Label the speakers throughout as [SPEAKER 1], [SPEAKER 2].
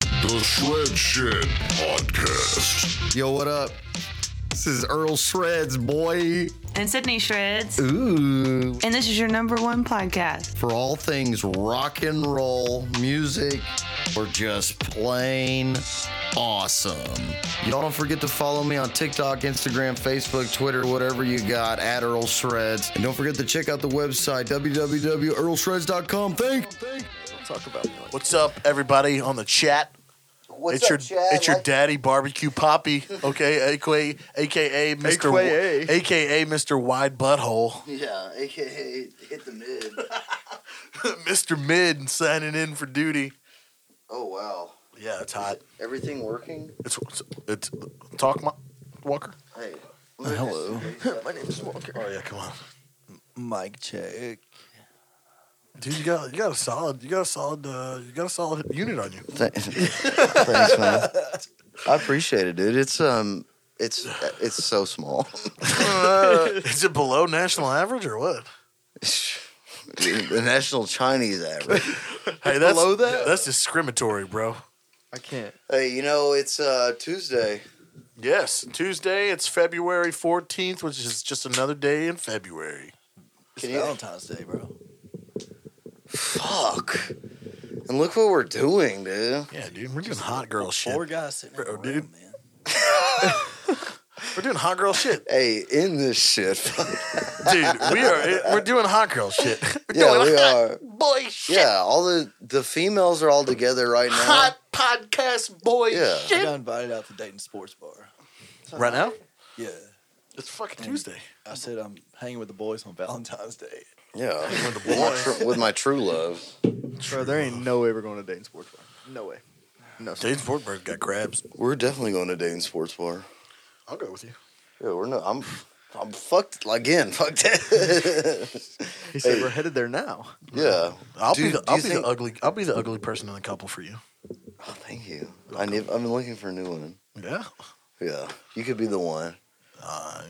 [SPEAKER 1] The Shred Shed Podcast.
[SPEAKER 2] Yo, what up? This is Earl Shreds, boy.
[SPEAKER 3] and Sydney Shreds.
[SPEAKER 2] Ooh.
[SPEAKER 3] And this is your number one podcast.
[SPEAKER 2] For all things rock and roll, music, or just plain awesome. Y'all don't forget to follow me on TikTok, Instagram, Facebook, Twitter, whatever you got, at Earl Shreds. And don't forget to check out the website, www.earlshreds.com. Thank.
[SPEAKER 4] What's up, everybody on the chat?
[SPEAKER 5] What's
[SPEAKER 4] it's
[SPEAKER 5] up,
[SPEAKER 4] your
[SPEAKER 5] Chad?
[SPEAKER 4] it's your
[SPEAKER 5] Like-
[SPEAKER 4] daddy barbecue poppy, okay? AKA AKA Mr. Wa-
[SPEAKER 6] AKA.
[SPEAKER 4] AKA Mr. Wide Butthole,
[SPEAKER 5] Yeah, aka hit the mid.
[SPEAKER 4] Mr. Mid signing in for duty.
[SPEAKER 5] oh wow,
[SPEAKER 4] Yeah, it's hot.
[SPEAKER 5] everything working?
[SPEAKER 4] It's it's, it's talk my, Walker.
[SPEAKER 5] Hey,
[SPEAKER 2] Hello.
[SPEAKER 6] My name is Walker.
[SPEAKER 4] Oh yeah, come on,
[SPEAKER 6] Mike check.
[SPEAKER 4] dude. You got you got a solid you got a solid uh, you got a solid unit on you.
[SPEAKER 5] Th- thanks, man. I appreciate it, dude. It's um, it's it's so small.
[SPEAKER 4] Uh, Is it below national average or what?
[SPEAKER 5] the national Chinese average.
[SPEAKER 4] Hey, that's
[SPEAKER 6] below that?
[SPEAKER 4] that's discriminatory, bro.
[SPEAKER 6] I can't.
[SPEAKER 5] Hey, you know it's uh Tuesday.
[SPEAKER 4] Yes, Tuesday. It's February fourteenth, which is just another day in February.
[SPEAKER 6] It's
[SPEAKER 5] Can you-
[SPEAKER 6] Valentine's Day, bro.
[SPEAKER 5] Fuck. And look what we're doing, dude.
[SPEAKER 4] Yeah, dude, we're doing hot girl shit.
[SPEAKER 6] Four guys sitting in
[SPEAKER 4] Bro,
[SPEAKER 6] a room,
[SPEAKER 4] dude.
[SPEAKER 6] man.
[SPEAKER 4] We're doing hot girl shit,
[SPEAKER 5] Hey, in this shit.
[SPEAKER 4] dude. We are we're doing hot girl shit. We're
[SPEAKER 5] yeah,
[SPEAKER 4] doing
[SPEAKER 5] we
[SPEAKER 4] hot
[SPEAKER 5] are.
[SPEAKER 4] boy shit.
[SPEAKER 5] Yeah, all the the females are all together right now.
[SPEAKER 4] Hot podcast boy
[SPEAKER 5] Yeah.
[SPEAKER 6] I
[SPEAKER 4] shit.
[SPEAKER 6] got invited out to Dayton Sports Bar.
[SPEAKER 4] Right now,
[SPEAKER 6] Yeah.
[SPEAKER 4] it's fucking Tuesday.
[SPEAKER 6] I said I'm hanging with the boys on Valentine's Day.
[SPEAKER 5] Yeah, with, my tru- with my true love.
[SPEAKER 7] Bro, there ain't no way we're going to Dayton Sports Bar. No way. No. sir.
[SPEAKER 4] Dayton Fortberg got crabs.
[SPEAKER 5] We're definitely going to Dayton Sports Bar.
[SPEAKER 4] I'll go with you.
[SPEAKER 5] Yeah, we're not. I'm. I'm fucked again. Fuck that.
[SPEAKER 7] He said
[SPEAKER 5] Hey.
[SPEAKER 7] we're headed there now.
[SPEAKER 5] yeah.
[SPEAKER 4] I'll
[SPEAKER 5] Do-
[SPEAKER 4] be the
[SPEAKER 5] do
[SPEAKER 4] I'll
[SPEAKER 5] you
[SPEAKER 4] be
[SPEAKER 5] think-
[SPEAKER 4] the ugly I'll be the ugly person in the couple for you.
[SPEAKER 5] Oh, thank you. I need, I've been looking for a new one.
[SPEAKER 4] Yeah.
[SPEAKER 5] Yeah, you could be the one.
[SPEAKER 4] Uh,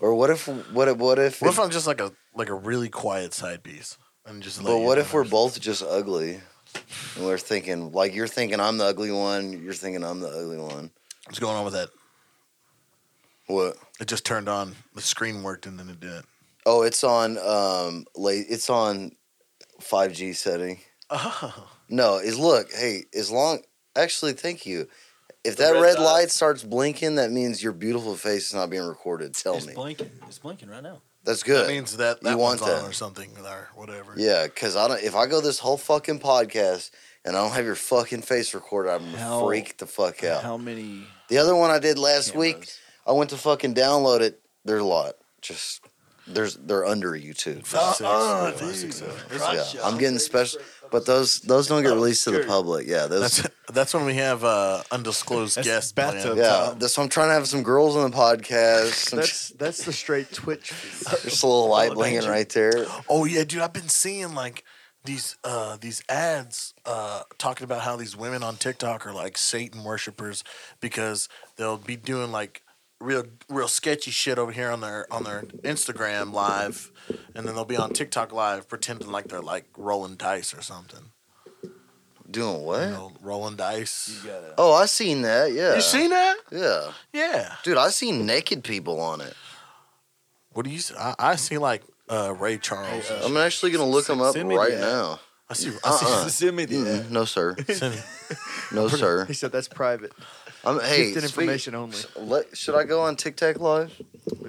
[SPEAKER 5] Or what if? What if? What if?
[SPEAKER 4] what if I'm just like a like a really quiet side piece and just. let
[SPEAKER 5] but
[SPEAKER 4] you
[SPEAKER 5] what
[SPEAKER 4] know
[SPEAKER 5] if we're
[SPEAKER 4] there's-
[SPEAKER 5] both just ugly? And we're thinking like you're thinking I'm the ugly one. You're thinking I'm the ugly one.
[SPEAKER 4] What's going on with that?
[SPEAKER 5] What?
[SPEAKER 4] It just turned on. The screen worked and then it didn't.
[SPEAKER 5] Oh, it's on. Um, late. It's on. 5G setting.
[SPEAKER 4] Oh,
[SPEAKER 5] No, is look, hey, as long actually thank you. If that red,
[SPEAKER 4] red dot.
[SPEAKER 5] light starts blinking, that means your beautiful face is not being recorded. Tell
[SPEAKER 6] it's
[SPEAKER 5] me.
[SPEAKER 6] blinking. It's blinking right now.
[SPEAKER 5] That's good.
[SPEAKER 4] that means that,
[SPEAKER 5] You
[SPEAKER 4] that
[SPEAKER 5] want
[SPEAKER 4] one's on
[SPEAKER 5] that.
[SPEAKER 4] or something or whatever.
[SPEAKER 5] yeah, cuz I don't if I go this whole fucking podcast and I don't have your fucking face recorded, I'm
[SPEAKER 6] How-
[SPEAKER 5] gonna freak the fuck out.
[SPEAKER 6] How many?
[SPEAKER 5] the other one I did last week,
[SPEAKER 6] cameras?
[SPEAKER 5] I went to fucking download it. There's a lot. Just there's they're under you too.
[SPEAKER 4] Five, six,
[SPEAKER 6] Uh-uh,
[SPEAKER 4] five, six,
[SPEAKER 6] dude.
[SPEAKER 4] seven.
[SPEAKER 5] Yeah, I'm getting special, but those those don't get released to the public. Yeah, those
[SPEAKER 4] That's that's when we have uh, undisclosed
[SPEAKER 7] That's
[SPEAKER 4] guests.
[SPEAKER 7] bathtub
[SPEAKER 4] planned.
[SPEAKER 5] Yeah, that's why I'm trying to have some girls on the podcast. Some
[SPEAKER 7] That's that's the straight Twitch.
[SPEAKER 5] just a little light blinking right there.
[SPEAKER 4] Oh yeah, dude, I've been seeing like these uh, these ads uh, talking about how these women on TikTok are like Satan worshippers because they'll be doing like real real sketchy shit over here on their on their Instagram live, and then they'll be on TikTok live pretending like they're like rolling dice or something.
[SPEAKER 5] Doing
[SPEAKER 4] You
[SPEAKER 5] what?
[SPEAKER 4] know, rolling dice.
[SPEAKER 6] You gotta.
[SPEAKER 5] Oh, I seen that. Yeah,
[SPEAKER 4] You seen that?
[SPEAKER 5] Yeah,
[SPEAKER 4] Yeah.
[SPEAKER 5] dude, I seen naked people on it.
[SPEAKER 4] What do you? See? I, I see like uh, Ray Charles.
[SPEAKER 5] I'm actually gonna look them up
[SPEAKER 6] Send me
[SPEAKER 5] right
[SPEAKER 6] that.
[SPEAKER 5] now.
[SPEAKER 4] I see. I
[SPEAKER 6] Send me the.
[SPEAKER 5] Mm-mm, no sir,
[SPEAKER 4] see. Cindy.
[SPEAKER 5] no sir.
[SPEAKER 7] He said that's private.
[SPEAKER 5] I'm hey.
[SPEAKER 7] Gifted
[SPEAKER 5] speak-
[SPEAKER 7] information only.
[SPEAKER 5] let- should I go on TikTok live?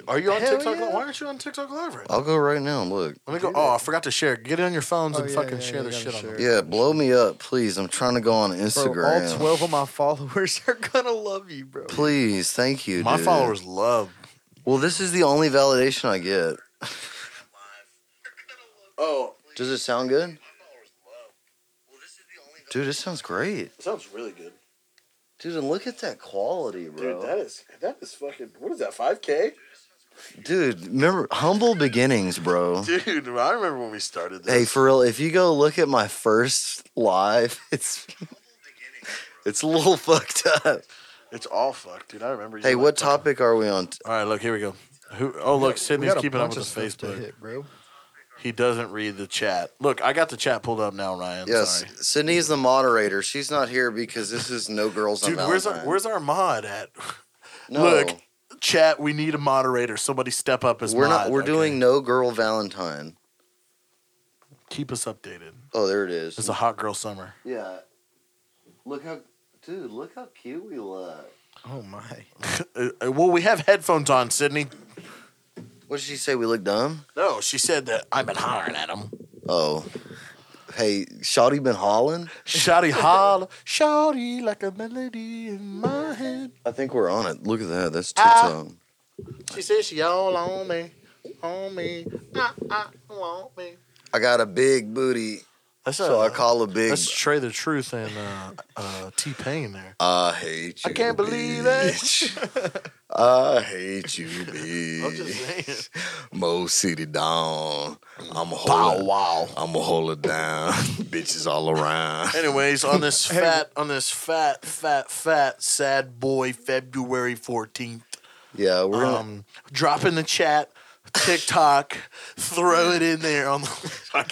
[SPEAKER 4] Are you on
[SPEAKER 7] Hell
[SPEAKER 4] TikTok?
[SPEAKER 7] yeah.
[SPEAKER 4] Live? Why aren't you on TikTok live right now?
[SPEAKER 5] I'll go right now and look.
[SPEAKER 4] Let me go. Oh, I forgot to share. Get it on your phones
[SPEAKER 7] Oh,
[SPEAKER 4] and
[SPEAKER 7] yeah,
[SPEAKER 4] fucking
[SPEAKER 7] yeah,
[SPEAKER 4] share the
[SPEAKER 7] you gotta
[SPEAKER 4] shit on
[SPEAKER 7] share.
[SPEAKER 4] them.
[SPEAKER 5] Yeah, blow me up, please. I'm trying to go on
[SPEAKER 7] Bro,
[SPEAKER 5] Instagram.
[SPEAKER 7] all twelve of my followers are gonna love you, bro.
[SPEAKER 5] Please, thank you.
[SPEAKER 4] My
[SPEAKER 5] dude.
[SPEAKER 4] followers love.
[SPEAKER 5] Well, this is the only validation I get.
[SPEAKER 4] Oh,
[SPEAKER 5] Does it sound good? Dude, it sounds great.
[SPEAKER 4] sounds really good,
[SPEAKER 5] Dude, and look at that quality, bro.
[SPEAKER 4] is that is fucking. What is that? Five k,
[SPEAKER 5] Dude, remember humble beginnings, bro.
[SPEAKER 4] dude. I remember when we started
[SPEAKER 5] Hey, for real, if you go look at my first live, it's it's a little fucked up.
[SPEAKER 4] It's all fucked, dude. I remember. you
[SPEAKER 5] Hey,
[SPEAKER 4] like
[SPEAKER 5] what
[SPEAKER 4] fucking-
[SPEAKER 5] topic are we on?
[SPEAKER 4] All right, look here we go. Who? Oh, look,
[SPEAKER 7] We
[SPEAKER 4] Sydney's
[SPEAKER 7] got a
[SPEAKER 4] keeping up
[SPEAKER 7] bunch
[SPEAKER 4] with
[SPEAKER 7] of
[SPEAKER 4] his
[SPEAKER 7] stuff to
[SPEAKER 4] Facebook.
[SPEAKER 7] hit, bro.
[SPEAKER 4] He doesn't read the chat. Look, I got the chat pulled up now, Ryan.
[SPEAKER 5] Yes,
[SPEAKER 4] Sorry.
[SPEAKER 5] Sydney's the moderator. She's not here because this is no girls
[SPEAKER 4] Dude,
[SPEAKER 5] on
[SPEAKER 4] where's our,
[SPEAKER 5] Valentine's.
[SPEAKER 4] where's our mod at?
[SPEAKER 5] no,
[SPEAKER 4] look, Chat, we need a moderator. Somebody step up as
[SPEAKER 5] we're
[SPEAKER 4] mod.
[SPEAKER 5] not. We're
[SPEAKER 4] okay?
[SPEAKER 5] doing no girl Valentine.
[SPEAKER 4] Keep us updated.
[SPEAKER 5] Oh, there it is.
[SPEAKER 4] It's a hot girl summer.
[SPEAKER 5] yeah. Look how, dude. Look how cute we look.
[SPEAKER 4] Oh my. uh, well, we have headphones on, Sydney.
[SPEAKER 5] What did she say? We look dumb.
[SPEAKER 4] No, she said that I've been hollering at him.
[SPEAKER 5] Oh, hey, Shawty been hollering.
[SPEAKER 4] Shouty holler, shouty like a melody in my head.
[SPEAKER 5] I think we're on it. Look at that. That's
[SPEAKER 4] Ah.
[SPEAKER 5] TikTok.
[SPEAKER 4] She says she all on me, on me, ah, ah, want me.
[SPEAKER 5] I got a big booty,
[SPEAKER 4] That's a,
[SPEAKER 5] so I call a big.
[SPEAKER 4] that's Trey the Truth and uh, uh, T Pain there.
[SPEAKER 5] I hate you.
[SPEAKER 4] I can't believe
[SPEAKER 5] bitch. I hate you, bitch.
[SPEAKER 4] I'm just saying.
[SPEAKER 5] Mo City down. I'm a
[SPEAKER 4] Bow
[SPEAKER 5] hold. it-
[SPEAKER 4] wow.
[SPEAKER 5] I'm a hold it down. Bitches all around.
[SPEAKER 4] Anyways, on this fat, on this fat, fat, fat, sad boy, February fourteenth.
[SPEAKER 5] Yeah, we're gonna.
[SPEAKER 4] um, drop in the chat, TikTok, throw it in there on the. I'm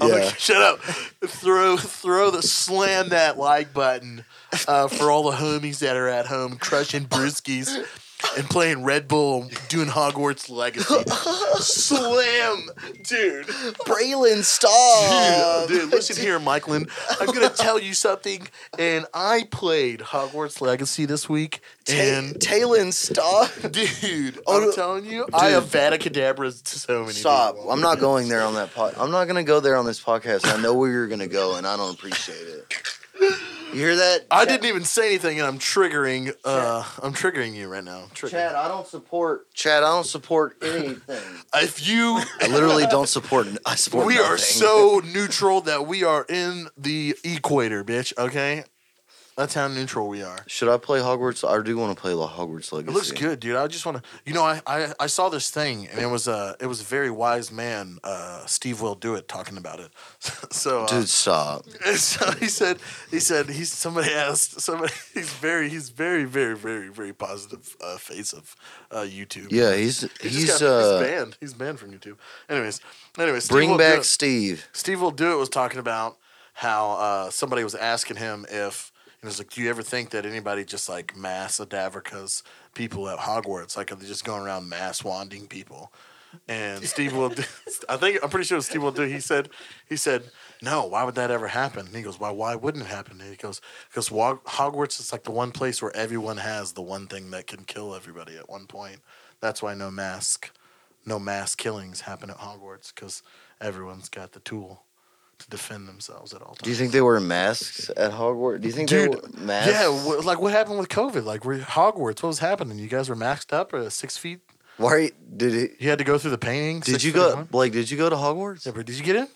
[SPEAKER 5] Yeah.
[SPEAKER 4] like, shut up. Throw, throw the slam that like button uh, for all the homies that are at home crushing brewskis and playing Red Bull, and doing Hogwarts Legacy. slam, dude.
[SPEAKER 5] Braylon, stop.
[SPEAKER 4] Dude, dude, listen here, Michaelin. I'm gonna tell you something. And I played Hogwarts Legacy this week, and
[SPEAKER 5] Ta- Talon, stop.
[SPEAKER 4] Dude,
[SPEAKER 5] Oh,
[SPEAKER 4] I'm
[SPEAKER 5] no.
[SPEAKER 4] telling you, I have Vadacadabras to so many
[SPEAKER 5] Stop.
[SPEAKER 4] people.
[SPEAKER 5] I'm not going there on that pod. I'm not gonna go there on this podcast. I know where you're gonna go, and I don't appreciate it. You hear that?
[SPEAKER 4] I didn't even say anything, and I'm triggering. Uh, I'm triggering you right now. Triggering.
[SPEAKER 5] Chad, I don't support. Chad, I don't support anything.
[SPEAKER 4] If you,
[SPEAKER 5] I literally don't support. I support.
[SPEAKER 4] we
[SPEAKER 5] nothing.
[SPEAKER 4] are so neutral that we are in the equator, bitch. Okay, that's how neutral we are.
[SPEAKER 5] Should I play Hogwarts? I do want to play Hogwarts Legacy.
[SPEAKER 4] It looks good, dude. I just want to, you know, I, I I saw this thing, and it was uh, it was a very wise man, uh, Steve Will Do It, talking about it. so, uh,
[SPEAKER 5] Dude, stop.
[SPEAKER 4] And so he said, he said, he's somebody asked, somebody, he's very, he's very, very, very, very positive uh, face of uh, YouTube.
[SPEAKER 5] Yeah, he's
[SPEAKER 4] He
[SPEAKER 5] he's,
[SPEAKER 4] just got-
[SPEAKER 5] uh
[SPEAKER 4] he's banned. He's banned from YouTube. Anyways, anyways, Steve
[SPEAKER 5] bring
[SPEAKER 4] Will
[SPEAKER 5] back
[SPEAKER 4] Do It,
[SPEAKER 5] Steve.
[SPEAKER 4] Steve Will Do It was talking about how uh, somebody was asking him if, and it was like, do you ever think that anybody just like mass Adavrika's people at Hogwarts, like are they just going around mass wanding people? And Steve will, do, I think I'm pretty sure Steve will do. He said, he said, no, why would that ever happen? And he goes, why? Why wouldn't it happen? And he goes, because Wa- Hogwarts is like the one place where everyone has the one thing that can kill everybody at one point. That's why no mask, no mass killings happen at Hogwarts because everyone's got the tool to defend themselves at all times.
[SPEAKER 5] Do you think they wear masks at Hogwarts? Do you think
[SPEAKER 4] Dude,
[SPEAKER 5] they wear masks?
[SPEAKER 4] Yeah, wh- like what happened with COVID? Like were you- Hogwarts, what was happening? You guys were maxed up or six feet?
[SPEAKER 5] Why are you- did it?
[SPEAKER 4] You had to go through the painting.
[SPEAKER 5] Did
[SPEAKER 4] six
[SPEAKER 5] you
[SPEAKER 4] feet
[SPEAKER 5] go,
[SPEAKER 4] apart?
[SPEAKER 5] Blake? Did you go to Hogwarts?
[SPEAKER 4] Yeah, bro, did you get in?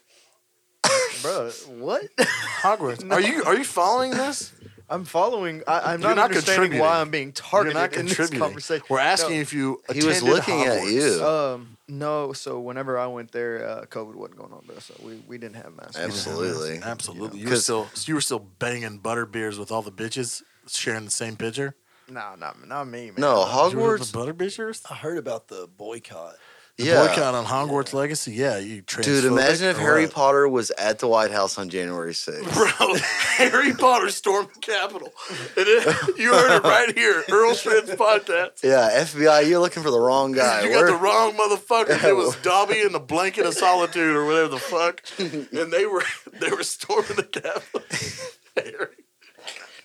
[SPEAKER 7] bro. What?
[SPEAKER 4] Hogwarts. Are you are you following this?
[SPEAKER 7] I'm following. I, I'm
[SPEAKER 4] You're
[SPEAKER 7] not,
[SPEAKER 4] not
[SPEAKER 7] understanding
[SPEAKER 4] contributing.
[SPEAKER 7] why I'm being targeted in this conversation.
[SPEAKER 4] We're asking
[SPEAKER 7] No.
[SPEAKER 4] if you.
[SPEAKER 5] He was
[SPEAKER 4] attended
[SPEAKER 5] looking at
[SPEAKER 4] Hogwarts. Oh.
[SPEAKER 5] you.
[SPEAKER 7] Um, no. So whenever I went there, uh, COVID wasn't going on, bro. So we, we didn't have masks.
[SPEAKER 5] Abs- Absolutely.
[SPEAKER 4] absolutely.
[SPEAKER 5] Yeah.
[SPEAKER 4] You were
[SPEAKER 5] 'Cause-
[SPEAKER 4] still you were still banging butter beers with all the bitches sharing the same picture.
[SPEAKER 7] Nah, not not me, man.
[SPEAKER 5] No,
[SPEAKER 4] You were with
[SPEAKER 5] Hogwarts.
[SPEAKER 4] the butter beers.
[SPEAKER 6] I heard about the boycott.
[SPEAKER 4] The
[SPEAKER 5] Yeah.
[SPEAKER 4] boycott on Hogwarts Legacy. Yeah, you.
[SPEAKER 5] Dude, imagine
[SPEAKER 4] transphobic
[SPEAKER 5] if
[SPEAKER 4] or
[SPEAKER 5] Harry
[SPEAKER 4] what?
[SPEAKER 5] Potter was at the White House on January 6th.
[SPEAKER 4] Bro, Harry Potter stormed the Capitol. And it- you heard it right here. Earl Schmidt's podcast.
[SPEAKER 5] Yeah, FBI, you're looking for the wrong guy.
[SPEAKER 4] You got the
[SPEAKER 5] We're-
[SPEAKER 4] wrong motherfucker. It was Dobby in the blanket of solitude or whatever the fuck. And they were they were storming the Capitol. Harry-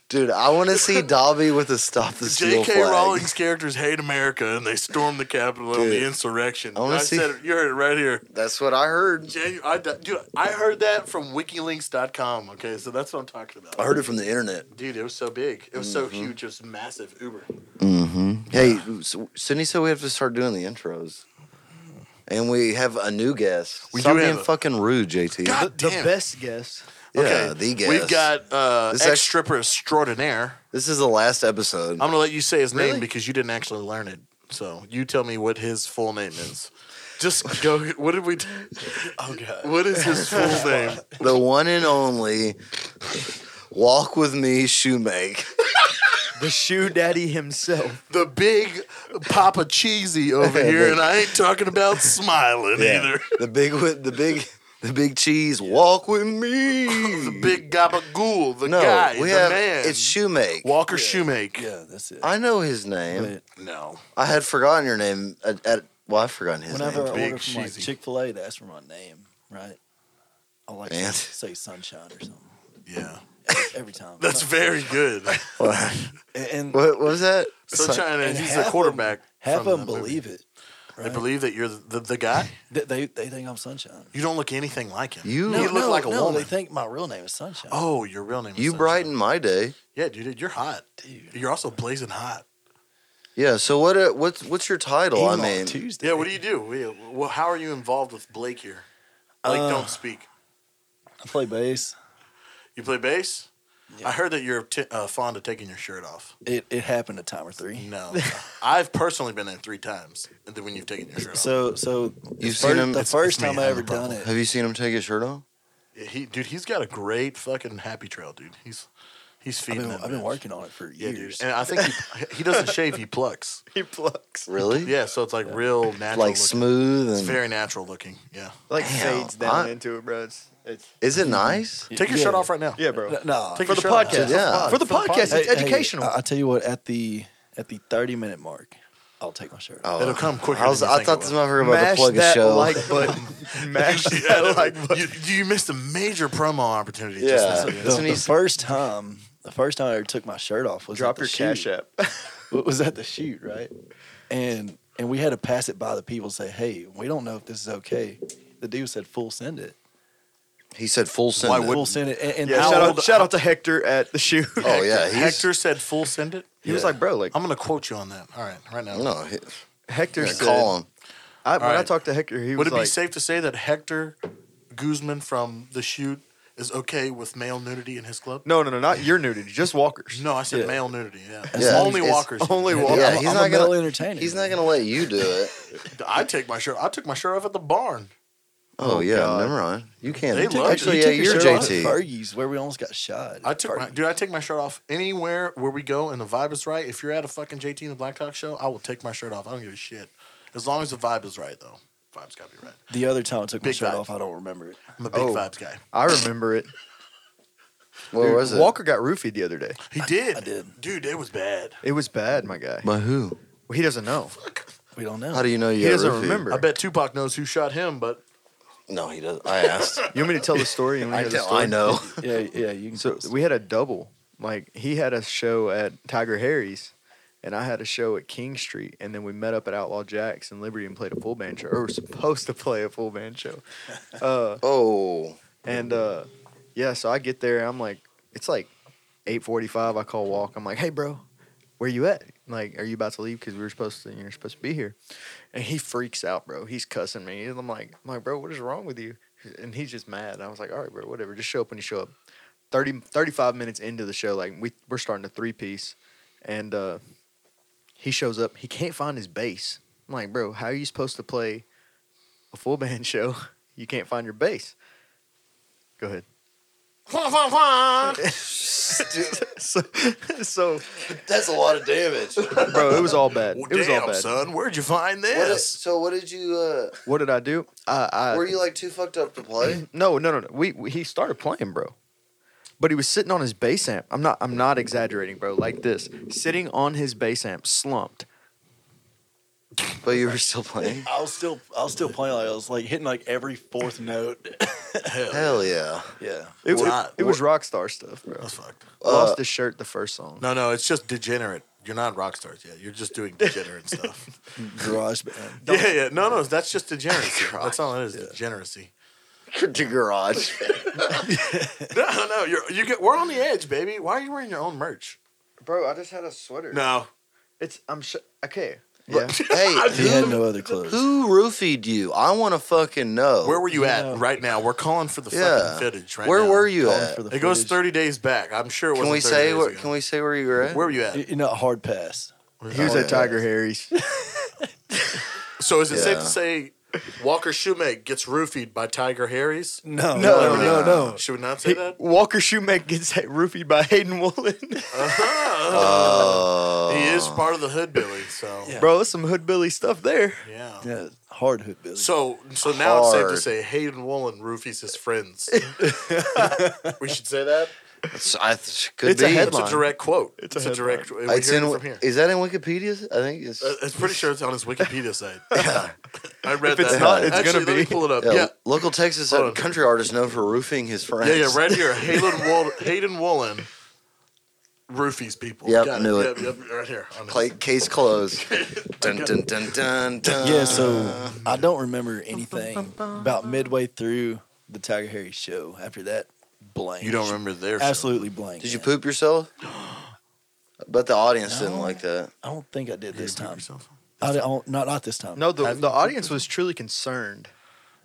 [SPEAKER 5] Dude, I want to see Dobby with a stop the steal
[SPEAKER 4] J.K.
[SPEAKER 5] flag.
[SPEAKER 4] Rowling's characters hate America and they stormed the Capitol on the
[SPEAKER 5] Dude,
[SPEAKER 4] insurrection.
[SPEAKER 5] I wanna
[SPEAKER 4] I
[SPEAKER 5] see-
[SPEAKER 4] said it, you heard it right here.
[SPEAKER 5] That's what I heard.
[SPEAKER 4] Janu- I, dude, I heard that from wikilinks.com. Okay, so that's what I'm talking about.
[SPEAKER 5] I heard it from the internet.
[SPEAKER 4] Dude, it was so big. It was so huge. It was massive. Uber.
[SPEAKER 5] Mm-hmm. Hey, S- Sydney said we have to start doing the intros, and we have a new guest.
[SPEAKER 4] We
[SPEAKER 5] Stop
[SPEAKER 4] do have
[SPEAKER 5] being
[SPEAKER 4] a-
[SPEAKER 5] fucking rude, JT.
[SPEAKER 4] God
[SPEAKER 7] The
[SPEAKER 4] damn. it.
[SPEAKER 7] best guess.
[SPEAKER 5] yeah,
[SPEAKER 4] Okay,
[SPEAKER 5] the guest.
[SPEAKER 4] We've got uh,
[SPEAKER 5] This
[SPEAKER 4] ex
[SPEAKER 5] act-
[SPEAKER 4] stripper extraordinaire.
[SPEAKER 5] this is the last episode.
[SPEAKER 4] I'm gonna let you say his name
[SPEAKER 5] Really?
[SPEAKER 4] because you didn't actually learn it. So you tell me what his full name is. Just go. What did we? do?
[SPEAKER 6] Oh god.
[SPEAKER 4] What is his full name?
[SPEAKER 5] the one and only. Walk with me, shoemake.
[SPEAKER 7] The shoe daddy himself.
[SPEAKER 4] The big, Papa Cheesy over here, and I ain't talking about smiling either.
[SPEAKER 5] The big wi- the big the big cheese walk with me.
[SPEAKER 4] the big gabagool, the
[SPEAKER 5] Mm. no,
[SPEAKER 4] guy,
[SPEAKER 5] we
[SPEAKER 4] the
[SPEAKER 5] have
[SPEAKER 4] man.
[SPEAKER 5] it's Shoemake.
[SPEAKER 4] Walker Shoemake.
[SPEAKER 6] Yeah, that's it.
[SPEAKER 5] I know his name.
[SPEAKER 4] No.
[SPEAKER 5] I had forgotten your name at, at well, I've forgotten his
[SPEAKER 6] Whenever
[SPEAKER 5] name.
[SPEAKER 6] I
[SPEAKER 4] big
[SPEAKER 6] order from like
[SPEAKER 4] cheesy.
[SPEAKER 6] Chick Fil A, they ask for my name, right? I like
[SPEAKER 5] Man.
[SPEAKER 6] to say sunshine or something
[SPEAKER 4] Yeah.
[SPEAKER 6] every time.
[SPEAKER 4] That's very good.
[SPEAKER 6] and, and
[SPEAKER 5] What, what was that?
[SPEAKER 4] Sunshine, and
[SPEAKER 6] and
[SPEAKER 4] he's
[SPEAKER 6] half
[SPEAKER 4] the
[SPEAKER 6] 'em-
[SPEAKER 4] quarterback. from
[SPEAKER 6] half of them
[SPEAKER 4] that movie.
[SPEAKER 6] believe it.
[SPEAKER 4] They
[SPEAKER 6] right?
[SPEAKER 4] believe that you're the, the, the guy.
[SPEAKER 6] They, they they think I'm sunshine.
[SPEAKER 4] You don't look anything like him.
[SPEAKER 5] You-
[SPEAKER 4] you look like a
[SPEAKER 6] no,
[SPEAKER 4] woman.
[SPEAKER 6] They think my real name is Sunshine.
[SPEAKER 4] oh, your real name. Is
[SPEAKER 5] You
[SPEAKER 4] Sunshine.
[SPEAKER 5] brighten my day.
[SPEAKER 4] Yeah, dude, you're hot.
[SPEAKER 6] dude.
[SPEAKER 4] You're also blazing hot.
[SPEAKER 5] Yeah. So what? Uh, what's what's your title?
[SPEAKER 6] Even
[SPEAKER 5] I
[SPEAKER 6] on
[SPEAKER 5] mean,
[SPEAKER 6] Tuesday.
[SPEAKER 4] Yeah, what do you do? We- Well, how are you involved with Blake here? Like,
[SPEAKER 6] Uh,
[SPEAKER 4] don't speak.
[SPEAKER 6] I play bass.
[SPEAKER 4] You play bass.
[SPEAKER 6] Yeah.
[SPEAKER 4] I heard that you're t- uh, fond of taking your shirt off.
[SPEAKER 6] It it happened a time or three.
[SPEAKER 4] No, I've personally been in three times, and then when you've taken your shirt off,
[SPEAKER 6] So so the
[SPEAKER 5] You've
[SPEAKER 6] first,
[SPEAKER 5] seen him-
[SPEAKER 6] the
[SPEAKER 5] it's-
[SPEAKER 6] first
[SPEAKER 4] it's me,
[SPEAKER 6] time I
[SPEAKER 4] I'm
[SPEAKER 6] ever
[SPEAKER 4] the problem.
[SPEAKER 6] done it.
[SPEAKER 5] have you seen him take his shirt off?
[SPEAKER 4] Yeah, he, dude, he's got a great fucking happy trail, dude. He's he's
[SPEAKER 6] I've
[SPEAKER 4] feeding.
[SPEAKER 6] been,
[SPEAKER 4] that
[SPEAKER 6] I've been
[SPEAKER 4] bitch.
[SPEAKER 6] working on it for
[SPEAKER 4] Yeah, dude.
[SPEAKER 6] years.
[SPEAKER 4] And I think he, he doesn't shave; he plucks.
[SPEAKER 7] He plucks.
[SPEAKER 5] Really?
[SPEAKER 4] Yeah, so it's like real natural.
[SPEAKER 5] Like
[SPEAKER 4] looking.
[SPEAKER 5] smooth and
[SPEAKER 4] It's very natural looking. Yeah.
[SPEAKER 7] Like
[SPEAKER 5] Damn,
[SPEAKER 7] fades down
[SPEAKER 5] I-
[SPEAKER 7] into it, bro. It's, it's
[SPEAKER 5] is
[SPEAKER 4] Mm-hmm.
[SPEAKER 5] it nice?
[SPEAKER 4] Take your
[SPEAKER 6] Yeah.
[SPEAKER 4] shirt off right now.
[SPEAKER 7] yeah, bro.
[SPEAKER 6] No,
[SPEAKER 4] Take
[SPEAKER 7] for
[SPEAKER 4] your
[SPEAKER 7] the
[SPEAKER 4] shirt off.
[SPEAKER 7] podcast,
[SPEAKER 5] Yeah.
[SPEAKER 7] For the podcast,
[SPEAKER 6] Hey,
[SPEAKER 7] it's
[SPEAKER 6] hey, uh,
[SPEAKER 7] educational.
[SPEAKER 6] I, I tell you what, at the at the thirty minute mark, I'll take my shirt. off.
[SPEAKER 5] Oh,
[SPEAKER 4] It'll come quicker.
[SPEAKER 5] I was.
[SPEAKER 4] than you
[SPEAKER 5] I
[SPEAKER 4] think
[SPEAKER 5] thought
[SPEAKER 4] it
[SPEAKER 5] this
[SPEAKER 4] will.
[SPEAKER 5] motherfucker about to plug a
[SPEAKER 7] that
[SPEAKER 5] show.
[SPEAKER 7] like button. Mash that like button.
[SPEAKER 4] you, you missed a major promo opportunity.
[SPEAKER 5] yeah.
[SPEAKER 4] Just
[SPEAKER 5] That's
[SPEAKER 4] now.
[SPEAKER 6] The,
[SPEAKER 5] when
[SPEAKER 6] the
[SPEAKER 5] he said-
[SPEAKER 6] first time, the first time I ever took my shirt off was
[SPEAKER 7] Drop
[SPEAKER 6] at the
[SPEAKER 7] your cash
[SPEAKER 6] shoot.
[SPEAKER 7] app.
[SPEAKER 6] It was at the shoot, right? And and we had to pass it by the people. and Say, hey, we don't know if this is okay. The dude said, "Full send it."
[SPEAKER 5] he said full send.
[SPEAKER 4] Why
[SPEAKER 5] it.
[SPEAKER 6] Full send it. And, and
[SPEAKER 7] Yeah,
[SPEAKER 6] how
[SPEAKER 7] shout
[SPEAKER 6] old-
[SPEAKER 7] out, shout out to Hector at the shoot.
[SPEAKER 5] Oh yeah. He's,
[SPEAKER 4] Hector said, "Full send it."
[SPEAKER 7] He was like, bro, like
[SPEAKER 4] I'm gonna quote you on that. All right, right now.
[SPEAKER 5] No. He,
[SPEAKER 7] Hector
[SPEAKER 5] yeah,
[SPEAKER 7] said.
[SPEAKER 5] call him.
[SPEAKER 7] I, when I
[SPEAKER 4] Alright.
[SPEAKER 7] talked to Hector,
[SPEAKER 4] Would
[SPEAKER 7] he was
[SPEAKER 4] it be
[SPEAKER 7] like,
[SPEAKER 4] safe to say that Hector Guzman from the shoot is okay with male nudity in his club?
[SPEAKER 7] "No, no, no, not your nudity, just Walker's."
[SPEAKER 4] No, I said
[SPEAKER 6] Yeah.
[SPEAKER 4] male nudity. Yeah,
[SPEAKER 5] Yeah.
[SPEAKER 4] only
[SPEAKER 5] It's
[SPEAKER 4] walkers.
[SPEAKER 7] only
[SPEAKER 4] Yeah.
[SPEAKER 7] walk-
[SPEAKER 5] yeah.
[SPEAKER 6] I'm a-
[SPEAKER 5] he's
[SPEAKER 6] I'm a
[SPEAKER 5] not
[SPEAKER 6] male
[SPEAKER 5] gonna.
[SPEAKER 6] entertainer.
[SPEAKER 5] He's not gonna let you do it.
[SPEAKER 4] I take my shirt. I took my shirt off at the barn.
[SPEAKER 5] Oh, yeah,
[SPEAKER 7] God.
[SPEAKER 5] never mind. You can't.
[SPEAKER 4] They
[SPEAKER 5] You took-
[SPEAKER 4] loved it.
[SPEAKER 5] actually,
[SPEAKER 4] You
[SPEAKER 5] yeah,
[SPEAKER 6] took
[SPEAKER 5] you're
[SPEAKER 6] your shirt off at
[SPEAKER 5] JT.
[SPEAKER 6] Fergie's, where we almost got shot.
[SPEAKER 4] I took my
[SPEAKER 6] Fergie.
[SPEAKER 4] dude. I take my shirt off anywhere where we go, and the vibe is right. If you're at a fucking JT and the Black Talk show, I will take my shirt off. I don't give a shit. As long as the vibe is right, though. Vibe's gotta be right.
[SPEAKER 6] the other time I took my
[SPEAKER 4] Big
[SPEAKER 6] shirt
[SPEAKER 4] vibe.
[SPEAKER 6] off. I don't remember it.
[SPEAKER 4] I'm a big
[SPEAKER 7] Oh.
[SPEAKER 4] vibes guy.
[SPEAKER 7] I remember it.
[SPEAKER 5] What
[SPEAKER 7] Dude,
[SPEAKER 5] was it?
[SPEAKER 7] Walker got roofied the other day.
[SPEAKER 4] He did.
[SPEAKER 6] I did.
[SPEAKER 4] Dude, it was bad.
[SPEAKER 7] It was bad, my guy.
[SPEAKER 5] By who?
[SPEAKER 7] He doesn't know.
[SPEAKER 6] We don't know.
[SPEAKER 5] How do you know you?
[SPEAKER 7] He
[SPEAKER 5] got
[SPEAKER 7] doesn't
[SPEAKER 5] roofied?
[SPEAKER 7] remember.
[SPEAKER 4] I bet Tupac knows who shot him, but
[SPEAKER 5] No, he doesn't. I asked.
[SPEAKER 7] You want me to tell the story? You want me
[SPEAKER 5] I,
[SPEAKER 7] to hear the
[SPEAKER 5] tell-
[SPEAKER 7] story?
[SPEAKER 5] I know.
[SPEAKER 6] yeah, yeah. You can
[SPEAKER 7] So we had a double. Like he had a show at Tiger Harry's, and I had a show at King Street, and then we met up at Outlaw Jacks and Liberty and played a full band show, or were supposed to play a full band show. Uh,
[SPEAKER 5] Oh,
[SPEAKER 7] And uh, yeah, so I get there. I'm like, it's like 8:45. I call Walk. I'm like, hey, bro, where you at? Like, are you about to leave? Because we were supposed to, you're supposed to be here. And he freaks out, bro. He's cussing me. And I'm like, I'm like, bro, what is wrong with you? And he's just mad. I was like, all right, bro, whatever. Just show up when you show up. 30, 35 minutes into the show, like we we're starting a three piece, and uh, he shows up. He can't find his bass. I'm like, bro, how are you supposed to play a full band show? You can't find your bass. Go ahead. so, so,
[SPEAKER 5] that's a lot of damage. What
[SPEAKER 7] bro, it was all bad.
[SPEAKER 4] Well,
[SPEAKER 7] It was
[SPEAKER 4] damn,
[SPEAKER 7] all bad.
[SPEAKER 4] son, where'd you find
[SPEAKER 5] did-
[SPEAKER 4] this?
[SPEAKER 5] so what did you? Uh,
[SPEAKER 7] What did I do? I, I
[SPEAKER 5] were you like too fucked up to play?
[SPEAKER 7] no, no, no, no. We, we he started playing, bro. But he was sitting on his bass amp. I'm not. I'm not exaggerating, bro. Like this, sitting on his bass amp, slumped.
[SPEAKER 5] But you were still playing.
[SPEAKER 6] I was still, I was still playing. Like I was like hitting like every fourth note.
[SPEAKER 5] Hell yeah.
[SPEAKER 6] yeah.
[SPEAKER 4] Why
[SPEAKER 7] It, was
[SPEAKER 4] not?
[SPEAKER 7] it was rock star stuff, bro.
[SPEAKER 4] That's fucked.
[SPEAKER 7] Lost his shirt the first song.
[SPEAKER 4] No, no, it's just degenerate. You're not rock stars yet. You're just doing degenerate stuff.
[SPEAKER 6] Garage band.
[SPEAKER 4] yeah, yeah. No, no, that's just degeneracy. that's all it is. Degeneracy.
[SPEAKER 5] to garage.
[SPEAKER 4] No, no, you're you get. We're on the edge, baby. Why are you wearing your own merch?
[SPEAKER 7] Bro, I just had a sweater.
[SPEAKER 4] No,
[SPEAKER 7] it's I'm sh- okay. Yeah,
[SPEAKER 5] But- hey,
[SPEAKER 6] He had
[SPEAKER 5] who,
[SPEAKER 6] no other clothes.
[SPEAKER 5] who roofied you? I want to fucking know.
[SPEAKER 4] where were you
[SPEAKER 6] No.
[SPEAKER 4] at right now? We're calling for the
[SPEAKER 5] Yeah.
[SPEAKER 4] fucking footage right
[SPEAKER 5] Where
[SPEAKER 4] now.
[SPEAKER 5] were you
[SPEAKER 6] Calling
[SPEAKER 5] at?
[SPEAKER 6] for the
[SPEAKER 4] It goes
[SPEAKER 6] footage.
[SPEAKER 4] 30 days back. I'm sure. It
[SPEAKER 5] Can
[SPEAKER 4] wasn't
[SPEAKER 5] we
[SPEAKER 4] 30
[SPEAKER 5] say?
[SPEAKER 4] days
[SPEAKER 5] Where,
[SPEAKER 4] ago.
[SPEAKER 5] can we say where you were at?
[SPEAKER 4] Where were you at?
[SPEAKER 6] You know, hard pass.
[SPEAKER 7] he was
[SPEAKER 5] Oh,
[SPEAKER 7] at
[SPEAKER 5] yeah.
[SPEAKER 7] Tiger Harry's.
[SPEAKER 4] So is it safe
[SPEAKER 5] Yeah.
[SPEAKER 4] to say Walker Shoemake gets roofied by Tiger Harry's.
[SPEAKER 6] No,
[SPEAKER 7] No, no,
[SPEAKER 4] Should we not say that?
[SPEAKER 7] Walker Shoemaker gets roofied by Hayden Woolen.
[SPEAKER 5] Uh,
[SPEAKER 4] he is part of the Hood Billy, so yeah.
[SPEAKER 6] Yeah.
[SPEAKER 7] Bro, that's some hoodbilly stuff there.
[SPEAKER 6] Yeah, hard hood, Billy.
[SPEAKER 4] So, so now it's safe to
[SPEAKER 5] Hard.
[SPEAKER 4] say Hayden Woolen roofies his friends. we should say that.
[SPEAKER 5] It's, I, it could
[SPEAKER 7] It's a
[SPEAKER 5] be.
[SPEAKER 7] headline.
[SPEAKER 4] It's a direct quote. It's,
[SPEAKER 7] a
[SPEAKER 4] a direct. We
[SPEAKER 5] It's
[SPEAKER 4] heard
[SPEAKER 5] in-
[SPEAKER 4] it from here.
[SPEAKER 5] Is that in Wikipedia? I think it's.
[SPEAKER 4] Uh, it's pretty sure it's on his Wikipedia site. I read
[SPEAKER 7] If it's
[SPEAKER 4] that.
[SPEAKER 7] not, it's
[SPEAKER 4] Actually,
[SPEAKER 7] gonna
[SPEAKER 4] let me
[SPEAKER 7] be.
[SPEAKER 4] pull it up.
[SPEAKER 5] yeah,
[SPEAKER 4] uh, Yeah,
[SPEAKER 5] Local Texas
[SPEAKER 4] Hold
[SPEAKER 5] uh,
[SPEAKER 4] on.
[SPEAKER 5] country artists known for roofing his friends.
[SPEAKER 4] yeah, yeah. Right here, Hayden Woolen, Hayden Woolen roofies people.
[SPEAKER 5] Yep,
[SPEAKER 4] Got
[SPEAKER 5] knew
[SPEAKER 4] Yep,
[SPEAKER 5] it.
[SPEAKER 4] yep, right here. on this.
[SPEAKER 5] Play, case closed. dun, dun, dun, dun, dun.
[SPEAKER 6] yeah, so I don't remember anything about midway through the Tiger Harry show. After that, blank.
[SPEAKER 4] You don't remember their
[SPEAKER 6] Absolutely blank.
[SPEAKER 5] Did you
[SPEAKER 6] man.
[SPEAKER 5] poop yourself? But the audience didn't
[SPEAKER 6] No.
[SPEAKER 5] like that.
[SPEAKER 6] I don't think I did this
[SPEAKER 4] Show.
[SPEAKER 6] time. I don't, not not this time.
[SPEAKER 7] No, the, the audience was truly concerned.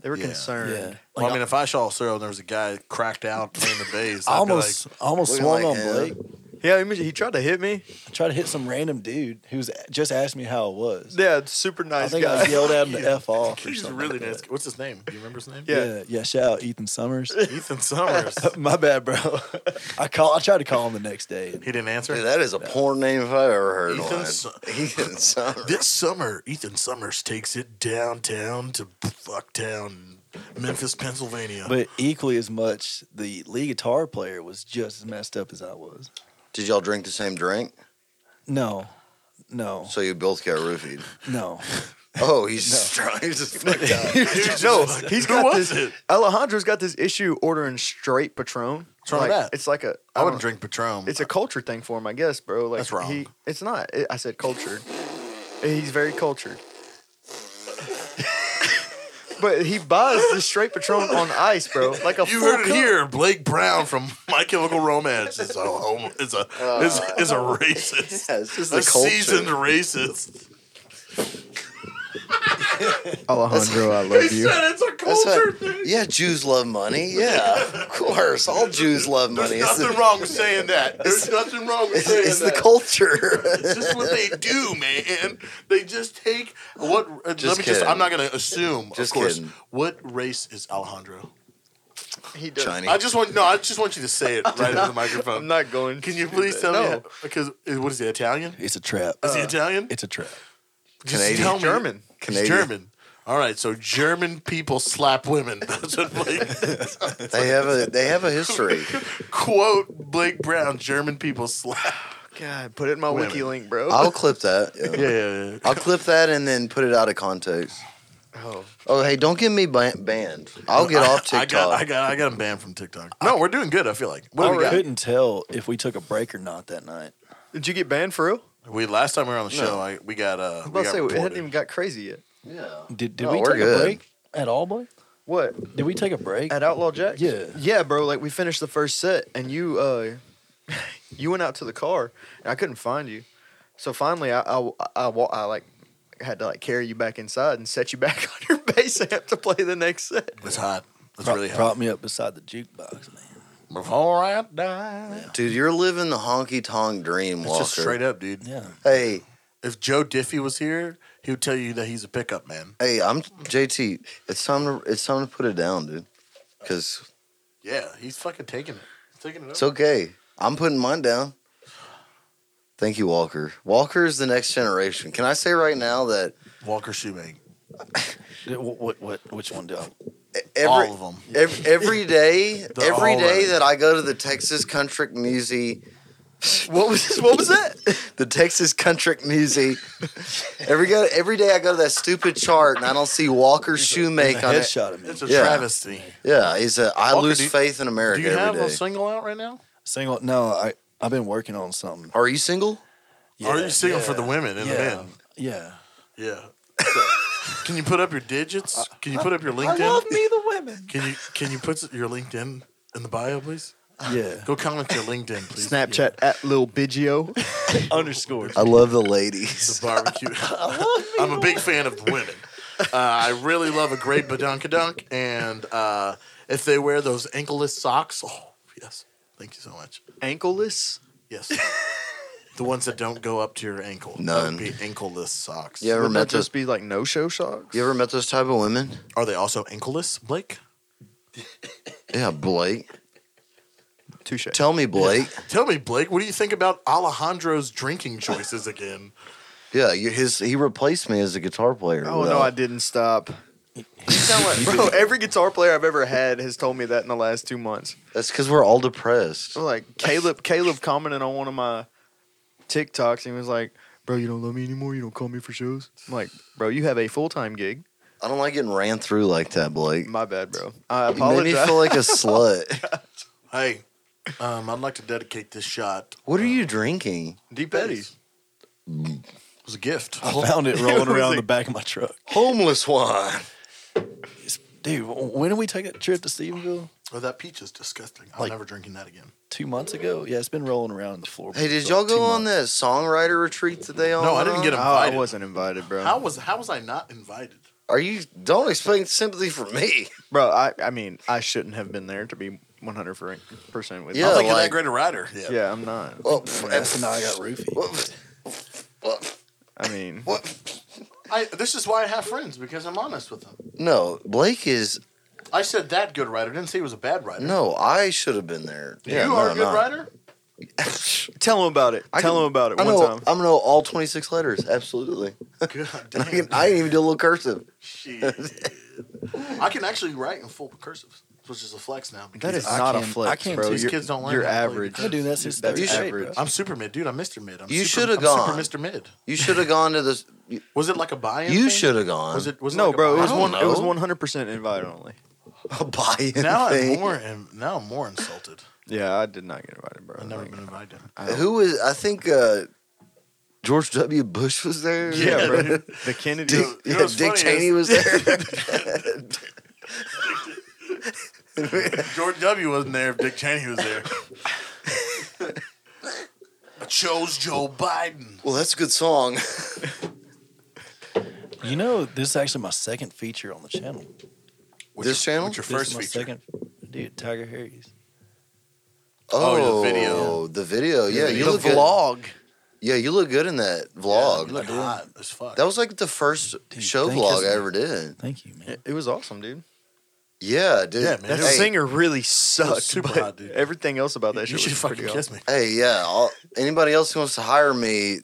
[SPEAKER 7] They were
[SPEAKER 4] Yeah.
[SPEAKER 7] concerned.
[SPEAKER 6] Yeah.
[SPEAKER 4] Well, I
[SPEAKER 6] Like,
[SPEAKER 4] mean, if I saw Cyril and there was a guy cracked out playing the bass,
[SPEAKER 6] I
[SPEAKER 4] I'd be
[SPEAKER 6] almost I almost
[SPEAKER 5] Looking
[SPEAKER 6] swung
[SPEAKER 5] like
[SPEAKER 6] on
[SPEAKER 5] him.
[SPEAKER 6] Blake.
[SPEAKER 7] Yeah, imagine- he tried to hit me.
[SPEAKER 6] I tried to hit some random dude who's just asked me how it was.
[SPEAKER 7] Yeah, super
[SPEAKER 6] I
[SPEAKER 7] nice
[SPEAKER 6] think I
[SPEAKER 7] guy.
[SPEAKER 6] yelled at him to f
[SPEAKER 4] like,
[SPEAKER 6] off. Or
[SPEAKER 4] he's
[SPEAKER 6] something
[SPEAKER 4] really
[SPEAKER 6] like that.
[SPEAKER 4] nice. What's his name? Do you remember his name?
[SPEAKER 7] Yeah.
[SPEAKER 6] Yeah, yeah. Shout out Ethan Summers.
[SPEAKER 4] Ethan Summers.
[SPEAKER 6] My bad, bro. I call. I tried to call him the next day.
[SPEAKER 4] he didn't answer.
[SPEAKER 5] Dude, that is a porn name if I ever heard
[SPEAKER 4] Ethan
[SPEAKER 5] one.
[SPEAKER 4] Su-
[SPEAKER 5] Ethan Summers.
[SPEAKER 4] This summer, Ethan Summers takes it downtown to fucktown, Memphis, Pennsylvania.
[SPEAKER 6] But equally as much, the lead guitar player was just as messed up as I was.
[SPEAKER 5] Did y'all drink the same drink?
[SPEAKER 6] No, no,
[SPEAKER 5] So you both got roofied.
[SPEAKER 6] no.
[SPEAKER 5] Oh, he's just trying. He's just fucked up.
[SPEAKER 7] no, he's
[SPEAKER 4] Who
[SPEAKER 7] got
[SPEAKER 4] was
[SPEAKER 7] this.
[SPEAKER 4] it?
[SPEAKER 7] Alejandro's got this issue ordering straight Patron.
[SPEAKER 4] What's wrong with
[SPEAKER 7] Like,
[SPEAKER 4] that?
[SPEAKER 7] It's like a. I
[SPEAKER 4] I wouldn't
[SPEAKER 7] don't-
[SPEAKER 4] drink Patron.
[SPEAKER 7] It's a culture thing for him, I guess, bro. Like
[SPEAKER 4] That's wrong.
[SPEAKER 7] He, it's not. I- I said cultured. He's very cultured. but he buys the straight Patron on ice, bro. Like a
[SPEAKER 4] you
[SPEAKER 7] full
[SPEAKER 4] heard it
[SPEAKER 7] cup.
[SPEAKER 4] here. Blake Brown from My Chemical Romance is a homo, is a is, is a racist,
[SPEAKER 5] Uh, Yeah, it's just
[SPEAKER 4] a
[SPEAKER 5] the culture.
[SPEAKER 4] seasoned racist.
[SPEAKER 7] Alejandro, I love
[SPEAKER 4] He
[SPEAKER 7] you.
[SPEAKER 4] said it's a
[SPEAKER 5] That's
[SPEAKER 4] culture
[SPEAKER 5] what,
[SPEAKER 4] thing.
[SPEAKER 5] yeah, Jews love money. Yeah, of course. All Jews love money.
[SPEAKER 4] There's
[SPEAKER 5] It's
[SPEAKER 4] nothing
[SPEAKER 5] the,
[SPEAKER 4] wrong with saying that. There's nothing wrong with
[SPEAKER 5] it's,
[SPEAKER 4] saying
[SPEAKER 5] it's
[SPEAKER 4] that.
[SPEAKER 5] the culture.
[SPEAKER 4] It's just what they do, man. They just take what.
[SPEAKER 5] Just
[SPEAKER 4] uh, let me just.
[SPEAKER 5] kidding.
[SPEAKER 4] I'm not going to assume.
[SPEAKER 5] Just
[SPEAKER 4] of course.
[SPEAKER 5] kidding.
[SPEAKER 4] What race is Alejandro?
[SPEAKER 7] He does.
[SPEAKER 5] Chinese.
[SPEAKER 4] I just want no. I just want you to say it right into the microphone.
[SPEAKER 7] I'm not going.
[SPEAKER 4] Can you
[SPEAKER 7] to
[SPEAKER 4] please
[SPEAKER 7] do
[SPEAKER 4] tell
[SPEAKER 7] that.
[SPEAKER 4] me? Because is- what is he Italian?
[SPEAKER 6] It's a trap. Uh,
[SPEAKER 4] Is he
[SPEAKER 5] Uh,
[SPEAKER 4] Italian?
[SPEAKER 6] It's a trap.
[SPEAKER 4] Just
[SPEAKER 5] Canadian.
[SPEAKER 4] tell me.
[SPEAKER 7] German.
[SPEAKER 4] He's German. All right, so German people slap women. That's what Blake
[SPEAKER 5] They have a they have a history.
[SPEAKER 4] quote Blake Brown. German people slap.
[SPEAKER 7] God, put it in my
[SPEAKER 4] Wait a
[SPEAKER 7] wiki link, bro.
[SPEAKER 5] I'll clip that. yeah.
[SPEAKER 4] Yeah, yeah, yeah.
[SPEAKER 5] I'll clip that and then put it out of context.
[SPEAKER 7] Oh.
[SPEAKER 5] Oh, hey, don't get me ban- banned. I'll get off TikTok.
[SPEAKER 4] I got, I got, I got him banned from TikTok. No, we're doing good. I feel like. What do
[SPEAKER 6] I
[SPEAKER 4] we got?
[SPEAKER 6] couldn't tell if we took a break or not that night.
[SPEAKER 7] Did you get banned for real?
[SPEAKER 4] We last time we were on the show, I, we got uh,
[SPEAKER 7] I
[SPEAKER 4] we
[SPEAKER 7] was
[SPEAKER 4] got
[SPEAKER 7] about to say, it
[SPEAKER 4] reported.
[SPEAKER 7] hadn't even got crazy yet.
[SPEAKER 5] yeah.
[SPEAKER 6] Did did
[SPEAKER 5] No,
[SPEAKER 6] we
[SPEAKER 5] we're
[SPEAKER 6] take
[SPEAKER 5] good.
[SPEAKER 6] a break at all, Blake?
[SPEAKER 7] What?
[SPEAKER 6] Did we take a break?
[SPEAKER 7] At Outlaw Jack?
[SPEAKER 6] Yeah.
[SPEAKER 7] Yeah, bro. Like we finished the first set and you uh you went out to the car and I couldn't find you. So finally I I, I, wa- I, like had to like carry you back inside and set you back on your bass amp to play the next set.
[SPEAKER 4] It's hot. It's
[SPEAKER 6] Prop,
[SPEAKER 4] really hot.
[SPEAKER 6] prop me up beside the jukebox, man.
[SPEAKER 4] Before I die.
[SPEAKER 5] Dude, you're living the honky tonk dream,
[SPEAKER 4] It's
[SPEAKER 5] Walker.
[SPEAKER 4] just straight up, dude.
[SPEAKER 6] Yeah.
[SPEAKER 5] Hey,
[SPEAKER 4] If Joe Diffie was here, he would tell you that he's a pickup man.
[SPEAKER 5] hey, I'm JT. It's time to it's time to put it down, dude. Because
[SPEAKER 4] Yeah, he's fucking taking it. He's taking it
[SPEAKER 5] it's
[SPEAKER 4] over.
[SPEAKER 5] okay. I'm putting mine down. Thank you, Walker. Walker is the next generation. Can I say right now that
[SPEAKER 4] Walker Shoemaker.
[SPEAKER 6] Did- What, what what which one do I?
[SPEAKER 5] every
[SPEAKER 4] All of them.
[SPEAKER 5] Every, every day,
[SPEAKER 4] They're
[SPEAKER 5] every
[SPEAKER 4] all
[SPEAKER 5] day
[SPEAKER 4] running.
[SPEAKER 5] that I go to the Texas Country Music,
[SPEAKER 7] What was what was that?
[SPEAKER 5] the Texas Country Music, every go, every day I go to that stupid chart and I don't see Walker Shoemake on it.
[SPEAKER 6] Headshot of me.
[SPEAKER 4] It's a
[SPEAKER 5] Yeah.
[SPEAKER 4] travesty.
[SPEAKER 5] Yeah, he's a I
[SPEAKER 4] Walker,
[SPEAKER 5] lose
[SPEAKER 4] do you-
[SPEAKER 5] faith in
[SPEAKER 4] Do
[SPEAKER 5] America
[SPEAKER 4] you have
[SPEAKER 5] every
[SPEAKER 4] a
[SPEAKER 5] day.
[SPEAKER 4] single out right now?
[SPEAKER 6] Single? No, I I've been working on something.
[SPEAKER 5] Are you single?
[SPEAKER 4] or are
[SPEAKER 6] Yeah,
[SPEAKER 4] you single for
[SPEAKER 6] yeah,
[SPEAKER 4] the women and
[SPEAKER 6] yeah,
[SPEAKER 4] the men?
[SPEAKER 6] Yeah.
[SPEAKER 4] Yeah. can you put up your digits? Can you put up your LinkedIn?
[SPEAKER 6] me the women.
[SPEAKER 4] Can you can you put your LinkedIn in the bio, please?
[SPEAKER 6] Yeah.
[SPEAKER 4] Go comment your LinkedIn, please.
[SPEAKER 7] Snapchat at Lil Biggio.
[SPEAKER 6] Underscore.
[SPEAKER 5] I love the ladies.
[SPEAKER 4] the barbecue. I'm a big fan of women. Uh, I really love a great badunkadunk, and uh, if they wear those ankleless socks, oh yes, thank you so much.
[SPEAKER 7] Ankleless?
[SPEAKER 4] Yes, The ones that don't go up to your ankle. That
[SPEAKER 5] None.
[SPEAKER 4] would Be ankleless socks.
[SPEAKER 5] You ever
[SPEAKER 7] Would
[SPEAKER 5] met
[SPEAKER 7] that
[SPEAKER 5] those?
[SPEAKER 7] just be like no show socks?
[SPEAKER 5] You ever met those type of women?
[SPEAKER 4] Are they also ankleless, Blake?
[SPEAKER 5] Yeah, Blake.
[SPEAKER 7] Touche.
[SPEAKER 5] Tell me, Blake.
[SPEAKER 4] Tell me, Blake, what do you think about Alejandro's drinking choices again?
[SPEAKER 5] Yeah, you, his he replaced me as a guitar player.
[SPEAKER 7] Oh
[SPEAKER 5] Well,
[SPEAKER 7] no, I didn't stop. Bro, every guitar player I've ever had has told me that in the last two months.
[SPEAKER 5] That's because we're all depressed.
[SPEAKER 7] So, like Caleb, Caleb commented on one of my TikToks and he was like, "Bro, you don't love me anymore. You don't call me for shows." I'm like, "Bro, you have a full time gig."
[SPEAKER 5] I don't like getting ran through like that, Blake.
[SPEAKER 7] My bad, bro. I
[SPEAKER 5] You made me
[SPEAKER 7] apologize.
[SPEAKER 5] feel like a slut.
[SPEAKER 4] Hey, um, I'd like to dedicate this shot.
[SPEAKER 5] What are you drinking?
[SPEAKER 4] Deep Eddies. It was a gift. Oh,
[SPEAKER 6] I found it rolling around the back of my truck.
[SPEAKER 5] Homeless wine.
[SPEAKER 6] Dude, when did we take that trip to Stephenville?
[SPEAKER 4] Oh, that peach is disgusting. I'm
[SPEAKER 6] Like-
[SPEAKER 4] never drinking that again.
[SPEAKER 6] Two months ago? Yeah, it's been rolling around the floor.
[SPEAKER 5] Hey, did
[SPEAKER 6] for
[SPEAKER 5] y'all
[SPEAKER 6] two
[SPEAKER 5] go on
[SPEAKER 6] months.
[SPEAKER 5] that songwriter retreat that they all?
[SPEAKER 4] No, I
[SPEAKER 5] went
[SPEAKER 4] didn't
[SPEAKER 5] on?
[SPEAKER 4] get
[SPEAKER 7] Oh,
[SPEAKER 4] a-
[SPEAKER 7] I
[SPEAKER 4] Invited.
[SPEAKER 7] wasn't invited, bro.
[SPEAKER 4] How was how was I not invited?
[SPEAKER 5] Are you? Don't expect sympathy from me.
[SPEAKER 7] Bro, I, I mean, I shouldn't have been there to be 100% with
[SPEAKER 5] Yeah,
[SPEAKER 4] I don't
[SPEAKER 7] you.
[SPEAKER 4] think you're
[SPEAKER 5] like-
[SPEAKER 4] that great a rider. Yeah.
[SPEAKER 7] Yeah, I'm not.
[SPEAKER 5] Well, pff,
[SPEAKER 6] That's now I got roofie.
[SPEAKER 5] what- what-
[SPEAKER 7] I mean,
[SPEAKER 4] I, this is why I have friends because I'm honest with them.
[SPEAKER 5] No, Blake is
[SPEAKER 4] I said that good rider. I didn't say he was a bad rider.
[SPEAKER 5] no. I should have been there. Yeah,
[SPEAKER 4] you
[SPEAKER 5] no,
[SPEAKER 4] are a good
[SPEAKER 5] not.
[SPEAKER 4] rider.
[SPEAKER 7] tell him about it.
[SPEAKER 5] I
[SPEAKER 7] tell
[SPEAKER 5] can-
[SPEAKER 7] him about it
[SPEAKER 5] I
[SPEAKER 7] one
[SPEAKER 5] know.
[SPEAKER 7] time.
[SPEAKER 5] I know all twenty six letters. Absolutely.
[SPEAKER 4] God
[SPEAKER 5] And I can.
[SPEAKER 4] damn.
[SPEAKER 5] I didn't even do a little cursive.
[SPEAKER 4] Shit. I can actually write in full cursive, which is a flex now.
[SPEAKER 7] That is
[SPEAKER 6] I
[SPEAKER 7] not a
[SPEAKER 6] can't-
[SPEAKER 7] flex,
[SPEAKER 6] I can't
[SPEAKER 7] bro.
[SPEAKER 6] teach
[SPEAKER 7] You're-
[SPEAKER 4] kids don't learn
[SPEAKER 7] You're
[SPEAKER 4] how to play
[SPEAKER 7] average.
[SPEAKER 6] I've been doing that since
[SPEAKER 7] That's
[SPEAKER 5] You should-
[SPEAKER 7] average.
[SPEAKER 4] I'm super mid, dude. I'm Mr. Mid. I'm
[SPEAKER 5] You
[SPEAKER 4] super-
[SPEAKER 5] shoulda
[SPEAKER 4] I'm
[SPEAKER 5] gone.
[SPEAKER 4] Super Mr. Mid.
[SPEAKER 5] You should have gone to this.
[SPEAKER 4] Was it like a buy-in?
[SPEAKER 5] You
[SPEAKER 4] thing?
[SPEAKER 5] should have gone.
[SPEAKER 4] Was it? Was it
[SPEAKER 7] no,
[SPEAKER 4] like a
[SPEAKER 7] bro. It
[SPEAKER 4] buy-in?
[SPEAKER 7] was
[SPEAKER 5] don't
[SPEAKER 7] one. It was
[SPEAKER 5] know.
[SPEAKER 7] 100% invite only.
[SPEAKER 5] a buy-in
[SPEAKER 4] Now I'm
[SPEAKER 5] thing?
[SPEAKER 4] more. in- Now I'm more insulted.
[SPEAKER 7] Yeah, I did not get invited, bro.
[SPEAKER 4] I've never
[SPEAKER 7] Like,
[SPEAKER 4] been invited.
[SPEAKER 7] I don't-
[SPEAKER 5] Who was? I think uh, George W. Bush was there.
[SPEAKER 7] Yeah,
[SPEAKER 4] Yeah,
[SPEAKER 7] bro. The Kennedy.
[SPEAKER 5] Dick,
[SPEAKER 4] you
[SPEAKER 5] yeah,
[SPEAKER 4] know what's
[SPEAKER 5] Dick
[SPEAKER 4] funny
[SPEAKER 5] Cheney was
[SPEAKER 4] is-
[SPEAKER 5] there.
[SPEAKER 4] George W. wasn't there if Dick Cheney was there. I chose Joe Biden.
[SPEAKER 5] well, that's a good song.
[SPEAKER 6] You know, this is actually my second feature on the channel.
[SPEAKER 4] What's
[SPEAKER 5] This
[SPEAKER 4] your,
[SPEAKER 5] channel?
[SPEAKER 4] What's your
[SPEAKER 6] This
[SPEAKER 4] first
[SPEAKER 6] is my
[SPEAKER 4] feature?
[SPEAKER 6] second, dude, Tiger Harry's.
[SPEAKER 4] Oh, the video.
[SPEAKER 5] The video. Yeah, you
[SPEAKER 4] The
[SPEAKER 5] look good. Yeah, you look good in that vlog.
[SPEAKER 4] You look hot as fuck.
[SPEAKER 5] that was like the first
[SPEAKER 6] Dude,
[SPEAKER 5] show
[SPEAKER 6] thank
[SPEAKER 5] vlog
[SPEAKER 6] us,
[SPEAKER 5] I
[SPEAKER 6] man.
[SPEAKER 5] ever did.
[SPEAKER 6] Thank you, man.
[SPEAKER 7] It it was awesome, dude.
[SPEAKER 5] Yeah, dude.
[SPEAKER 4] Yeah, man.
[SPEAKER 7] That
[SPEAKER 4] It was-
[SPEAKER 7] singer really sucked.
[SPEAKER 4] super
[SPEAKER 7] but
[SPEAKER 4] hot, dude.
[SPEAKER 7] Everything else about that
[SPEAKER 4] you should
[SPEAKER 7] shit was pretty
[SPEAKER 4] fucking
[SPEAKER 7] awesome.
[SPEAKER 4] kiss me.
[SPEAKER 5] Hey, yeah. I'll, anybody else who wants to hire me,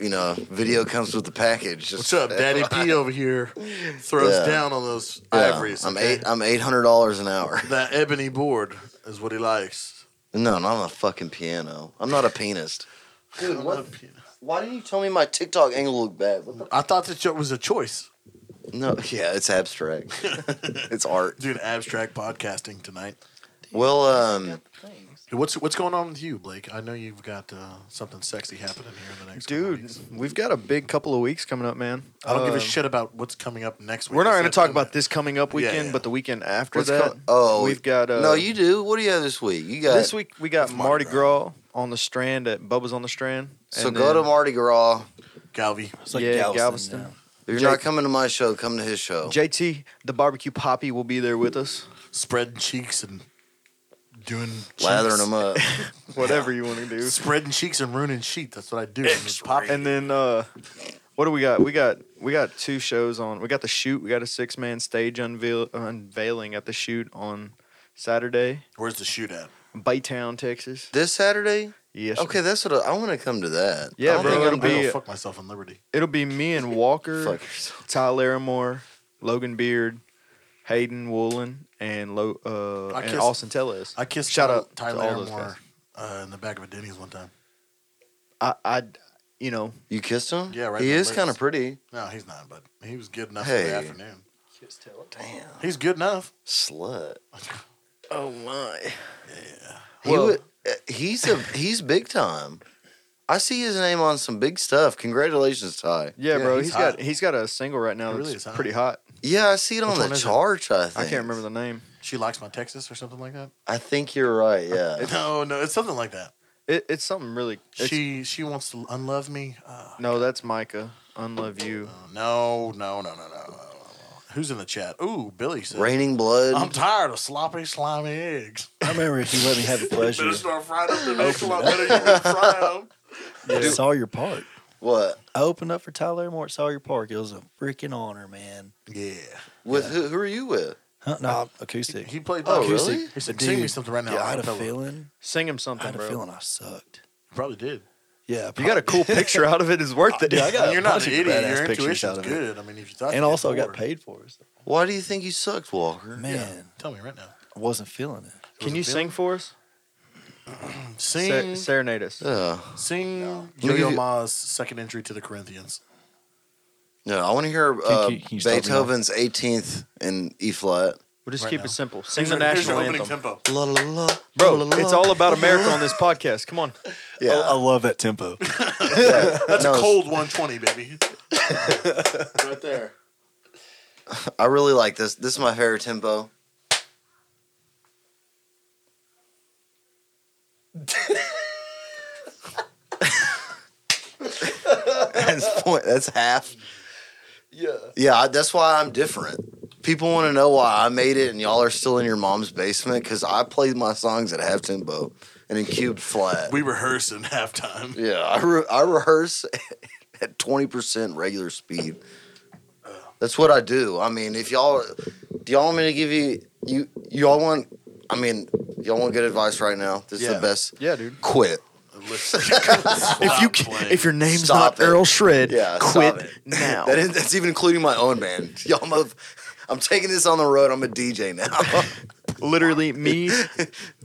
[SPEAKER 5] you know, video comes with the package. Just-
[SPEAKER 4] What's up, Daddy P over here? Throws
[SPEAKER 5] Yeah.
[SPEAKER 4] down on those
[SPEAKER 5] Yeah,
[SPEAKER 4] ivories.
[SPEAKER 5] I'm
[SPEAKER 4] okay?
[SPEAKER 5] eight. I'm eight hundred dollars an hour.
[SPEAKER 4] That ebony board is what he likes.
[SPEAKER 5] No, not on a fucking piano. I'm not a pianist. Dude,
[SPEAKER 4] I'm
[SPEAKER 5] what-
[SPEAKER 4] not a piano.
[SPEAKER 5] Why didn't you tell me my TikTok angle looked bad? What the
[SPEAKER 4] I thought that joke was a choice.
[SPEAKER 5] No, yeah, it's abstract. it's art.
[SPEAKER 4] Doing abstract podcasting tonight.
[SPEAKER 5] Well, um,
[SPEAKER 4] What's what's going on with you, Blake? I know you've got uh, something sexy happening here in the next. couple
[SPEAKER 7] Dude,
[SPEAKER 4] weeks.
[SPEAKER 7] we've got a big couple of weeks coming up, man.
[SPEAKER 4] I don't give a
[SPEAKER 7] Um,
[SPEAKER 4] shit about what's coming up next week.
[SPEAKER 7] We're not going to
[SPEAKER 4] It's-
[SPEAKER 7] talk about this coming up
[SPEAKER 4] Yeah,
[SPEAKER 7] weekend,
[SPEAKER 4] yeah.
[SPEAKER 7] but the weekend after
[SPEAKER 5] what's
[SPEAKER 7] that.
[SPEAKER 5] co- oh,
[SPEAKER 7] we've got. Uh,
[SPEAKER 5] no, you do. What do you have this week? You got
[SPEAKER 7] This week we got
[SPEAKER 4] It's Mardi
[SPEAKER 7] Mardi Gras on the Strand at Bubba's on the Strand.
[SPEAKER 5] So
[SPEAKER 7] and
[SPEAKER 5] go to
[SPEAKER 7] then-
[SPEAKER 5] Mardi Gras.
[SPEAKER 4] Galvey.
[SPEAKER 6] It's like
[SPEAKER 7] Yeah,
[SPEAKER 6] Galveston.
[SPEAKER 7] Galveston.
[SPEAKER 6] now.
[SPEAKER 5] If you're
[SPEAKER 7] Jake-
[SPEAKER 5] not coming to my show, come to his show.
[SPEAKER 7] JT, the barbecue poppy will be there with us.
[SPEAKER 4] spreading cheeks and doing
[SPEAKER 5] Lathering
[SPEAKER 4] cheeks.
[SPEAKER 5] them up.
[SPEAKER 7] Whatever you want to do.
[SPEAKER 4] spreading cheeks and ruining sheet. That's what I do. I'm just popping.
[SPEAKER 7] And then uh what do we got? We got we got two shows on. We got the shoot. We got a six man stage unveil, unveiling at the shoot on Saturday,
[SPEAKER 4] Where's the shoot at?
[SPEAKER 7] Baytown, Texas.
[SPEAKER 5] this Saturday?
[SPEAKER 7] Yes. sir.
[SPEAKER 5] Okay, that's what I, I want to come to that.
[SPEAKER 7] Yeah,
[SPEAKER 5] I don't
[SPEAKER 7] bro,
[SPEAKER 5] think
[SPEAKER 7] it'll
[SPEAKER 5] I'm-
[SPEAKER 4] I
[SPEAKER 7] be-
[SPEAKER 4] don't fuck myself in Liberty.
[SPEAKER 7] It'll be me and Walker,
[SPEAKER 5] Fuck
[SPEAKER 7] Ty Larimore, Logan Beard, Hayden Woolen, and Lo, uh,
[SPEAKER 4] I
[SPEAKER 7] and
[SPEAKER 4] kissed-
[SPEAKER 7] Austin Tellez.
[SPEAKER 4] I kissed
[SPEAKER 7] Shout
[SPEAKER 4] Tyler-
[SPEAKER 7] out to
[SPEAKER 4] Tyler
[SPEAKER 7] all those
[SPEAKER 4] Moore uh, in the back of a Denny's one time.
[SPEAKER 7] I, I, you know,
[SPEAKER 5] You kissed him?
[SPEAKER 4] Yeah, right
[SPEAKER 5] He
[SPEAKER 4] in the
[SPEAKER 5] is
[SPEAKER 4] lips.
[SPEAKER 5] kind of pretty.
[SPEAKER 4] No, he's not, but he was good enough for
[SPEAKER 5] Hey.
[SPEAKER 4] the afternoon.
[SPEAKER 5] Damn.
[SPEAKER 4] He's good enough.
[SPEAKER 5] Slut.
[SPEAKER 7] oh my,
[SPEAKER 5] He
[SPEAKER 7] Well-
[SPEAKER 5] would, uh, he's a he's big time. I see his name on some big stuff. Congratulations, Ty.
[SPEAKER 4] Yeah,
[SPEAKER 7] yeah, bro,
[SPEAKER 4] he's
[SPEAKER 7] he's got
[SPEAKER 4] hot.
[SPEAKER 7] he's got a single right now
[SPEAKER 4] He really
[SPEAKER 7] that's
[SPEAKER 4] is hot.
[SPEAKER 7] pretty hot.
[SPEAKER 5] Yeah, I see it on
[SPEAKER 4] Which one
[SPEAKER 5] the
[SPEAKER 4] is it?
[SPEAKER 5] charts. I think
[SPEAKER 7] I can't remember the name.
[SPEAKER 4] She likes my Texas or something like that.
[SPEAKER 5] I think you're right. Yeah.
[SPEAKER 4] No, no, it's something like that.
[SPEAKER 7] It, it's something really. it's-
[SPEAKER 4] She she wants to unlove me. Uh,
[SPEAKER 7] no, that's Micah. Unlove you.
[SPEAKER 4] no, no, no, no, no, no, no. Who's in the chat? Ooh, Billy said.
[SPEAKER 5] Raining blood.
[SPEAKER 4] I'm tired of sloppy, slimy eggs.
[SPEAKER 6] I remember if you let me have the pleasure.
[SPEAKER 4] start frying up the next one. Better you would fry 'em.
[SPEAKER 7] Yeah,
[SPEAKER 5] do-
[SPEAKER 6] Sawyer Park.
[SPEAKER 5] What?
[SPEAKER 6] I opened up for Tyler Moore at Sawyer Park. It was a freaking honor, man.
[SPEAKER 4] Yeah.
[SPEAKER 5] With who, who are you with?
[SPEAKER 6] Huh? No, acoustic.
[SPEAKER 4] He played
[SPEAKER 5] Oh,
[SPEAKER 4] acoustic.
[SPEAKER 5] really?
[SPEAKER 4] He said, sing me
[SPEAKER 6] Dude,
[SPEAKER 4] something right now.
[SPEAKER 6] yeah, I had a
[SPEAKER 4] Acapella.
[SPEAKER 6] feeling.
[SPEAKER 7] Sing him
[SPEAKER 6] I
[SPEAKER 7] something,
[SPEAKER 6] had a
[SPEAKER 7] bro.
[SPEAKER 6] feeling I sucked.
[SPEAKER 4] Probably did.
[SPEAKER 6] Yeah,
[SPEAKER 7] You got a cool picture out of it. It's worth it.
[SPEAKER 6] Dude, I got
[SPEAKER 4] you're
[SPEAKER 6] a
[SPEAKER 4] not
[SPEAKER 6] bunch
[SPEAKER 4] an
[SPEAKER 6] of
[SPEAKER 4] idiot.
[SPEAKER 6] badass
[SPEAKER 4] Your
[SPEAKER 6] pictures
[SPEAKER 4] intuition's
[SPEAKER 6] out of it.
[SPEAKER 4] good. I mean, if you thought you
[SPEAKER 6] and
[SPEAKER 4] did
[SPEAKER 6] also I got
[SPEAKER 4] before,
[SPEAKER 6] paid for it. so-
[SPEAKER 5] Why do you think you sucked, Walker?
[SPEAKER 6] Man,
[SPEAKER 4] Tell me right now.
[SPEAKER 6] I wasn't feeling it.
[SPEAKER 7] Can you sing for us?
[SPEAKER 4] Sing,
[SPEAKER 7] Ser- serenade us.
[SPEAKER 5] Yeah.
[SPEAKER 4] sing
[SPEAKER 5] Look
[SPEAKER 4] Yo-Yo
[SPEAKER 5] at you-
[SPEAKER 4] Ma's second entry to the Corinthians.
[SPEAKER 5] No, I want to hear uh,
[SPEAKER 6] you- can you start me off?
[SPEAKER 5] Beethoven's 18th in E flat.
[SPEAKER 7] We'll just
[SPEAKER 4] Right
[SPEAKER 7] keep
[SPEAKER 4] now.
[SPEAKER 7] it simple. Sing
[SPEAKER 4] Here's
[SPEAKER 7] the
[SPEAKER 4] your- here's your opening
[SPEAKER 7] national anthem,
[SPEAKER 4] tempo.
[SPEAKER 5] La la la.
[SPEAKER 7] bro.
[SPEAKER 5] la, la,
[SPEAKER 7] It's
[SPEAKER 5] la.
[SPEAKER 7] all about America on this podcast. Come on.
[SPEAKER 5] Yeah.
[SPEAKER 6] Oh, I, I love that tempo.
[SPEAKER 4] Oh, That's
[SPEAKER 5] No,
[SPEAKER 4] a
[SPEAKER 5] it's-
[SPEAKER 4] cold 120, baby. right there.
[SPEAKER 5] I really like this. This is my favorite tempo. that's point. That's half. Yeah. Yeah. I- That's why I'm different. People want to know why I made it, and y'all are still in your mom's basement because I played my songs at half tempo and in cubed flat.
[SPEAKER 4] We rehearse in halftime.
[SPEAKER 5] yeah, I re- I rehearse at twenty percent regular speed. That's what I do. I mean, if y'all do y'all want me to give you you y'all want I mean, y'all want good advice right now. This is
[SPEAKER 4] Yeah.
[SPEAKER 5] the best.
[SPEAKER 7] Yeah, dude.
[SPEAKER 5] Quit.
[SPEAKER 4] Listen,
[SPEAKER 7] If you
[SPEAKER 4] Stop
[SPEAKER 7] can,
[SPEAKER 4] playing.
[SPEAKER 7] if your name's
[SPEAKER 5] Stop
[SPEAKER 7] not
[SPEAKER 5] it.
[SPEAKER 7] Earl Shred,
[SPEAKER 5] Yeah,
[SPEAKER 7] quit
[SPEAKER 5] stop it.
[SPEAKER 7] now.
[SPEAKER 5] That is, that's even including my own band. Y'all mother, I'm taking this on the road. I'm a DJ now.
[SPEAKER 7] Literally me, a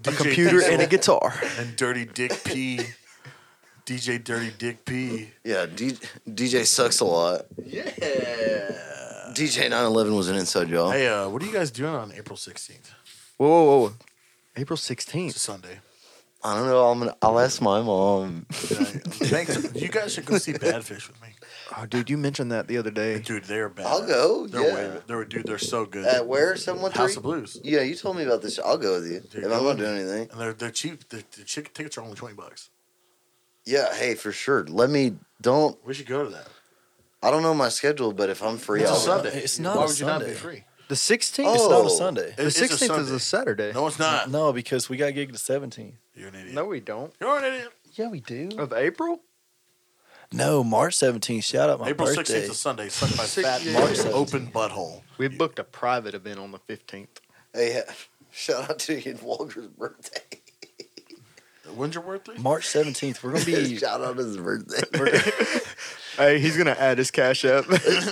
[SPEAKER 4] DJ
[SPEAKER 7] computer,
[SPEAKER 4] Diesel
[SPEAKER 7] and a guitar.
[SPEAKER 4] and Dirty Dick P. DJ Dirty Dick P.
[SPEAKER 5] yeah, D, DJ sucks a lot. Yeah. DJ 911 was an inside y'all.
[SPEAKER 4] Hey, uh, what are you guys doing on April 16th?
[SPEAKER 7] Whoa, whoa, whoa, whoa. April
[SPEAKER 4] It's a
[SPEAKER 7] 16th.
[SPEAKER 4] Sunday.
[SPEAKER 5] I don't know. I'm gonna, I'll ask my mom.
[SPEAKER 4] Thanks. You guys should go see Badfish with me.
[SPEAKER 7] Oh, dude, you mentioned that the other day.
[SPEAKER 4] Dude, they're bad.
[SPEAKER 5] I'll go,
[SPEAKER 4] They're
[SPEAKER 5] yeah.
[SPEAKER 4] way, they're dude, they're so good.
[SPEAKER 5] At where? Someone
[SPEAKER 4] House of Blues.
[SPEAKER 5] Yeah, you told me about this. I'll go with you.
[SPEAKER 4] Dude,
[SPEAKER 5] if
[SPEAKER 4] go
[SPEAKER 5] I'm not
[SPEAKER 4] with
[SPEAKER 5] doing anything.
[SPEAKER 4] And they're they're cheap. The, the chick tickets are only twenty bucks.
[SPEAKER 5] Yeah, hey, for sure. Let me don't
[SPEAKER 4] We should go to that.
[SPEAKER 5] I don't know my schedule, but if I'm free,
[SPEAKER 4] It's a
[SPEAKER 5] I'll
[SPEAKER 4] Sunday.
[SPEAKER 6] It's not
[SPEAKER 4] Why
[SPEAKER 6] a
[SPEAKER 4] would you not
[SPEAKER 6] Sunday.
[SPEAKER 4] be free?
[SPEAKER 7] The 16th?
[SPEAKER 5] Oh.
[SPEAKER 6] It's not a Sunday.
[SPEAKER 7] the
[SPEAKER 4] It's a
[SPEAKER 7] 16th is
[SPEAKER 4] Sunday.
[SPEAKER 7] a Saturday.
[SPEAKER 4] No, it's not.
[SPEAKER 6] No, because we got a gig the 17th.
[SPEAKER 4] You're an idiot.
[SPEAKER 7] No, we don't.
[SPEAKER 4] You're an idiot.
[SPEAKER 6] Yeah, we do.
[SPEAKER 7] Of April?
[SPEAKER 6] No, March 17th. Shout out my
[SPEAKER 4] April
[SPEAKER 6] birthday.
[SPEAKER 4] sixteenth is Sunday. Suck my
[SPEAKER 7] Six-
[SPEAKER 4] fat
[SPEAKER 7] yeah.
[SPEAKER 4] March
[SPEAKER 6] March
[SPEAKER 4] open butthole.
[SPEAKER 7] We booked a private event on the 15th.
[SPEAKER 5] Hey, yeah. shout out to you and Walker's birthday.
[SPEAKER 4] When's your birthday?
[SPEAKER 6] March 17th. We're going to be.
[SPEAKER 5] shout out to his birthday.
[SPEAKER 7] Hey, he's going to add his cash up.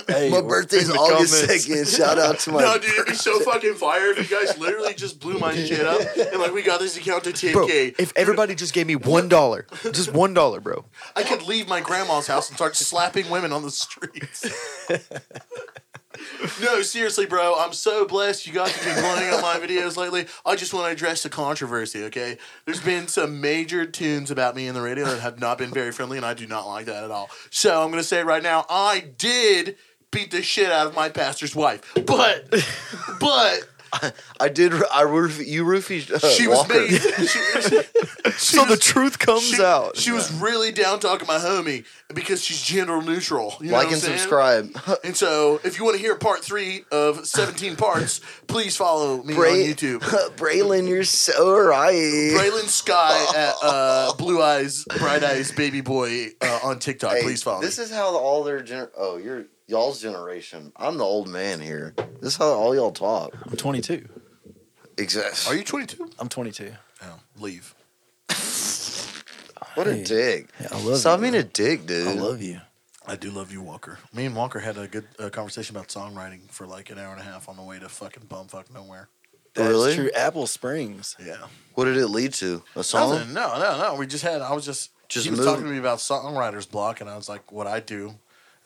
[SPEAKER 6] hey,
[SPEAKER 5] my
[SPEAKER 6] we're-
[SPEAKER 5] birthday's
[SPEAKER 7] in the
[SPEAKER 5] August
[SPEAKER 7] comments.
[SPEAKER 5] second. Shout out to my
[SPEAKER 4] no, dude, it'd be so fucking fire if you guys literally just blew my shit up and like we got this account to 10k.
[SPEAKER 7] bro, if everybody just gave me $1, just $1, bro.
[SPEAKER 4] I could leave my grandma's house and start slapping women on the streets. no, seriously, bro. I'm so blessed you guys have been blowing up my videos lately. I just want to address the controversy, okay? There's been some major tunes about me in the radio that have not been very friendly, and I do not like that at all. So I'm going to say it right now I did beat the shit out of my pastor's wife. But, but.
[SPEAKER 5] I did I roof you roofied uh,
[SPEAKER 4] She was
[SPEAKER 5] Walker.
[SPEAKER 4] me. She- she
[SPEAKER 7] so
[SPEAKER 4] was-
[SPEAKER 7] the truth comes
[SPEAKER 4] she,
[SPEAKER 7] out.
[SPEAKER 4] She was really down talking my homie because she's gender neutral. You know
[SPEAKER 5] Like
[SPEAKER 4] what
[SPEAKER 5] and
[SPEAKER 4] I'm saying?
[SPEAKER 5] subscribe.
[SPEAKER 4] And so, if you want to hear part three of 17 parts, please follow me
[SPEAKER 5] Bray-
[SPEAKER 4] on YouTube.
[SPEAKER 5] Braylon, you're so right.
[SPEAKER 4] Braylon Sky at uh, Blue Eyes, Bright Eyes Baby Boy uh, on TikTok.
[SPEAKER 5] Hey,
[SPEAKER 4] please follow
[SPEAKER 5] This
[SPEAKER 4] me.
[SPEAKER 5] is how all their gener- oh, you're y'all's generation. I'm the old man here. This is how all y'all talk.
[SPEAKER 6] I'm 22.
[SPEAKER 5] Exactly.
[SPEAKER 4] Are you 22?
[SPEAKER 6] I'm 22.
[SPEAKER 4] No, leave.
[SPEAKER 5] What a
[SPEAKER 6] Hey.
[SPEAKER 5] dick.
[SPEAKER 6] Yeah, I love
[SPEAKER 5] Stop
[SPEAKER 6] you.
[SPEAKER 5] being a dick, dude.
[SPEAKER 6] I love you.
[SPEAKER 4] I do love you, Walker. Me and Walker had a good uh, conversation about songwriting for like an hour and a half on the way to fucking bumfuck nowhere.
[SPEAKER 6] That's
[SPEAKER 5] Really?
[SPEAKER 6] true. Apple Springs.
[SPEAKER 4] Yeah.
[SPEAKER 5] What did it lead to? A song?
[SPEAKER 4] Nothing. No, no, no. We just had. I was just.
[SPEAKER 5] Just
[SPEAKER 4] he was
[SPEAKER 5] move.
[SPEAKER 4] talking to me about songwriter's block, and I was like, "What I do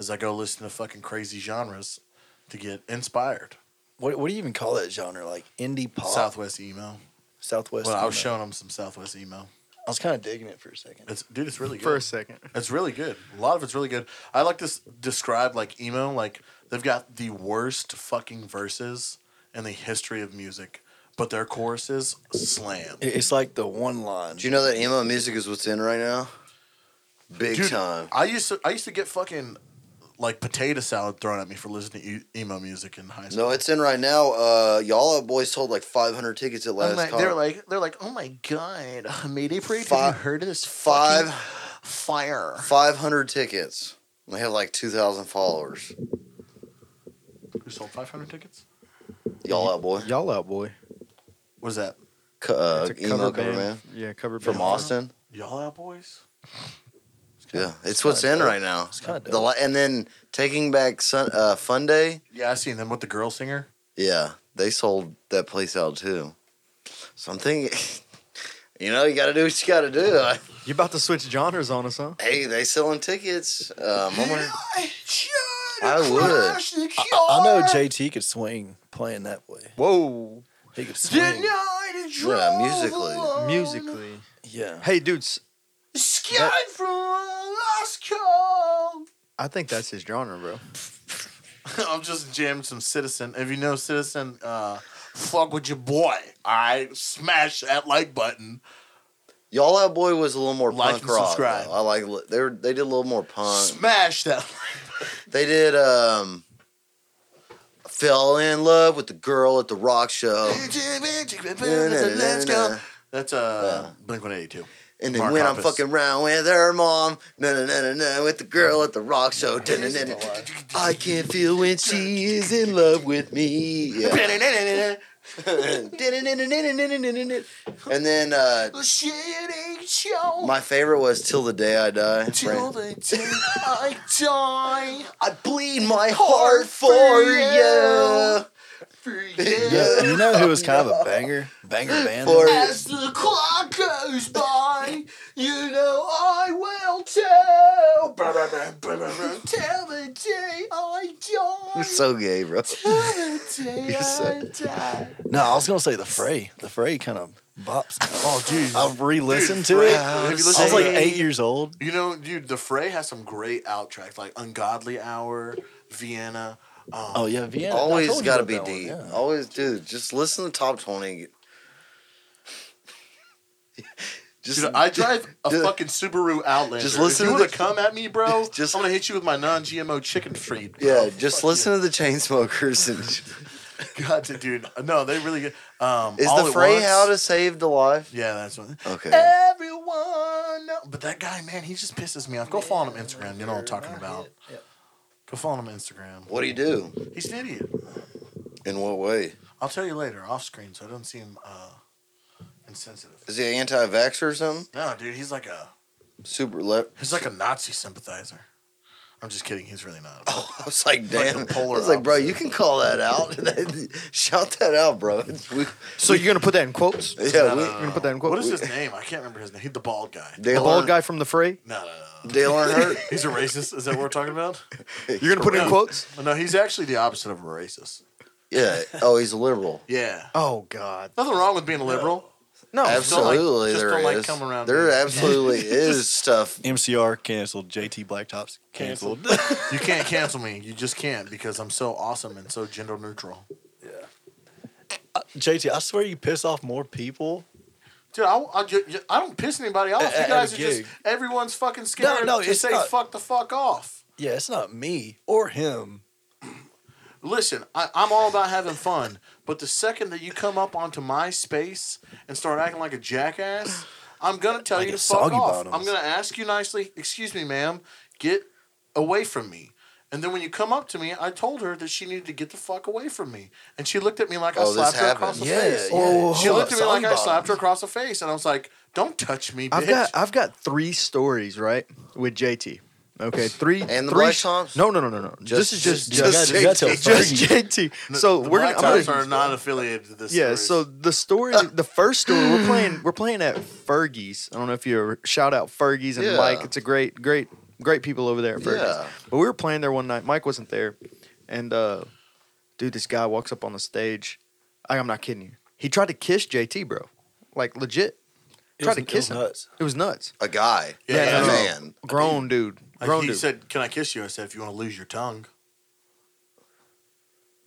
[SPEAKER 4] is I go listen to fucking crazy genres to get inspired."
[SPEAKER 6] What, what do you even call that genre? Like indie
[SPEAKER 5] Oh.
[SPEAKER 6] pop?
[SPEAKER 4] Southwest emo.
[SPEAKER 6] Southwest.
[SPEAKER 4] Well, I was
[SPEAKER 6] emo.
[SPEAKER 4] showing him some Southwest emo.
[SPEAKER 6] I was kind of digging it for a second.
[SPEAKER 4] It's dude, it's really good.
[SPEAKER 7] For a second.
[SPEAKER 4] It's really good. A lot of it's really good. I like to s- describe like emo, like they've got the worst fucking verses in the history of music, but their choruses slam.
[SPEAKER 6] It- It's like the one line.
[SPEAKER 5] Do you know that emo music is what's in right now? Big
[SPEAKER 4] Dude,
[SPEAKER 5] time.
[SPEAKER 4] I used to I used to get fucking like potato salad thrown at me for listening to e- emo music in high school.
[SPEAKER 5] No, it's in right now. Uh, y'all Out boys sold like 500 tickets at last
[SPEAKER 4] I'm like-
[SPEAKER 5] con.
[SPEAKER 4] they're like they're like, oh my god, Mayday Parade.
[SPEAKER 5] Fi-
[SPEAKER 4] have you heard of this? fucking-
[SPEAKER 5] five
[SPEAKER 4] Fire.
[SPEAKER 5] 500 tickets. They have like 2,000 followers.
[SPEAKER 4] Who sold 500 tickets?
[SPEAKER 5] Y'all out, boy.
[SPEAKER 7] Y'all out, boy.
[SPEAKER 4] What is that?
[SPEAKER 5] Co- uh,
[SPEAKER 7] It's a
[SPEAKER 5] emo cover band
[SPEAKER 7] Yeah, cover
[SPEAKER 5] from
[SPEAKER 7] band.
[SPEAKER 5] Austin.
[SPEAKER 4] Y'all out, boys?
[SPEAKER 5] Yeah, it's what's in right now.
[SPEAKER 6] kinda
[SPEAKER 5] The li- and then taking back Sun uh, Fun Day.
[SPEAKER 4] Yeah, I seen them with the girl singer.
[SPEAKER 5] Yeah, they sold that place out too. So I'm thinking, you know, you got to do what you got to do. I-
[SPEAKER 7] You about to switch genres on us, huh?
[SPEAKER 5] hey, they selling tickets. Um, I'm gonna- I would.
[SPEAKER 6] I, I know JT could swing playing that way.
[SPEAKER 7] Whoa.
[SPEAKER 6] He could swing.
[SPEAKER 5] Yeah, musically.
[SPEAKER 7] Musically.
[SPEAKER 6] Yeah.
[SPEAKER 7] Hey, dudes.
[SPEAKER 4] Sky from Alaska.
[SPEAKER 7] I think that's his genre, bro.
[SPEAKER 4] I'm just jamming some Citizen. If you know Citizen, uh, fuck with your boy. All right, smash that like button.
[SPEAKER 5] Y'all Out Boy was a little more
[SPEAKER 4] Like
[SPEAKER 5] punk
[SPEAKER 4] and
[SPEAKER 5] rock.
[SPEAKER 4] subscribe.
[SPEAKER 5] though. I like li- they were, they did a little more punk.
[SPEAKER 4] Smash that.
[SPEAKER 5] They did um Fell in love with the girl at the rock show.
[SPEAKER 4] Let's go. That's
[SPEAKER 5] Yeah.
[SPEAKER 4] uh, Blink 182.
[SPEAKER 5] And then
[SPEAKER 4] Mark
[SPEAKER 5] when I'm
[SPEAKER 4] Hoppus.
[SPEAKER 5] fucking around with her mom, na na na na na, with the girl at the rock show, da na na na. I can feel when she is in love with me. Yeah. and then uh,
[SPEAKER 4] Shitting show.
[SPEAKER 5] my favorite was Till the Day I Die. Fran-
[SPEAKER 4] Till the day I die.
[SPEAKER 5] I bleed my heart for you.
[SPEAKER 4] For
[SPEAKER 6] Yeah,
[SPEAKER 4] you.
[SPEAKER 6] you know who was kind of a banger, banger band.
[SPEAKER 5] For
[SPEAKER 4] As the clock goes by, you know I will tell. Blah, blah, blah, blah, blah, blah. Tell the day I
[SPEAKER 5] You're
[SPEAKER 4] die.
[SPEAKER 5] so gay, bro.
[SPEAKER 4] Till the day I die.
[SPEAKER 6] no, I was gonna say the Fray. The Fray kind of bops.
[SPEAKER 4] Oh, dude.
[SPEAKER 6] I've re-listened
[SPEAKER 4] Dude,
[SPEAKER 6] to it.
[SPEAKER 4] Fray. Have you
[SPEAKER 6] I
[SPEAKER 4] listened
[SPEAKER 6] was
[SPEAKER 4] to
[SPEAKER 6] like
[SPEAKER 4] it?
[SPEAKER 6] eight years old.
[SPEAKER 4] You know, dude, the Fray has some great out tracks like Ungodly Hour, Vienna. Um,
[SPEAKER 6] Oh yeah, Vienna. I told
[SPEAKER 5] Always
[SPEAKER 6] you
[SPEAKER 5] gotta
[SPEAKER 6] about
[SPEAKER 5] be
[SPEAKER 6] that one,
[SPEAKER 5] deep.
[SPEAKER 6] yeah.
[SPEAKER 5] Always, dude. Just listen to top twenty. Just
[SPEAKER 4] Dude, I drive a fucking Subaru Outlander.
[SPEAKER 5] Just listen
[SPEAKER 4] if you
[SPEAKER 5] to
[SPEAKER 4] want
[SPEAKER 5] the-
[SPEAKER 4] to come at me, bro.
[SPEAKER 5] Just-
[SPEAKER 4] I'm gonna hit you with my non-GMO chicken treat.
[SPEAKER 5] Yeah, just listen to the chain smokers. And
[SPEAKER 4] God, dude, no, they really get. Um,
[SPEAKER 5] is
[SPEAKER 4] All
[SPEAKER 5] the
[SPEAKER 4] at
[SPEAKER 5] fray
[SPEAKER 4] Once-
[SPEAKER 5] how to save the life?
[SPEAKER 4] Yeah, that's one.
[SPEAKER 6] Eh.
[SPEAKER 5] Okay.
[SPEAKER 4] Everyone, know- but that guy, man, he just pisses me off. Go follow him on Instagram. You know what I'm talking about. Go follow him on Instagram.
[SPEAKER 5] What do you do?
[SPEAKER 4] He's an idiot.
[SPEAKER 5] In what way?
[SPEAKER 4] I'll tell you later, off screen, so I don't seem uh, insensitive.
[SPEAKER 5] Is he an anti-vaxxer or something?
[SPEAKER 4] No, dude, he's like a
[SPEAKER 5] Super left.
[SPEAKER 4] he's like a Nazi sympathizer. I'm just kidding. He's really not.
[SPEAKER 5] I was like, damn.
[SPEAKER 4] the polar
[SPEAKER 5] I was like, bro,
[SPEAKER 4] opposite.
[SPEAKER 5] you can call that out. Shout that out, bro. It's- we-
[SPEAKER 7] So you're gonna put that in quotes?
[SPEAKER 5] yeah,
[SPEAKER 4] No,
[SPEAKER 5] we,
[SPEAKER 4] no, no,
[SPEAKER 7] You're gonna
[SPEAKER 4] no.
[SPEAKER 7] put that in quotes.
[SPEAKER 4] What is his name? I can't remember his name. He's the bald guy.
[SPEAKER 5] Dale,
[SPEAKER 7] The bald
[SPEAKER 5] Earn-
[SPEAKER 7] guy from the fray?
[SPEAKER 4] No, no, no, no.
[SPEAKER 5] Dale Earnhardt.
[SPEAKER 4] He's a racist. Is that what we're talking about?
[SPEAKER 7] You're gonna put it in quotes?
[SPEAKER 4] No, he's actually the opposite of a racist.
[SPEAKER 5] yeah. Oh, he's a liberal.
[SPEAKER 4] Yeah.
[SPEAKER 7] Oh God.
[SPEAKER 4] Nothing wrong with being a liberal.
[SPEAKER 7] No.
[SPEAKER 4] don't like-
[SPEAKER 5] Absolutely,
[SPEAKER 4] just
[SPEAKER 5] there
[SPEAKER 4] don't like
[SPEAKER 5] is.
[SPEAKER 4] coming around
[SPEAKER 5] there
[SPEAKER 4] here.
[SPEAKER 5] absolutely is stuff.
[SPEAKER 6] MCR canceled. JT Blacktops canceled.
[SPEAKER 4] You can't cancel me. You just can't because I'm so awesome and so gender neutral.
[SPEAKER 6] JT, I swear you piss off more people.
[SPEAKER 4] Dude, I, I, ju- ju- I don't piss anybody off.
[SPEAKER 6] At-
[SPEAKER 4] You
[SPEAKER 6] at
[SPEAKER 4] guys
[SPEAKER 6] a
[SPEAKER 4] are just
[SPEAKER 6] gig.
[SPEAKER 4] everyone's fucking scared.
[SPEAKER 6] No, no,
[SPEAKER 4] to
[SPEAKER 6] it's
[SPEAKER 4] say
[SPEAKER 6] not-
[SPEAKER 4] fuck the fuck off.
[SPEAKER 6] Yeah, it's not me or him.
[SPEAKER 4] Listen, I, I'm all about having fun, but the second that you come up onto my space and start acting like a jackass, I'm gonna tell
[SPEAKER 6] Like
[SPEAKER 4] you to
[SPEAKER 6] a
[SPEAKER 4] fuck
[SPEAKER 6] soggy
[SPEAKER 4] off.
[SPEAKER 6] bottoms.
[SPEAKER 4] I'm gonna ask you nicely, excuse me, ma'am, get away from me. And then when you come up to me, I told her that she needed to get the fuck away from me, and she looked at me like
[SPEAKER 5] Oh,
[SPEAKER 4] I
[SPEAKER 5] this
[SPEAKER 4] slapped her across the
[SPEAKER 5] happened.
[SPEAKER 6] Yeah,
[SPEAKER 4] face.
[SPEAKER 6] yeah. Oh,
[SPEAKER 4] She
[SPEAKER 6] hold
[SPEAKER 4] looked
[SPEAKER 6] up,
[SPEAKER 4] at me like I
[SPEAKER 6] soggy
[SPEAKER 4] slapped her across the face, and I was like, "Don't touch me, bitch."
[SPEAKER 7] I've got I've got three stories right with JT. Okay, three
[SPEAKER 5] And the
[SPEAKER 7] three
[SPEAKER 5] Black Tops?
[SPEAKER 7] No, no, no, no, no. this is just
[SPEAKER 5] just-
[SPEAKER 7] just,
[SPEAKER 5] you gotta- you gotta
[SPEAKER 7] just,
[SPEAKER 6] tell
[SPEAKER 7] JT. So
[SPEAKER 4] the
[SPEAKER 7] we're
[SPEAKER 4] black
[SPEAKER 7] gonna, I'm
[SPEAKER 4] tops
[SPEAKER 7] gonna
[SPEAKER 4] are not affiliated to this.
[SPEAKER 7] yeah.
[SPEAKER 4] series.
[SPEAKER 7] So the story, the first story, we're playing we're playing at Fergie's. I don't know if you ever shout out Fergie's and
[SPEAKER 5] Yeah.
[SPEAKER 7] Mike. It's a great great great people over there at Fergie's.
[SPEAKER 5] Yeah.
[SPEAKER 7] But we were playing there one night. Mike wasn't there, and uh, dude, this guy walks up on the stage. I, I'm not kidding you. He tried to kiss JT, bro. Like legit,
[SPEAKER 6] It
[SPEAKER 7] tried
[SPEAKER 6] was-
[SPEAKER 7] to
[SPEAKER 6] it
[SPEAKER 7] kiss
[SPEAKER 6] was
[SPEAKER 7] him.
[SPEAKER 6] nuts.
[SPEAKER 7] It was nuts.
[SPEAKER 5] A guy.
[SPEAKER 4] Yeah,
[SPEAKER 5] a
[SPEAKER 4] yeah, no.
[SPEAKER 5] man.
[SPEAKER 7] Grown dude.
[SPEAKER 4] Like,
[SPEAKER 7] Grown
[SPEAKER 4] he
[SPEAKER 7] dude.
[SPEAKER 4] said, "Can I kiss you?" I said, "If you want to lose your tongue."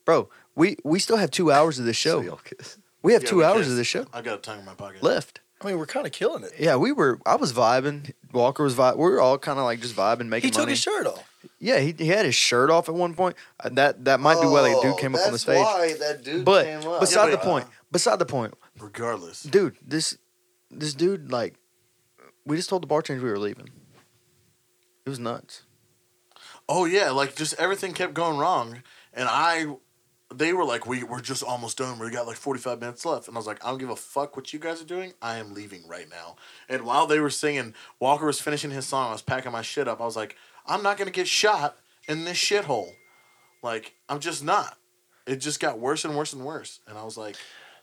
[SPEAKER 7] Bro, we we still have two hours of this show. we have
[SPEAKER 4] Yeah,
[SPEAKER 7] two
[SPEAKER 4] we
[SPEAKER 7] hours
[SPEAKER 4] kissed.
[SPEAKER 7] of this show
[SPEAKER 4] I've got a tongue in my pocket.
[SPEAKER 7] left.
[SPEAKER 6] I mean, we're kind of killing it.
[SPEAKER 7] Yeah, we were. I was vibing. Walker was vibing. We were all kind of like just vibing, making
[SPEAKER 6] He took
[SPEAKER 7] money.
[SPEAKER 6] his shirt off.
[SPEAKER 7] yeah, he, he had his shirt off at one point. Uh, that that might be why that dude
[SPEAKER 5] Oh,
[SPEAKER 7] came up on the
[SPEAKER 5] that's
[SPEAKER 7] stage.
[SPEAKER 5] why that dude
[SPEAKER 7] But
[SPEAKER 5] came up.
[SPEAKER 7] beside
[SPEAKER 4] Yeah,
[SPEAKER 7] the
[SPEAKER 4] but,
[SPEAKER 7] point, beside the point,
[SPEAKER 4] Regardless,
[SPEAKER 7] dude, this this dude like, we just told the bartenders we were leaving. It was nuts.
[SPEAKER 4] Oh yeah, like just everything kept going wrong, and I, they were like, we we're just almost done. We got like forty five minutes left, and I was like, I don't give a fuck what you guys are doing. I am leaving right now. And while they were singing, Walker was finishing his song. I was packing my shit up. I was like, I'm not gonna get shot in this shithole. Like I'm just not. It just got worse and worse and worse. And I was like,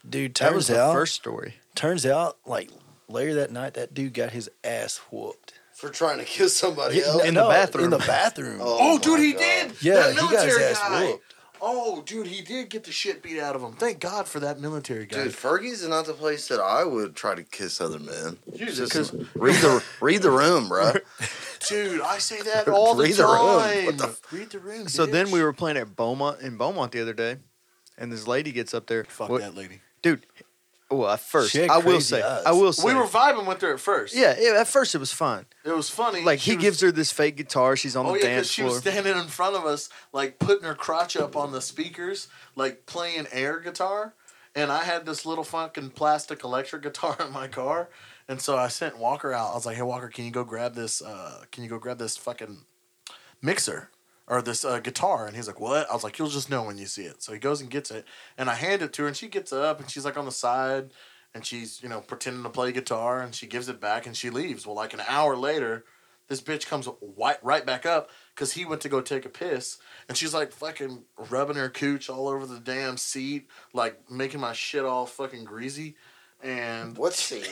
[SPEAKER 6] Dude,
[SPEAKER 7] That was
[SPEAKER 6] turns
[SPEAKER 7] the
[SPEAKER 6] out,
[SPEAKER 7] first story.
[SPEAKER 6] turns out, like later that night, that dude got his ass whooped
[SPEAKER 5] For trying to kill somebody else.
[SPEAKER 7] in the bathroom.
[SPEAKER 6] In the bathroom.
[SPEAKER 4] Oh, dude,
[SPEAKER 5] my
[SPEAKER 4] he
[SPEAKER 5] God.
[SPEAKER 4] did.
[SPEAKER 6] Yeah,
[SPEAKER 4] that
[SPEAKER 6] he got his
[SPEAKER 4] military
[SPEAKER 6] ass
[SPEAKER 4] guy.
[SPEAKER 6] whooped.
[SPEAKER 4] Oh, dude, he did get the shit beat out of him. Thank God for that military guy.
[SPEAKER 5] Dude, Fergie's not the place that I would try to kiss other men.
[SPEAKER 4] Because-
[SPEAKER 5] Just read the read the room, bro.
[SPEAKER 4] Dude, I say that all the
[SPEAKER 5] Read the room.
[SPEAKER 4] time.
[SPEAKER 5] What the f-
[SPEAKER 4] Read the room.
[SPEAKER 7] So then
[SPEAKER 4] bitch.
[SPEAKER 7] we were playing at Beaumont in Beaumont the other day, and this lady gets up there.
[SPEAKER 4] fuck
[SPEAKER 7] What-
[SPEAKER 4] that lady.
[SPEAKER 7] dude. Well, at first,
[SPEAKER 6] She had
[SPEAKER 7] I will
[SPEAKER 6] crazy
[SPEAKER 7] say,
[SPEAKER 6] eyes.
[SPEAKER 7] I will say,
[SPEAKER 4] We were vibing with her at first.
[SPEAKER 7] yeah, yeah. At first, it was fun.
[SPEAKER 4] it was funny.
[SPEAKER 7] Like
[SPEAKER 4] She
[SPEAKER 7] he
[SPEAKER 4] was-
[SPEAKER 7] gives her this fake guitar. She's on
[SPEAKER 4] Oh
[SPEAKER 7] the
[SPEAKER 4] yeah, because
[SPEAKER 7] dance
[SPEAKER 4] she
[SPEAKER 7] floor.
[SPEAKER 4] was standing in front of us, like putting her crotch up on the speakers, like playing air guitar. And I had this little fucking plastic electric guitar in my car, and so I sent Walker out. I was like, "Hey Walker, can you go grab this? Uh, can you go grab this fucking mixer or this uh, guitar?" And he's like, "What?" I was like, "You'll just know when you see it." So he goes and gets it, and I hand it to her, and she gets up, and she's like on the side, and she's you know pretending to play guitar, and she gives it back, and she leaves. Well, like an hour later, this bitch comes white right back up because he went to go take a piss, and she's like fucking rubbing her cooch all over the damn seat, like making my shit all fucking greasy. And
[SPEAKER 5] What's she?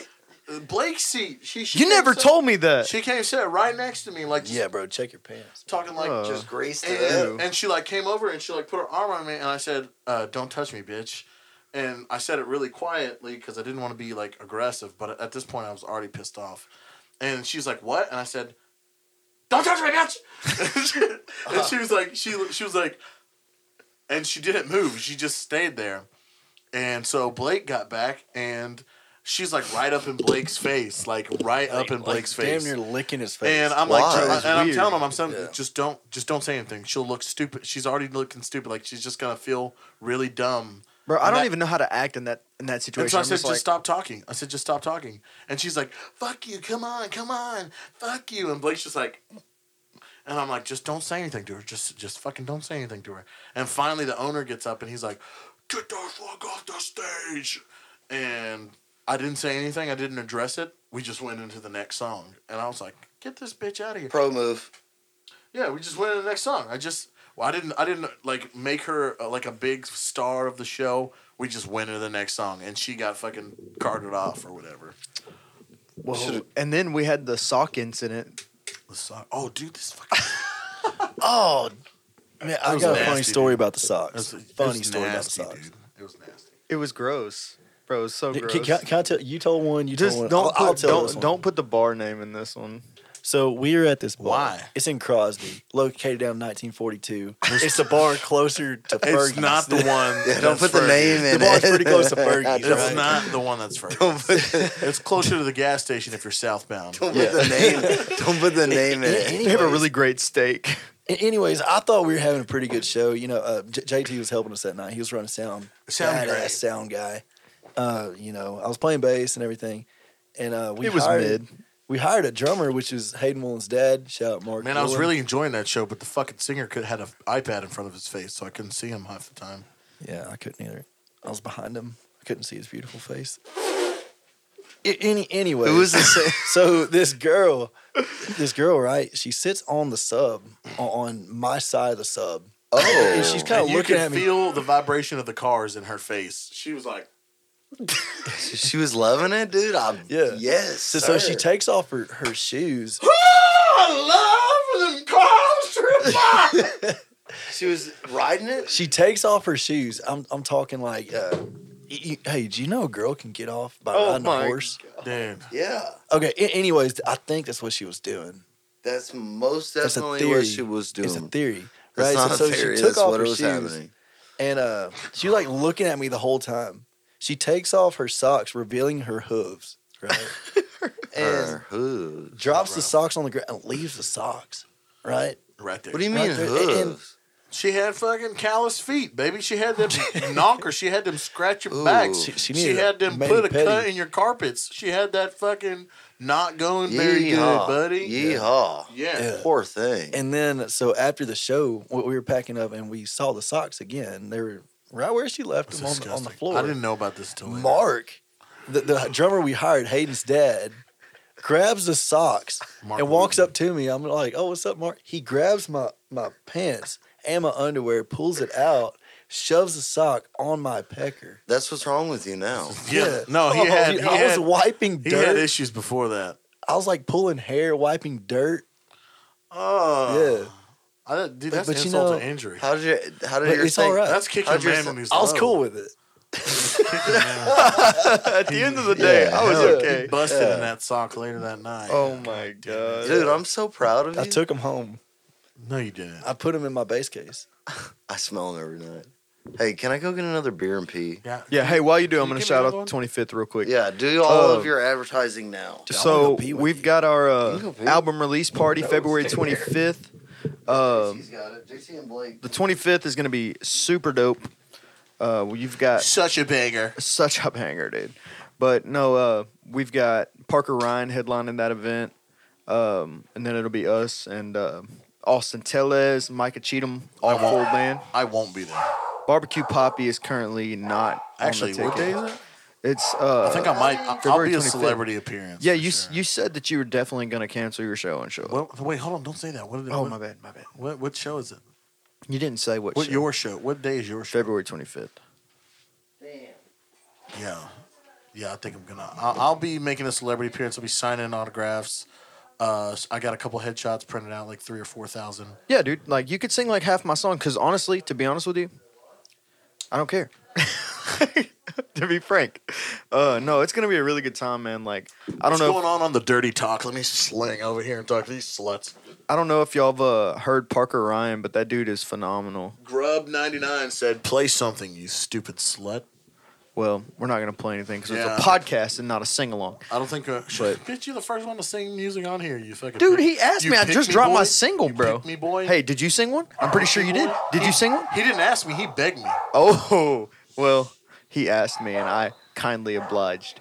[SPEAKER 4] Blake's seat, she, she
[SPEAKER 7] you
[SPEAKER 4] came
[SPEAKER 7] never
[SPEAKER 4] sit-
[SPEAKER 7] told me that.
[SPEAKER 4] She came sit right next to me, like just
[SPEAKER 6] yeah, bro, check your pants.
[SPEAKER 4] talking like
[SPEAKER 7] Oh.
[SPEAKER 5] Just greased it up.
[SPEAKER 4] and, and she like came over and she like put her arm on me and I said, uh, "Don't touch me, bitch." And I said it really quietly because I didn't want to be like aggressive, but at this point I was already pissed off. And she's like, "What?" And I said, "Don't touch me, bitch." and she was like, she she was like, and she didn't move. She just stayed there. And so Blake got back and. She's like right up in Blake's face, like right up in
[SPEAKER 6] Like,
[SPEAKER 4] Blake's face.
[SPEAKER 6] Damn near licking his face.
[SPEAKER 4] And I'm
[SPEAKER 5] Why?
[SPEAKER 4] like,
[SPEAKER 5] That's
[SPEAKER 4] and I'm
[SPEAKER 7] weird.
[SPEAKER 4] telling him, I'm saying,
[SPEAKER 6] Yeah.
[SPEAKER 4] just don't, just don't say anything. She'll look stupid. She's already looking stupid. Like she's just gonna feel really dumb.
[SPEAKER 7] Bro, I
[SPEAKER 4] And
[SPEAKER 7] don't
[SPEAKER 4] that-
[SPEAKER 7] even know how to act in that in that
[SPEAKER 4] And
[SPEAKER 7] situation.
[SPEAKER 4] so I
[SPEAKER 7] I'm
[SPEAKER 4] said, just
[SPEAKER 7] like,
[SPEAKER 4] stop talking. I said, just stop talking. And she's like, fuck you, come on, come on, fuck you. And Blake's just like, and I'm like, just don't say anything to her. Just, just fucking don't say anything to her. And finally, the owner gets up and he's like, get the fuck off the stage. And I didn't say anything. I didn't address it. We just went into the next song, and I was like, get this bitch out of here.
[SPEAKER 5] Pro move.
[SPEAKER 4] Yeah, we just went to the next song. I just, well, I didn't, I didn't like make her uh, like a big star of the show. We just went to the next song, and she got fucking carted off or whatever.
[SPEAKER 7] Whoa. And then we had the sock incident.
[SPEAKER 4] The song. Oh, dude, this fucking
[SPEAKER 6] oh, man, I
[SPEAKER 4] was
[SPEAKER 6] got a
[SPEAKER 4] nasty,
[SPEAKER 6] funny story
[SPEAKER 4] dude.
[SPEAKER 6] about the socks.
[SPEAKER 4] it was- it
[SPEAKER 6] funny
[SPEAKER 4] was
[SPEAKER 6] story
[SPEAKER 4] nasty,
[SPEAKER 6] about the socks.
[SPEAKER 4] dude. It was nasty.
[SPEAKER 7] It was gross, bro. It was so
[SPEAKER 6] Can,
[SPEAKER 7] Oh, gross.
[SPEAKER 6] can, can I tell you? Told one. You
[SPEAKER 7] just
[SPEAKER 6] told one.
[SPEAKER 7] don't
[SPEAKER 6] I'll, I'll
[SPEAKER 7] put,
[SPEAKER 6] tell this
[SPEAKER 7] don't
[SPEAKER 6] one.
[SPEAKER 7] don't put the bar name in this one.
[SPEAKER 6] So we are at this bar.
[SPEAKER 4] Why?
[SPEAKER 6] It's in Crosby, located down in 1942. it's the bar closer to Fergie's.
[SPEAKER 4] It's not the one.
[SPEAKER 5] Yeah, don't
[SPEAKER 4] that's
[SPEAKER 5] put the
[SPEAKER 4] Fergie.
[SPEAKER 5] name in
[SPEAKER 6] The bar's
[SPEAKER 5] it.
[SPEAKER 6] pretty close to Fergie's,
[SPEAKER 5] Don't
[SPEAKER 4] It's
[SPEAKER 6] right?
[SPEAKER 4] not the one that's Fergie. it's closer to the gas station if you're southbound.
[SPEAKER 5] Don't put the name. Don't put the name in it.
[SPEAKER 6] Anyways,
[SPEAKER 7] They have a really great steak.
[SPEAKER 6] a- anyways, I thought we were having a pretty good show. You know, uh, J- JT was helping us that night. He was running sound.
[SPEAKER 4] Sound
[SPEAKER 6] badass
[SPEAKER 4] great.
[SPEAKER 6] sound guy. Uh, you know, I was playing bass and everything. And uh, we
[SPEAKER 7] It was
[SPEAKER 6] hired,
[SPEAKER 7] mid.
[SPEAKER 6] We hired a drummer, which is Hayden Mullen's dad. Shout out Mark.
[SPEAKER 4] Man, I was
[SPEAKER 6] Mullen.
[SPEAKER 4] really enjoying that show, but the fucking singer could had an iPad in front of his face, so I couldn't see him half the time.
[SPEAKER 6] Yeah, I couldn't either. I was behind him. I couldn't see his beautiful face. A- Any, anyway,
[SPEAKER 7] It was the same.
[SPEAKER 6] so this girl, this girl, right? She sits on the sub on on my side of the sub, and
[SPEAKER 5] Oh,
[SPEAKER 6] she's kind of
[SPEAKER 4] you
[SPEAKER 6] looking
[SPEAKER 4] could
[SPEAKER 6] at me.
[SPEAKER 4] feel the vibration of the cars in her face. She was like,
[SPEAKER 5] she was loving it, dude. I,
[SPEAKER 6] Yeah.
[SPEAKER 5] Yes.
[SPEAKER 6] so, so
[SPEAKER 5] sir.
[SPEAKER 6] she takes off her, her shoes.
[SPEAKER 4] I love them cars
[SPEAKER 5] She was riding it.
[SPEAKER 6] She takes off her shoes. I'm I'm talking like, uh, y- y- hey, do you know a girl can get off by
[SPEAKER 7] Oh
[SPEAKER 6] riding a
[SPEAKER 7] my
[SPEAKER 6] horse?
[SPEAKER 4] Dude,
[SPEAKER 5] Yeah.
[SPEAKER 6] Okay. a- anyways, I think that's what she was doing.
[SPEAKER 5] That's most
[SPEAKER 6] That's a
[SPEAKER 5] definitely what
[SPEAKER 6] theory.
[SPEAKER 5] she was doing.
[SPEAKER 6] It's a theory, right?
[SPEAKER 5] That's not
[SPEAKER 6] so
[SPEAKER 5] a theory.
[SPEAKER 6] she took
[SPEAKER 5] That's
[SPEAKER 6] off
[SPEAKER 5] what
[SPEAKER 6] her
[SPEAKER 5] it was
[SPEAKER 6] shoes.
[SPEAKER 5] happening.
[SPEAKER 6] and uh, she was, like looking at me the whole time. She takes off her socks, revealing her hooves, right? and
[SPEAKER 5] Her hooves.
[SPEAKER 6] drops the socks on the ground and leaves the socks, right?
[SPEAKER 4] right there.
[SPEAKER 5] What do you mean
[SPEAKER 6] Right there, and- and-
[SPEAKER 5] hooves?
[SPEAKER 4] she had fucking callous feet, baby. She had them knocker. She had them scratch your
[SPEAKER 5] Ooh.
[SPEAKER 4] backs.
[SPEAKER 6] She- she
[SPEAKER 4] She,
[SPEAKER 6] needed a
[SPEAKER 4] had them
[SPEAKER 6] mani
[SPEAKER 4] put a
[SPEAKER 6] pedi.
[SPEAKER 4] cut in your carpets. She had that fucking not going very
[SPEAKER 5] Yeehaw.
[SPEAKER 4] good, buddy.
[SPEAKER 5] Yeehaw.
[SPEAKER 4] Yeah.
[SPEAKER 6] Yeah.
[SPEAKER 5] Poor thing.
[SPEAKER 6] And then, so after the show, we we were packing up and we saw the socks again. They were right where she left
[SPEAKER 4] It's
[SPEAKER 6] them on, the- on the
[SPEAKER 4] disgusting.
[SPEAKER 6] floor.
[SPEAKER 4] I didn't know about this till later.
[SPEAKER 6] Mark, the, the drummer we hired, Hayden's dad, grabs the socks
[SPEAKER 4] Mark
[SPEAKER 6] and walks
[SPEAKER 4] Wheaton.
[SPEAKER 6] up to me. I'm like, "Oh, what's up, Mark?" He grabs my my pants and my underwear, pulls it out, shoves the sock on my pecker.
[SPEAKER 5] That's what's wrong with you now.
[SPEAKER 4] Yeah. No, he
[SPEAKER 6] Oh,
[SPEAKER 4] had.
[SPEAKER 6] dude,
[SPEAKER 4] He,
[SPEAKER 6] I
[SPEAKER 4] had,
[SPEAKER 6] was wiping
[SPEAKER 4] he had
[SPEAKER 6] dirt.
[SPEAKER 4] issues before that.
[SPEAKER 6] I was like pulling hair, wiping dirt.
[SPEAKER 4] Oh.
[SPEAKER 6] yeah,
[SPEAKER 4] I, don't- dude,
[SPEAKER 6] But-
[SPEAKER 4] that's
[SPEAKER 6] but you
[SPEAKER 4] insult
[SPEAKER 6] know-
[SPEAKER 4] to injury.
[SPEAKER 5] How did you, how did
[SPEAKER 6] But
[SPEAKER 5] your
[SPEAKER 6] it's
[SPEAKER 5] thing-
[SPEAKER 6] all right.
[SPEAKER 4] That's kicking a
[SPEAKER 5] how'd you
[SPEAKER 4] man
[SPEAKER 5] say-
[SPEAKER 4] when he's
[SPEAKER 6] I was
[SPEAKER 4] low.
[SPEAKER 6] cool with it.
[SPEAKER 4] Kicking a man.
[SPEAKER 7] At the end of the day, I was
[SPEAKER 5] hell yeah.
[SPEAKER 7] okay.
[SPEAKER 4] Busted in that sock later that night.
[SPEAKER 7] Oh my god,
[SPEAKER 5] Dude, I'm so proud of you.
[SPEAKER 6] I took him home.
[SPEAKER 4] No, you didn't.
[SPEAKER 6] I put him in my base case.
[SPEAKER 5] I smell them every night. Hey, can I go get another beer and pee?
[SPEAKER 4] Yeah.
[SPEAKER 7] Yeah. Hey, while you do, I'm
[SPEAKER 4] Can you
[SPEAKER 7] gonna
[SPEAKER 4] give me
[SPEAKER 7] shout
[SPEAKER 4] another
[SPEAKER 7] out the 25th real quick.
[SPEAKER 5] Yeah, do all
[SPEAKER 7] Uh,
[SPEAKER 5] of your advertising now.
[SPEAKER 6] I wanna
[SPEAKER 7] So
[SPEAKER 6] go pee with
[SPEAKER 7] we've
[SPEAKER 6] you.
[SPEAKER 7] got our
[SPEAKER 5] You can go
[SPEAKER 7] uh,
[SPEAKER 5] pee.
[SPEAKER 7] album release party February 25th. Um,
[SPEAKER 5] He's got it. JC and Blake.
[SPEAKER 7] the 25th is gonna be super dope. Uh, well, you've got
[SPEAKER 4] Such a banger.
[SPEAKER 7] such a banger, dude. But no, uh, we've got Parker Ryan headlining that event, um, and then it'll be us and uh, Austin Teles, Micah Cheatham, all
[SPEAKER 4] I won't-
[SPEAKER 7] full band.
[SPEAKER 4] I won't be there.
[SPEAKER 7] Barbecue Poppy is currently not
[SPEAKER 4] Actually,
[SPEAKER 7] On the
[SPEAKER 4] what day
[SPEAKER 7] ticket.
[SPEAKER 4] is it?
[SPEAKER 7] It's uh,
[SPEAKER 4] I think I might. I- I'll
[SPEAKER 7] February
[SPEAKER 4] be a
[SPEAKER 7] 25th.
[SPEAKER 4] celebrity appearance.
[SPEAKER 7] yeah.
[SPEAKER 4] for
[SPEAKER 7] You s
[SPEAKER 4] sure.
[SPEAKER 7] you said that you were definitely gonna cancel your show and show up.
[SPEAKER 4] Well, wait, hold on. Don't say that. What?
[SPEAKER 7] oh
[SPEAKER 4] what,
[SPEAKER 7] my bad, my bad.
[SPEAKER 4] What, what show is it?
[SPEAKER 7] You didn't say what.
[SPEAKER 4] What
[SPEAKER 7] show.
[SPEAKER 4] your show? What day is your show?
[SPEAKER 7] February 25th.
[SPEAKER 4] Yeah, yeah. I think I'm gonna. I'll, I'll be making a celebrity appearance. I'll be signing autographs. Uh, I got a couple headshots printed out, like three or four thousand.
[SPEAKER 7] Yeah, dude. Like you could sing like half my song because honestly, to be honest with you, I don't care. to be frank, uh, no, it's gonna be a really good time, man. Like I don't
[SPEAKER 4] What's
[SPEAKER 7] know,
[SPEAKER 4] going on on the dirty talk. Let me sling over here and talk to these sluts.
[SPEAKER 7] I don't know if y'all have uh, heard Parker Ryan, but that dude is phenomenal.
[SPEAKER 4] Grub ninety nine said, "Play something, you stupid slut."
[SPEAKER 7] Well, we're not gonna play anything because
[SPEAKER 4] Yeah.
[SPEAKER 7] it's a podcast and not a sing along.
[SPEAKER 4] I don't think. Uh,
[SPEAKER 7] But-
[SPEAKER 4] bitch, you the first one to sing music on here. You fucking
[SPEAKER 7] Dude,
[SPEAKER 4] pick-
[SPEAKER 7] he asked
[SPEAKER 4] you
[SPEAKER 7] me. I
[SPEAKER 4] pick
[SPEAKER 7] just dropped
[SPEAKER 4] boy.
[SPEAKER 7] my single,
[SPEAKER 4] You
[SPEAKER 7] bro.
[SPEAKER 4] pick me, boy.
[SPEAKER 7] Hey, did you sing one? I'm pretty sure you did. Did you sing one?
[SPEAKER 4] He didn't ask me. He begged me.
[SPEAKER 7] Oh, well, he asked me, and I kindly obliged.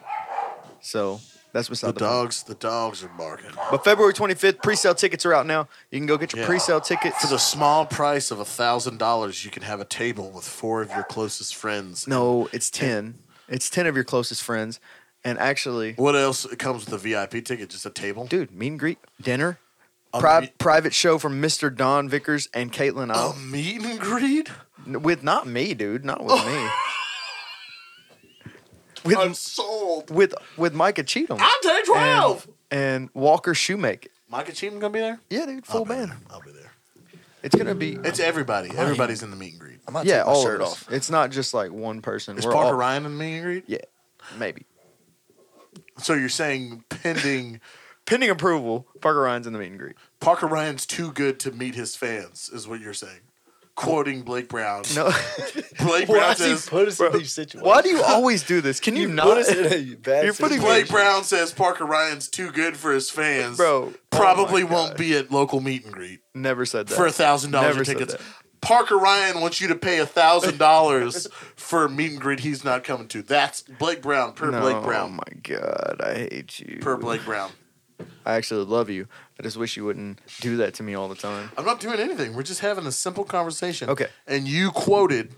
[SPEAKER 7] So that's
[SPEAKER 4] The
[SPEAKER 7] beside the, point.
[SPEAKER 4] dogs. The dogs are barking.
[SPEAKER 7] But February 25th, pre-sale tickets are out now. You can go get your
[SPEAKER 4] Yeah.
[SPEAKER 7] pre-sale tickets.
[SPEAKER 4] For the small price of a thousand dollars, you can have a table with four of your closest friends.
[SPEAKER 7] no, it's 10. It's 10 of your closest friends. And actually,
[SPEAKER 4] What else comes with a VIP ticket? Just a table.
[SPEAKER 7] dude, meet and greet, dinner,
[SPEAKER 4] A
[SPEAKER 7] pri-
[SPEAKER 4] meet- Oh.
[SPEAKER 7] private show from Mr. Don Vickers and Caitlin
[SPEAKER 4] a
[SPEAKER 7] Isle.
[SPEAKER 4] meet and greet.
[SPEAKER 7] N- With not me, dude, not with me. With,
[SPEAKER 4] I'm sold.
[SPEAKER 7] with with Micah Cheatham
[SPEAKER 4] I'm day twelve.
[SPEAKER 7] and Walker Shoemaker.
[SPEAKER 4] Micah Cheatham gonna be there.
[SPEAKER 7] Yeah, dude,
[SPEAKER 4] I'll
[SPEAKER 7] full
[SPEAKER 4] be
[SPEAKER 7] band.
[SPEAKER 4] there. I'll be there.
[SPEAKER 7] It's gonna be
[SPEAKER 4] It's everybody. Everybody's in the meet and greet.
[SPEAKER 6] I might
[SPEAKER 7] yeah,
[SPEAKER 6] take my
[SPEAKER 7] all
[SPEAKER 6] shirt
[SPEAKER 7] of
[SPEAKER 6] off.
[SPEAKER 7] us. It's not just like one person.
[SPEAKER 4] Is
[SPEAKER 7] We're
[SPEAKER 4] Parker
[SPEAKER 7] all-
[SPEAKER 4] Ryan in the meet and greet?
[SPEAKER 7] Yeah, maybe.
[SPEAKER 4] So you're saying pending
[SPEAKER 7] Pending approval, Parker Ryan's in the meet and greet.
[SPEAKER 4] Parker Ryan's too good to meet his fans is what you're saying. Quoting Blake Brown.
[SPEAKER 7] No.
[SPEAKER 4] Blake
[SPEAKER 6] Why
[SPEAKER 4] Brown
[SPEAKER 6] does
[SPEAKER 4] says
[SPEAKER 6] he put us
[SPEAKER 7] Bro,
[SPEAKER 6] in these situations?
[SPEAKER 7] Why do you always do this? Can you,
[SPEAKER 6] You put
[SPEAKER 7] not?
[SPEAKER 6] us in a bad
[SPEAKER 7] You're putting
[SPEAKER 6] situation.
[SPEAKER 4] Blake Brown says Parker Ryan's too good for his fans.
[SPEAKER 7] Bro,
[SPEAKER 4] probably
[SPEAKER 7] oh my
[SPEAKER 4] won't
[SPEAKER 7] God.
[SPEAKER 4] be at local meet and greet
[SPEAKER 7] Never said that.
[SPEAKER 4] for a thousand dollars
[SPEAKER 7] Never
[SPEAKER 4] in
[SPEAKER 7] said
[SPEAKER 4] tickets.
[SPEAKER 7] that.
[SPEAKER 4] Parker Ryan wants you to pay a thousand dollars for a meet and greet he's not coming to. That's Blake Brown per
[SPEAKER 7] No,
[SPEAKER 4] Blake
[SPEAKER 7] Oh
[SPEAKER 4] Brown
[SPEAKER 7] my god, I hate you.
[SPEAKER 4] per Blake Brown.
[SPEAKER 7] I actually love you. I just wish you wouldn't do that to me all the time.
[SPEAKER 4] I'm not doing anything. We're just having a simple conversation.
[SPEAKER 7] Okay.
[SPEAKER 4] And you quoted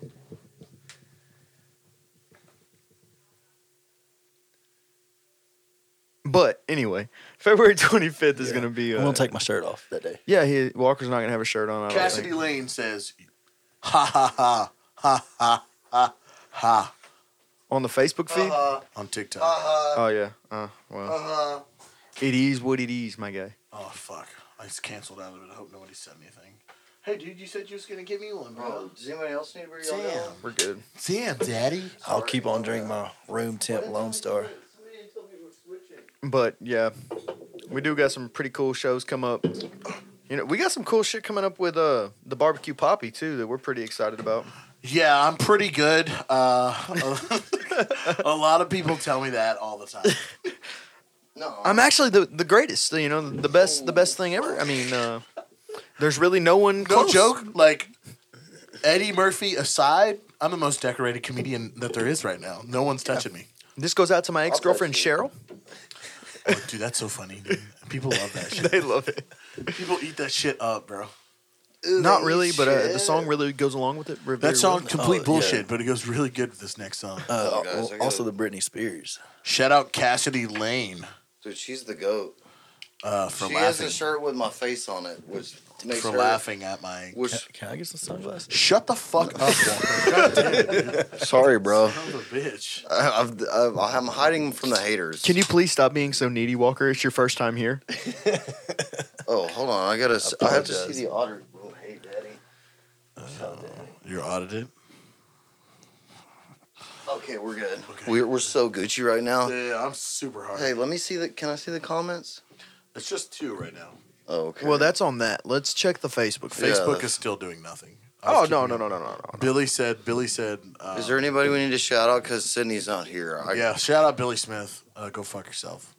[SPEAKER 7] But anyway, February 25th is gonna be.
[SPEAKER 6] I'm
[SPEAKER 7] Uh,
[SPEAKER 6] gonna take my shirt off that day.
[SPEAKER 7] yeah, he, Walker's not gonna have a shirt on. I don't
[SPEAKER 4] Cassidy
[SPEAKER 7] think.
[SPEAKER 4] Lane says, "Ha ha ha ha ha ha ha."
[SPEAKER 7] on the Facebook feed.
[SPEAKER 4] On TikTok.
[SPEAKER 7] oh yeah. Uh, well,
[SPEAKER 4] Uh-huh.
[SPEAKER 7] it is what it is, my guy.
[SPEAKER 4] Oh fuck! I just canceled out of it. I hope nobody said anything. Hey, dude, you said you was gonna give me one, bro.
[SPEAKER 5] Oh, does anybody else need to bring
[SPEAKER 4] Damn.
[SPEAKER 7] We're good.
[SPEAKER 4] Damn, daddy.
[SPEAKER 6] I'll keep on drinking my room temp Lone Star.
[SPEAKER 7] But yeah, we do got some pretty cool shows come up. You know, we got some cool shit coming up with uh the barbecue poppy too that we're pretty excited about.
[SPEAKER 4] Yeah, I'm pretty good. Uh, a lot of people tell me that all the time.
[SPEAKER 5] No.
[SPEAKER 7] I'm actually the, the greatest, you know, the best the best thing ever. I mean, uh, there's really no one
[SPEAKER 4] No
[SPEAKER 7] close.
[SPEAKER 4] joke. Like Eddie Murphy aside, I'm the most decorated comedian that there is right now. No one's touching me.
[SPEAKER 7] This goes out to my ex girlfriend Cheryl.
[SPEAKER 4] Oh, dude, that's so funny. Dude. People love that shit.
[SPEAKER 7] they love it.
[SPEAKER 4] People eat that shit up, bro.
[SPEAKER 7] Not really, but uh, the song really goes along with it.
[SPEAKER 4] That song, complete
[SPEAKER 6] yeah.
[SPEAKER 4] bullshit, but it goes really good with this next song.
[SPEAKER 6] Uh,
[SPEAKER 5] Oh, guys, I
[SPEAKER 6] well,
[SPEAKER 5] gotta-
[SPEAKER 6] also the Britney Spears.
[SPEAKER 4] Shout out Cassidy Lane
[SPEAKER 5] Dude, she's the goat.
[SPEAKER 4] uh, for
[SPEAKER 5] she has
[SPEAKER 4] laughing
[SPEAKER 5] a shirt with my face on it, which makes
[SPEAKER 4] for
[SPEAKER 5] her.
[SPEAKER 4] laughing at my.
[SPEAKER 6] Can,
[SPEAKER 5] Which,
[SPEAKER 6] can I get some sunglasses?
[SPEAKER 4] Shut the fuck up, Walker.
[SPEAKER 5] sorry, bro.
[SPEAKER 4] Son of a bitch.
[SPEAKER 5] I- I've, I've, I'm hiding from the haters.
[SPEAKER 7] Can you please stop being so needy, Walker? It's your first time here.
[SPEAKER 5] Oh, hold on. I gotta. s- I, have to
[SPEAKER 6] Apologize.
[SPEAKER 5] see the otter. Oh, hey, daddy.
[SPEAKER 4] You're audited.
[SPEAKER 5] Okay, we're good.
[SPEAKER 4] Okay.
[SPEAKER 5] We're, we're so Gucci right now.
[SPEAKER 4] Yeah, I'm super hard.
[SPEAKER 5] Hey, let me see the. Can I see the comments?
[SPEAKER 4] It's just two right now.
[SPEAKER 5] Oh, okay.
[SPEAKER 7] Well, that's on that. Let's check the Facebook.
[SPEAKER 5] Yeah,
[SPEAKER 4] Facebook
[SPEAKER 5] that's-
[SPEAKER 4] is still doing nothing. I
[SPEAKER 7] Oh
[SPEAKER 4] was
[SPEAKER 7] no
[SPEAKER 4] keeping
[SPEAKER 7] no
[SPEAKER 4] up.
[SPEAKER 7] no no no no.
[SPEAKER 4] Billy said. Billy said. Uh,
[SPEAKER 5] Is there anybody we need to shout out? Cause Sydney's not here. I,
[SPEAKER 4] yeah. Shout out Billy Smith. Uh, go fuck yourself.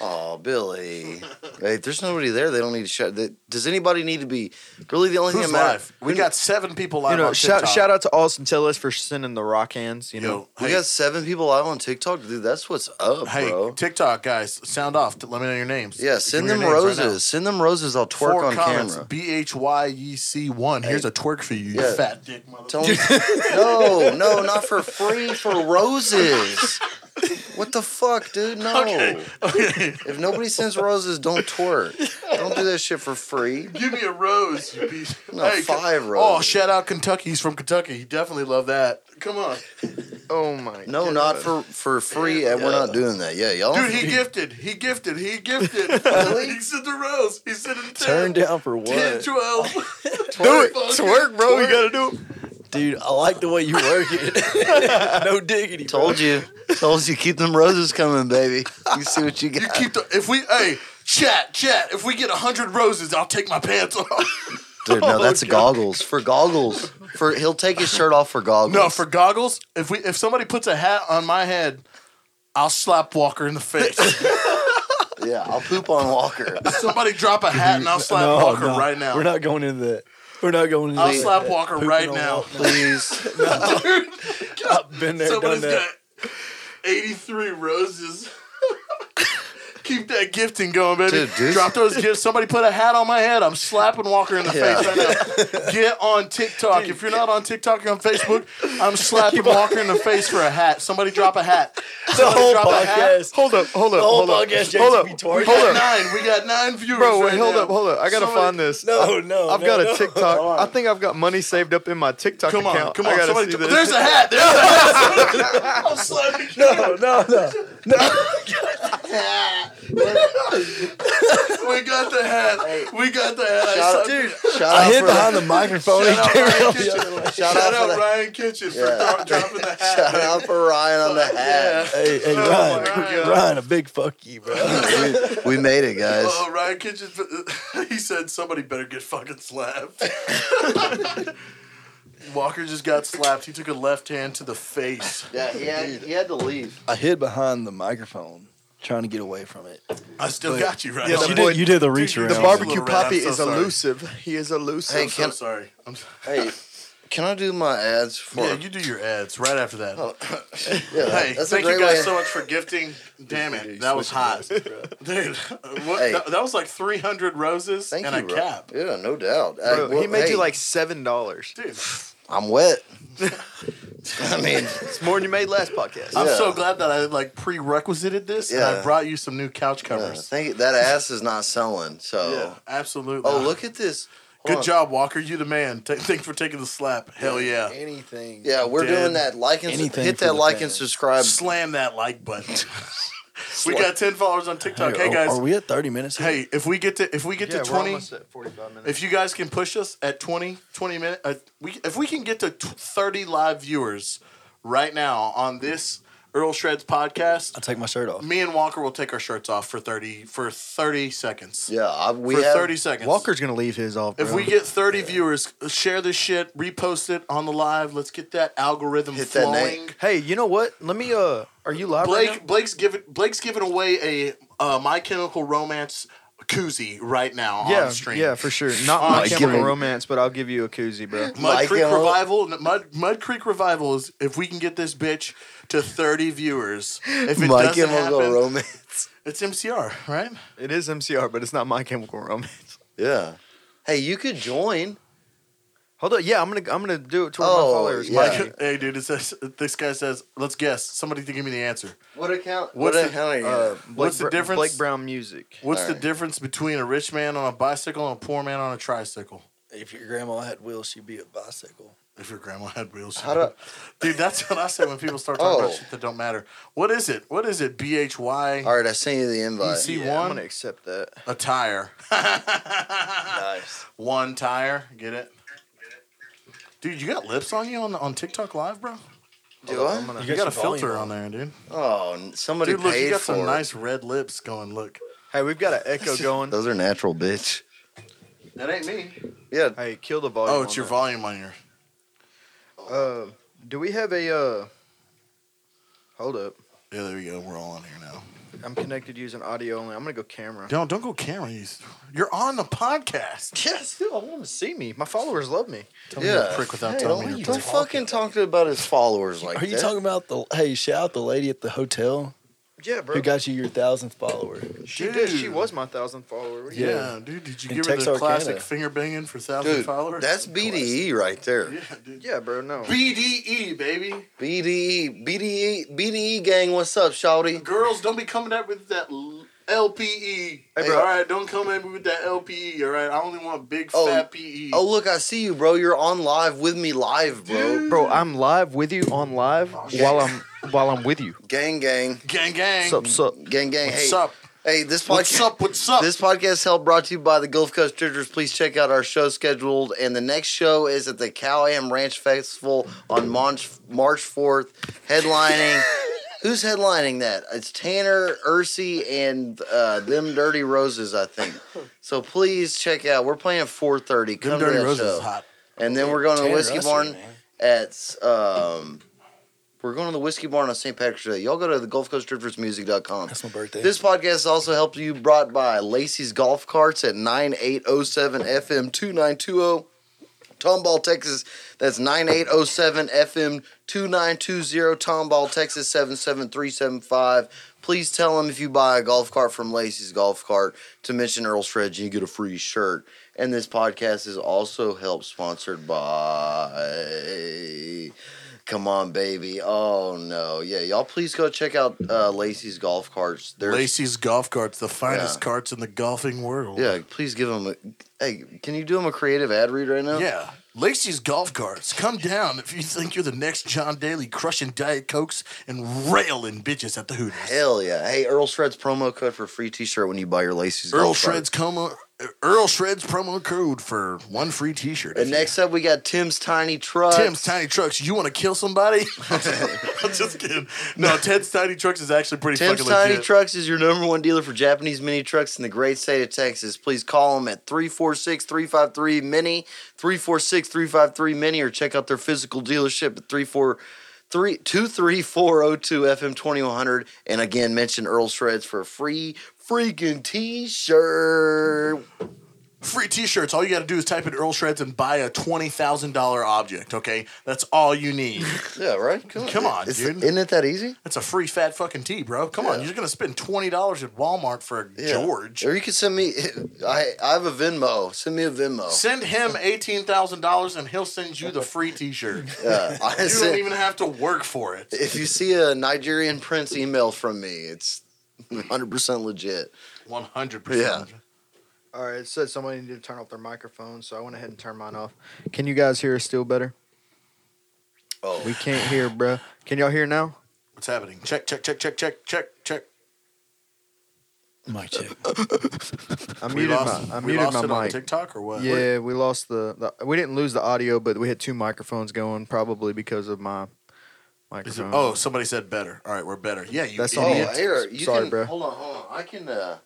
[SPEAKER 5] Oh, Billy. hey, if there's nobody there, they don't need to shout. They, does anybody need to be? Really, the only
[SPEAKER 4] Who's
[SPEAKER 5] thing that matters.
[SPEAKER 4] live? We got seven people live
[SPEAKER 7] You know,
[SPEAKER 4] on
[SPEAKER 7] shout,
[SPEAKER 4] TikTok.
[SPEAKER 7] shout out to Austin Tillis for sending the rock hands. You
[SPEAKER 4] Yo,
[SPEAKER 7] know,
[SPEAKER 5] We
[SPEAKER 4] hey,
[SPEAKER 5] got seven people live on TikTok, dude. That's what's up,
[SPEAKER 4] hey,
[SPEAKER 5] bro.
[SPEAKER 4] TikTok guys, sound off. T- Let me know your names.
[SPEAKER 5] yeah,
[SPEAKER 4] Give
[SPEAKER 5] send
[SPEAKER 4] me your
[SPEAKER 5] them
[SPEAKER 4] names right
[SPEAKER 5] roses.
[SPEAKER 4] now.
[SPEAKER 5] send them roses. I'll twerk
[SPEAKER 4] Four
[SPEAKER 5] on
[SPEAKER 4] comments.
[SPEAKER 5] camera.
[SPEAKER 4] B H Y E C one. Here's a twerk for you, you
[SPEAKER 5] yeah.
[SPEAKER 4] fat dick mother.
[SPEAKER 5] Tell them, no, no, not for free, for roses. What the fuck, dude? No. If nobody sends roses, don't twerk. Don't do that shit for free.
[SPEAKER 4] Give me a rose, you piece.
[SPEAKER 5] No, five
[SPEAKER 4] Oh,
[SPEAKER 5] roses.
[SPEAKER 4] shout out Kentucky. He's from Kentucky. He definitely loved that. Come on,
[SPEAKER 7] oh my.
[SPEAKER 5] No,
[SPEAKER 7] God.
[SPEAKER 5] not for for free. and We're not doing that. Yeah, y'all.
[SPEAKER 4] dude. He gifted. He gifted. He gifted. he sent the rose. He sent it.
[SPEAKER 6] Turn down for
[SPEAKER 4] 10,
[SPEAKER 6] what?
[SPEAKER 4] 12.
[SPEAKER 7] do it. Twerk, bro. You gotta do it.
[SPEAKER 6] Dude, I like the way you work it. no diggity. bro.
[SPEAKER 5] told you, told you, keep them roses coming, baby. You see what you
[SPEAKER 4] You
[SPEAKER 5] got.
[SPEAKER 4] keep the. If we, hey, chat, chat. If we get hundred roses, I'll take my pants off.
[SPEAKER 5] Dude, no, that's goggles for goggles. For he'll take his shirt off for goggles.
[SPEAKER 4] no, for goggles. If we, if somebody puts a hat on my head, I'll slap Walker in the face.
[SPEAKER 5] yeah, I'll poop on Walker.
[SPEAKER 4] somebody drop a hat and I'll slap
[SPEAKER 6] No,
[SPEAKER 4] Walker
[SPEAKER 6] no,
[SPEAKER 4] right now.
[SPEAKER 6] We're not going into that. We're not going into
[SPEAKER 4] I'll
[SPEAKER 6] that.
[SPEAKER 4] slap Walker
[SPEAKER 6] Pooping
[SPEAKER 4] right
[SPEAKER 6] on
[SPEAKER 4] now.
[SPEAKER 6] Walker.
[SPEAKER 5] Please,
[SPEAKER 6] I've been there, done
[SPEAKER 4] Somebody's
[SPEAKER 6] that.
[SPEAKER 4] got 83 roses. Keep that gifting going, baby.
[SPEAKER 5] Dude, this-
[SPEAKER 4] Drop those gifts. Somebody put a hat on my head. I'm slapping Walker in the
[SPEAKER 5] Yeah.
[SPEAKER 4] face right now. Get on TikTok. If you're not on TikTok, you're on Facebook. I'm slapping Walker in the face for a hat. Somebody drop a hat.
[SPEAKER 6] The
[SPEAKER 4] Somebody
[SPEAKER 6] whole
[SPEAKER 4] drop a hat.
[SPEAKER 6] podcast.
[SPEAKER 7] Hold up. Hold up.
[SPEAKER 6] The whole
[SPEAKER 7] Hold up.
[SPEAKER 6] podcast,
[SPEAKER 7] Hold up.
[SPEAKER 6] JCB
[SPEAKER 4] We
[SPEAKER 6] twerk.
[SPEAKER 7] Hold
[SPEAKER 4] got
[SPEAKER 7] up.
[SPEAKER 4] nine. We got nine viewers.
[SPEAKER 7] Bro, wait,
[SPEAKER 4] right
[SPEAKER 7] hold
[SPEAKER 4] now.
[SPEAKER 7] up, hold up. I gotta
[SPEAKER 4] Somebody-
[SPEAKER 7] find this.
[SPEAKER 6] No, no.
[SPEAKER 7] I've
[SPEAKER 6] no,
[SPEAKER 7] got
[SPEAKER 6] no.
[SPEAKER 7] a TikTok. I think I've got money saved up in my TikTok
[SPEAKER 4] Come on,
[SPEAKER 7] account.
[SPEAKER 4] come
[SPEAKER 7] I
[SPEAKER 4] on.
[SPEAKER 7] gotta
[SPEAKER 4] Somebody,
[SPEAKER 7] see this.
[SPEAKER 4] there's a hat. There's a hat. I'm slapping. you.
[SPEAKER 6] No, no, no.
[SPEAKER 4] We got the hat. We got the hat. I
[SPEAKER 5] shout out,
[SPEAKER 4] suck-
[SPEAKER 5] dude. Shout
[SPEAKER 6] I
[SPEAKER 5] out
[SPEAKER 6] hit
[SPEAKER 5] for
[SPEAKER 6] behind
[SPEAKER 5] the,
[SPEAKER 6] the microphone. and
[SPEAKER 4] Shout out
[SPEAKER 6] came
[SPEAKER 4] Ryan
[SPEAKER 6] around
[SPEAKER 4] Kitchen.
[SPEAKER 6] the other way.
[SPEAKER 5] shout,
[SPEAKER 4] Shout
[SPEAKER 5] out,
[SPEAKER 4] out
[SPEAKER 5] for
[SPEAKER 4] Ryan Kitchen
[SPEAKER 5] Yeah.
[SPEAKER 4] for thro- dropping the
[SPEAKER 5] the,
[SPEAKER 4] hat.
[SPEAKER 5] shout out for Ryan on the hat.
[SPEAKER 6] Hey, hey,
[SPEAKER 4] Oh
[SPEAKER 6] Ryan,
[SPEAKER 4] my God.
[SPEAKER 6] Ryan, a big fuck you, bro.
[SPEAKER 5] We made it, guys.
[SPEAKER 4] Oh, Ryan Kitchen. He said somebody better get fucking slapped. Walker just got slapped. He took a left hand to the face.
[SPEAKER 5] Yeah, he had, he had to leave.
[SPEAKER 6] I hid behind the microphone, trying to get away from it.
[SPEAKER 4] I still got you, Ryan.
[SPEAKER 7] Yeah,
[SPEAKER 4] I'm
[SPEAKER 7] the
[SPEAKER 6] you,
[SPEAKER 4] so-
[SPEAKER 7] boy-
[SPEAKER 6] did, you did the reach
[SPEAKER 4] dude,
[SPEAKER 6] around.
[SPEAKER 7] The
[SPEAKER 4] Little
[SPEAKER 7] barbecue
[SPEAKER 4] rat,
[SPEAKER 7] poppy
[SPEAKER 4] I'm so
[SPEAKER 7] is
[SPEAKER 4] sorry.
[SPEAKER 7] elusive. He is elusive.
[SPEAKER 5] Hey,
[SPEAKER 4] I'm so
[SPEAKER 5] can-
[SPEAKER 4] sorry. I'm so-
[SPEAKER 5] Hey, can I do my ads for?
[SPEAKER 4] yeah, you do your ads right after that.
[SPEAKER 5] yeah,
[SPEAKER 4] Hey,
[SPEAKER 5] Oh, that's
[SPEAKER 4] thank
[SPEAKER 5] a great
[SPEAKER 4] you guys
[SPEAKER 5] way.
[SPEAKER 4] so much for gifting. Damn it, that was hot, dude. What,
[SPEAKER 5] Hey.
[SPEAKER 4] that, that was like three hundred roses
[SPEAKER 5] Thank
[SPEAKER 4] and
[SPEAKER 5] you,
[SPEAKER 4] a
[SPEAKER 5] bro.
[SPEAKER 4] cap,
[SPEAKER 5] Yeah, no doubt. Hey,
[SPEAKER 7] Bro,
[SPEAKER 5] well,
[SPEAKER 7] he made
[SPEAKER 5] hey,
[SPEAKER 7] you like seven dollars.
[SPEAKER 4] dude.
[SPEAKER 5] I'm wet. I mean,
[SPEAKER 7] It's more than you made last podcast.
[SPEAKER 4] I'm
[SPEAKER 5] Yeah.
[SPEAKER 4] so glad that I like prerequisited this and I
[SPEAKER 5] Yeah.
[SPEAKER 4] brought you some new couch
[SPEAKER 5] yeah,
[SPEAKER 4] covers.
[SPEAKER 5] thank you. That ass is not selling. So.
[SPEAKER 4] Yeah, absolutely.
[SPEAKER 5] Oh, look at this. Hold
[SPEAKER 4] Good
[SPEAKER 5] on.
[SPEAKER 4] job, Walker. You the man. T- thanks for taking the slap. Hell yeah.
[SPEAKER 6] Anything.
[SPEAKER 5] Yeah, we're
[SPEAKER 4] Dead.
[SPEAKER 5] doing that. Like and
[SPEAKER 6] Anything
[SPEAKER 5] hit
[SPEAKER 6] for
[SPEAKER 5] that
[SPEAKER 6] the
[SPEAKER 5] like and
[SPEAKER 6] fans.
[SPEAKER 5] subscribe.
[SPEAKER 4] Slam that like button. we got ten followers on TikTok. Hey,
[SPEAKER 6] are,
[SPEAKER 4] guys.
[SPEAKER 6] Are we at 30 minutes? here?
[SPEAKER 4] hey, if we get to if we get to twenty, if you guys can push us at 20, 20 minutes, uh, we if we can get to t- thirty live viewers right now on this Earl Shreds podcast,
[SPEAKER 6] I'll take my shirt off.
[SPEAKER 4] me and Walker will take our shirts off for thirty for thirty seconds.
[SPEAKER 5] Yeah, I, we
[SPEAKER 4] for
[SPEAKER 5] have.
[SPEAKER 4] thirty seconds.
[SPEAKER 7] Walker's gonna leave his off.
[SPEAKER 4] If we get 30 viewers, share this shit, repost it on the live. Let's get that algorithm
[SPEAKER 5] Hit that
[SPEAKER 4] flowing.
[SPEAKER 7] hey, you know what? Let me. Uh, are you live? right
[SPEAKER 4] Blake Blake's giving Blake's giving away a uh, My Chemical Romance koozie right now
[SPEAKER 7] yeah,
[SPEAKER 4] on stream.
[SPEAKER 7] yeah, for sure. Not my
[SPEAKER 5] Like,
[SPEAKER 7] chemical
[SPEAKER 5] give me-
[SPEAKER 7] romance, but I'll give you a koozie, bro.
[SPEAKER 4] Mud
[SPEAKER 5] Like
[SPEAKER 4] Creek
[SPEAKER 5] it, huh?
[SPEAKER 4] Revival. Mud Mud Creek Revival is if we can get this bitch to thirty viewers. If it
[SPEAKER 5] My
[SPEAKER 4] doesn't
[SPEAKER 5] Chemical
[SPEAKER 4] happen,
[SPEAKER 5] Romance.
[SPEAKER 4] it's MCR, right?
[SPEAKER 7] It is MCR, but it's not my chemical romance.
[SPEAKER 5] Yeah. Hey, you could join.
[SPEAKER 7] Hold on, yeah, I'm gonna I'm gonna do it towards
[SPEAKER 5] Oh,
[SPEAKER 7] my followers.
[SPEAKER 5] yeah.
[SPEAKER 7] Mike.
[SPEAKER 4] Like, hey, dude, it says this guy says, "Let's guess." Somebody to give me the answer.
[SPEAKER 5] What account?
[SPEAKER 4] What's
[SPEAKER 5] what
[SPEAKER 4] the-
[SPEAKER 5] account are you?
[SPEAKER 7] Uh, Blake
[SPEAKER 4] What's the
[SPEAKER 7] Br-
[SPEAKER 4] difference?
[SPEAKER 7] Blake Brown music.
[SPEAKER 4] What's the
[SPEAKER 5] Alright.
[SPEAKER 4] difference between a rich man on a bicycle and a poor man on a tricycle?
[SPEAKER 6] If your grandma had wheels, she'd be a bicycle.
[SPEAKER 4] If your grandma had wheels,
[SPEAKER 5] How do
[SPEAKER 4] dude, that's what I say when people start talking
[SPEAKER 5] Oh.
[SPEAKER 4] about shit that don't matter. What is it? What is it? B H Y
[SPEAKER 5] All right, I sent you the invite.
[SPEAKER 4] see
[SPEAKER 7] Yeah,
[SPEAKER 4] one?
[SPEAKER 7] I'm gonna accept that.
[SPEAKER 4] a tire.
[SPEAKER 5] Nice.
[SPEAKER 4] One tire. Get it? Dude, you got lips on you on on TikTok Live, bro.
[SPEAKER 5] Do
[SPEAKER 7] I'm
[SPEAKER 5] I?
[SPEAKER 7] gonna-
[SPEAKER 4] You, got a filter on there, dude.
[SPEAKER 5] Oh, n- somebody
[SPEAKER 4] Dude, look,
[SPEAKER 5] paid
[SPEAKER 4] you got
[SPEAKER 5] for
[SPEAKER 4] some
[SPEAKER 5] it.
[SPEAKER 4] nice red lips going. Look,
[SPEAKER 7] Hey, we've got an echo going.
[SPEAKER 5] Those are natural, bitch.
[SPEAKER 4] that ain't me.
[SPEAKER 5] Yeah.
[SPEAKER 7] Hey, kill the volume.
[SPEAKER 4] Oh, it's your volume on your.
[SPEAKER 7] volume. Uh, do we have a uh? Hold up,
[SPEAKER 4] Yeah, there we go. We're all on here now.
[SPEAKER 7] I'm connected using audio only. I'm gonna go camera.
[SPEAKER 4] Don't don't go camera. You, you're on the podcast.
[SPEAKER 7] Yes, dude, I want them to see me. My followers love me.
[SPEAKER 4] Tell me you're
[SPEAKER 5] Yeah.
[SPEAKER 4] a prick without
[SPEAKER 5] Hey,
[SPEAKER 4] telling me
[SPEAKER 5] don't
[SPEAKER 4] you're a
[SPEAKER 5] don't
[SPEAKER 4] prick.
[SPEAKER 5] fucking talk to about his followers like
[SPEAKER 6] Are you
[SPEAKER 5] that.
[SPEAKER 6] talking about the hey? Shout out the lady at the hotel
[SPEAKER 7] Yeah, bro.
[SPEAKER 6] who got you your thousandth follower.
[SPEAKER 7] she did. She was my thousand follower. What do you-
[SPEAKER 4] Yeah, dude. Did you
[SPEAKER 6] In
[SPEAKER 4] give
[SPEAKER 6] Tex
[SPEAKER 4] her the
[SPEAKER 6] Arcana.
[SPEAKER 4] classic finger banging for thousand
[SPEAKER 5] Dude,
[SPEAKER 4] followers?
[SPEAKER 5] that's BDE right there.
[SPEAKER 4] Yeah, dude.
[SPEAKER 7] Yeah, bro. No.
[SPEAKER 4] BDE baby.
[SPEAKER 5] BDE, BDE, BDE E gang, what's up, shawty?
[SPEAKER 4] Girls, don't be coming at me with that l- LPE.
[SPEAKER 7] bro.
[SPEAKER 4] All right, don't come at me with that LPE. All right, I only want big
[SPEAKER 5] Oh,
[SPEAKER 4] fat E. PE.
[SPEAKER 5] Oh, look, I see you, bro. You're on live with me live, bro.
[SPEAKER 7] Bro, I'm live with you on live while I'm while I'm with you.
[SPEAKER 5] Gang, gang.
[SPEAKER 4] gang, gang.
[SPEAKER 7] Sup, sup.
[SPEAKER 5] Gang, gang.
[SPEAKER 4] What's
[SPEAKER 5] hey,
[SPEAKER 4] up?
[SPEAKER 5] hey, this
[SPEAKER 4] What's
[SPEAKER 5] podcast,
[SPEAKER 4] up? What's
[SPEAKER 6] Oh.
[SPEAKER 4] up?
[SPEAKER 5] this podcast help brought to you by the Gulf Coast Drifters. Please check out our show scheduled, and the next show is at the Cal Am Ranch Festival on March March fourth. Headlining, who's headlining that? It's Tanner, Ursi, and uh, them Dirty Roses, I think. So please check out. We're playing at four thirty. Come to that show. And then we're going to the
[SPEAKER 6] Tanner
[SPEAKER 5] Whiskey
[SPEAKER 6] Usher,
[SPEAKER 5] Barn
[SPEAKER 6] man.
[SPEAKER 5] at um we're going to the Whiskey Barn on St. Patrick's Day. Y'all go to the Gulf Coast Driftersmusic.com.
[SPEAKER 6] That's my birthday.
[SPEAKER 5] This podcast is also helped you brought by Lacey's Golf Carts at 9807 FM 2920, oh. Tomball, Texas. That's 9807 FM 2920, Tomball, Texas 77375. Please tell them if you buy a golf cart from Lacey's Golf Cart to mention Earl Shred, you get a free shirt. And this podcast is also helped sponsored by Come on, baby. Oh no, yeah. Y'all, please go check out uh, Lacey's golf carts. They're
[SPEAKER 4] Lacey's golf carts, the finest
[SPEAKER 5] Yeah.
[SPEAKER 4] carts in the golfing world.
[SPEAKER 5] yeah. Please give them. A, hey, can you do them a creative ad read right now?
[SPEAKER 4] Yeah. Lacey's golf carts. Come down if you think you're the next John Daly crushing Diet Cokes and railing bitches at the Hooters.
[SPEAKER 5] Hell yeah. Hey, Earl Shreds promo code for a free T-shirt when you buy your Lacey's
[SPEAKER 4] Earl
[SPEAKER 5] golf cart.
[SPEAKER 4] Shreds como, Earl Shreds promo code for one free T-shirt.
[SPEAKER 5] And next up, we got Tim's Tiny Truck.
[SPEAKER 4] Tim's Tiny Trucks. You want to kill somebody? I'm just kidding. No, Ted's Tiny Trucks is actually pretty
[SPEAKER 5] Tim's
[SPEAKER 4] fucking
[SPEAKER 5] Tiny
[SPEAKER 4] legit.
[SPEAKER 5] Trucks is your number one dealer for Japanese mini trucks in the great state of Texas. Please call them at 346 353 Mini, 346 353 Mini, or check out their physical dealership at 343 23402 FM 2100. And again, mention Earl Shreds for a free freaking t shirt.
[SPEAKER 4] Free T-shirts. All you got to do is type in Earl Shreds and buy a twenty thousand dollar object. Okay, that's all you need.
[SPEAKER 5] Yeah, right?
[SPEAKER 4] Come on,
[SPEAKER 5] It's-
[SPEAKER 4] dude.
[SPEAKER 5] Isn't it that easy?
[SPEAKER 4] That's a free fat fucking tee, bro. Come on, you're gonna spend twenty dollars at Walmart for a
[SPEAKER 5] Yeah.
[SPEAKER 4] George.
[SPEAKER 5] Or you can send me, I, I have a Venmo. Send me a Venmo.
[SPEAKER 4] Send him eighteen thousand dollars and he'll send you the free T-shirt.
[SPEAKER 5] Yeah, I
[SPEAKER 4] You
[SPEAKER 5] send-
[SPEAKER 4] don't even have to work for it.
[SPEAKER 5] if you see a Nigerian prince email from me, it's 100% legit.
[SPEAKER 4] One hundred percent.
[SPEAKER 7] All right, it said somebody needed to turn off their microphone, so I went ahead and turned mine off. Can you guys hear us still better?
[SPEAKER 5] Oh.
[SPEAKER 7] We can't hear, bro. Can y'all hear now?
[SPEAKER 4] What's happening? Check, check, check, check, check, check, check.
[SPEAKER 6] Mic check.
[SPEAKER 7] I
[SPEAKER 4] We
[SPEAKER 7] muted
[SPEAKER 4] lost.
[SPEAKER 7] my I
[SPEAKER 4] we
[SPEAKER 7] muted
[SPEAKER 4] lost it
[SPEAKER 7] my
[SPEAKER 4] on
[SPEAKER 7] mic.
[SPEAKER 4] TikTok or what?
[SPEAKER 7] Yeah, we lost the, the we didn't lose the audio, but we had two microphones going probably because of my
[SPEAKER 4] Is it-
[SPEAKER 7] microphone.
[SPEAKER 4] oh, somebody said better. All right, we're better. Yeah, you
[SPEAKER 7] That's
[SPEAKER 4] That's
[SPEAKER 7] all
[SPEAKER 4] idiot.
[SPEAKER 5] Oh, here, you
[SPEAKER 7] Sorry,
[SPEAKER 5] can,
[SPEAKER 7] bro.
[SPEAKER 5] Hold on, hold on. I can uh,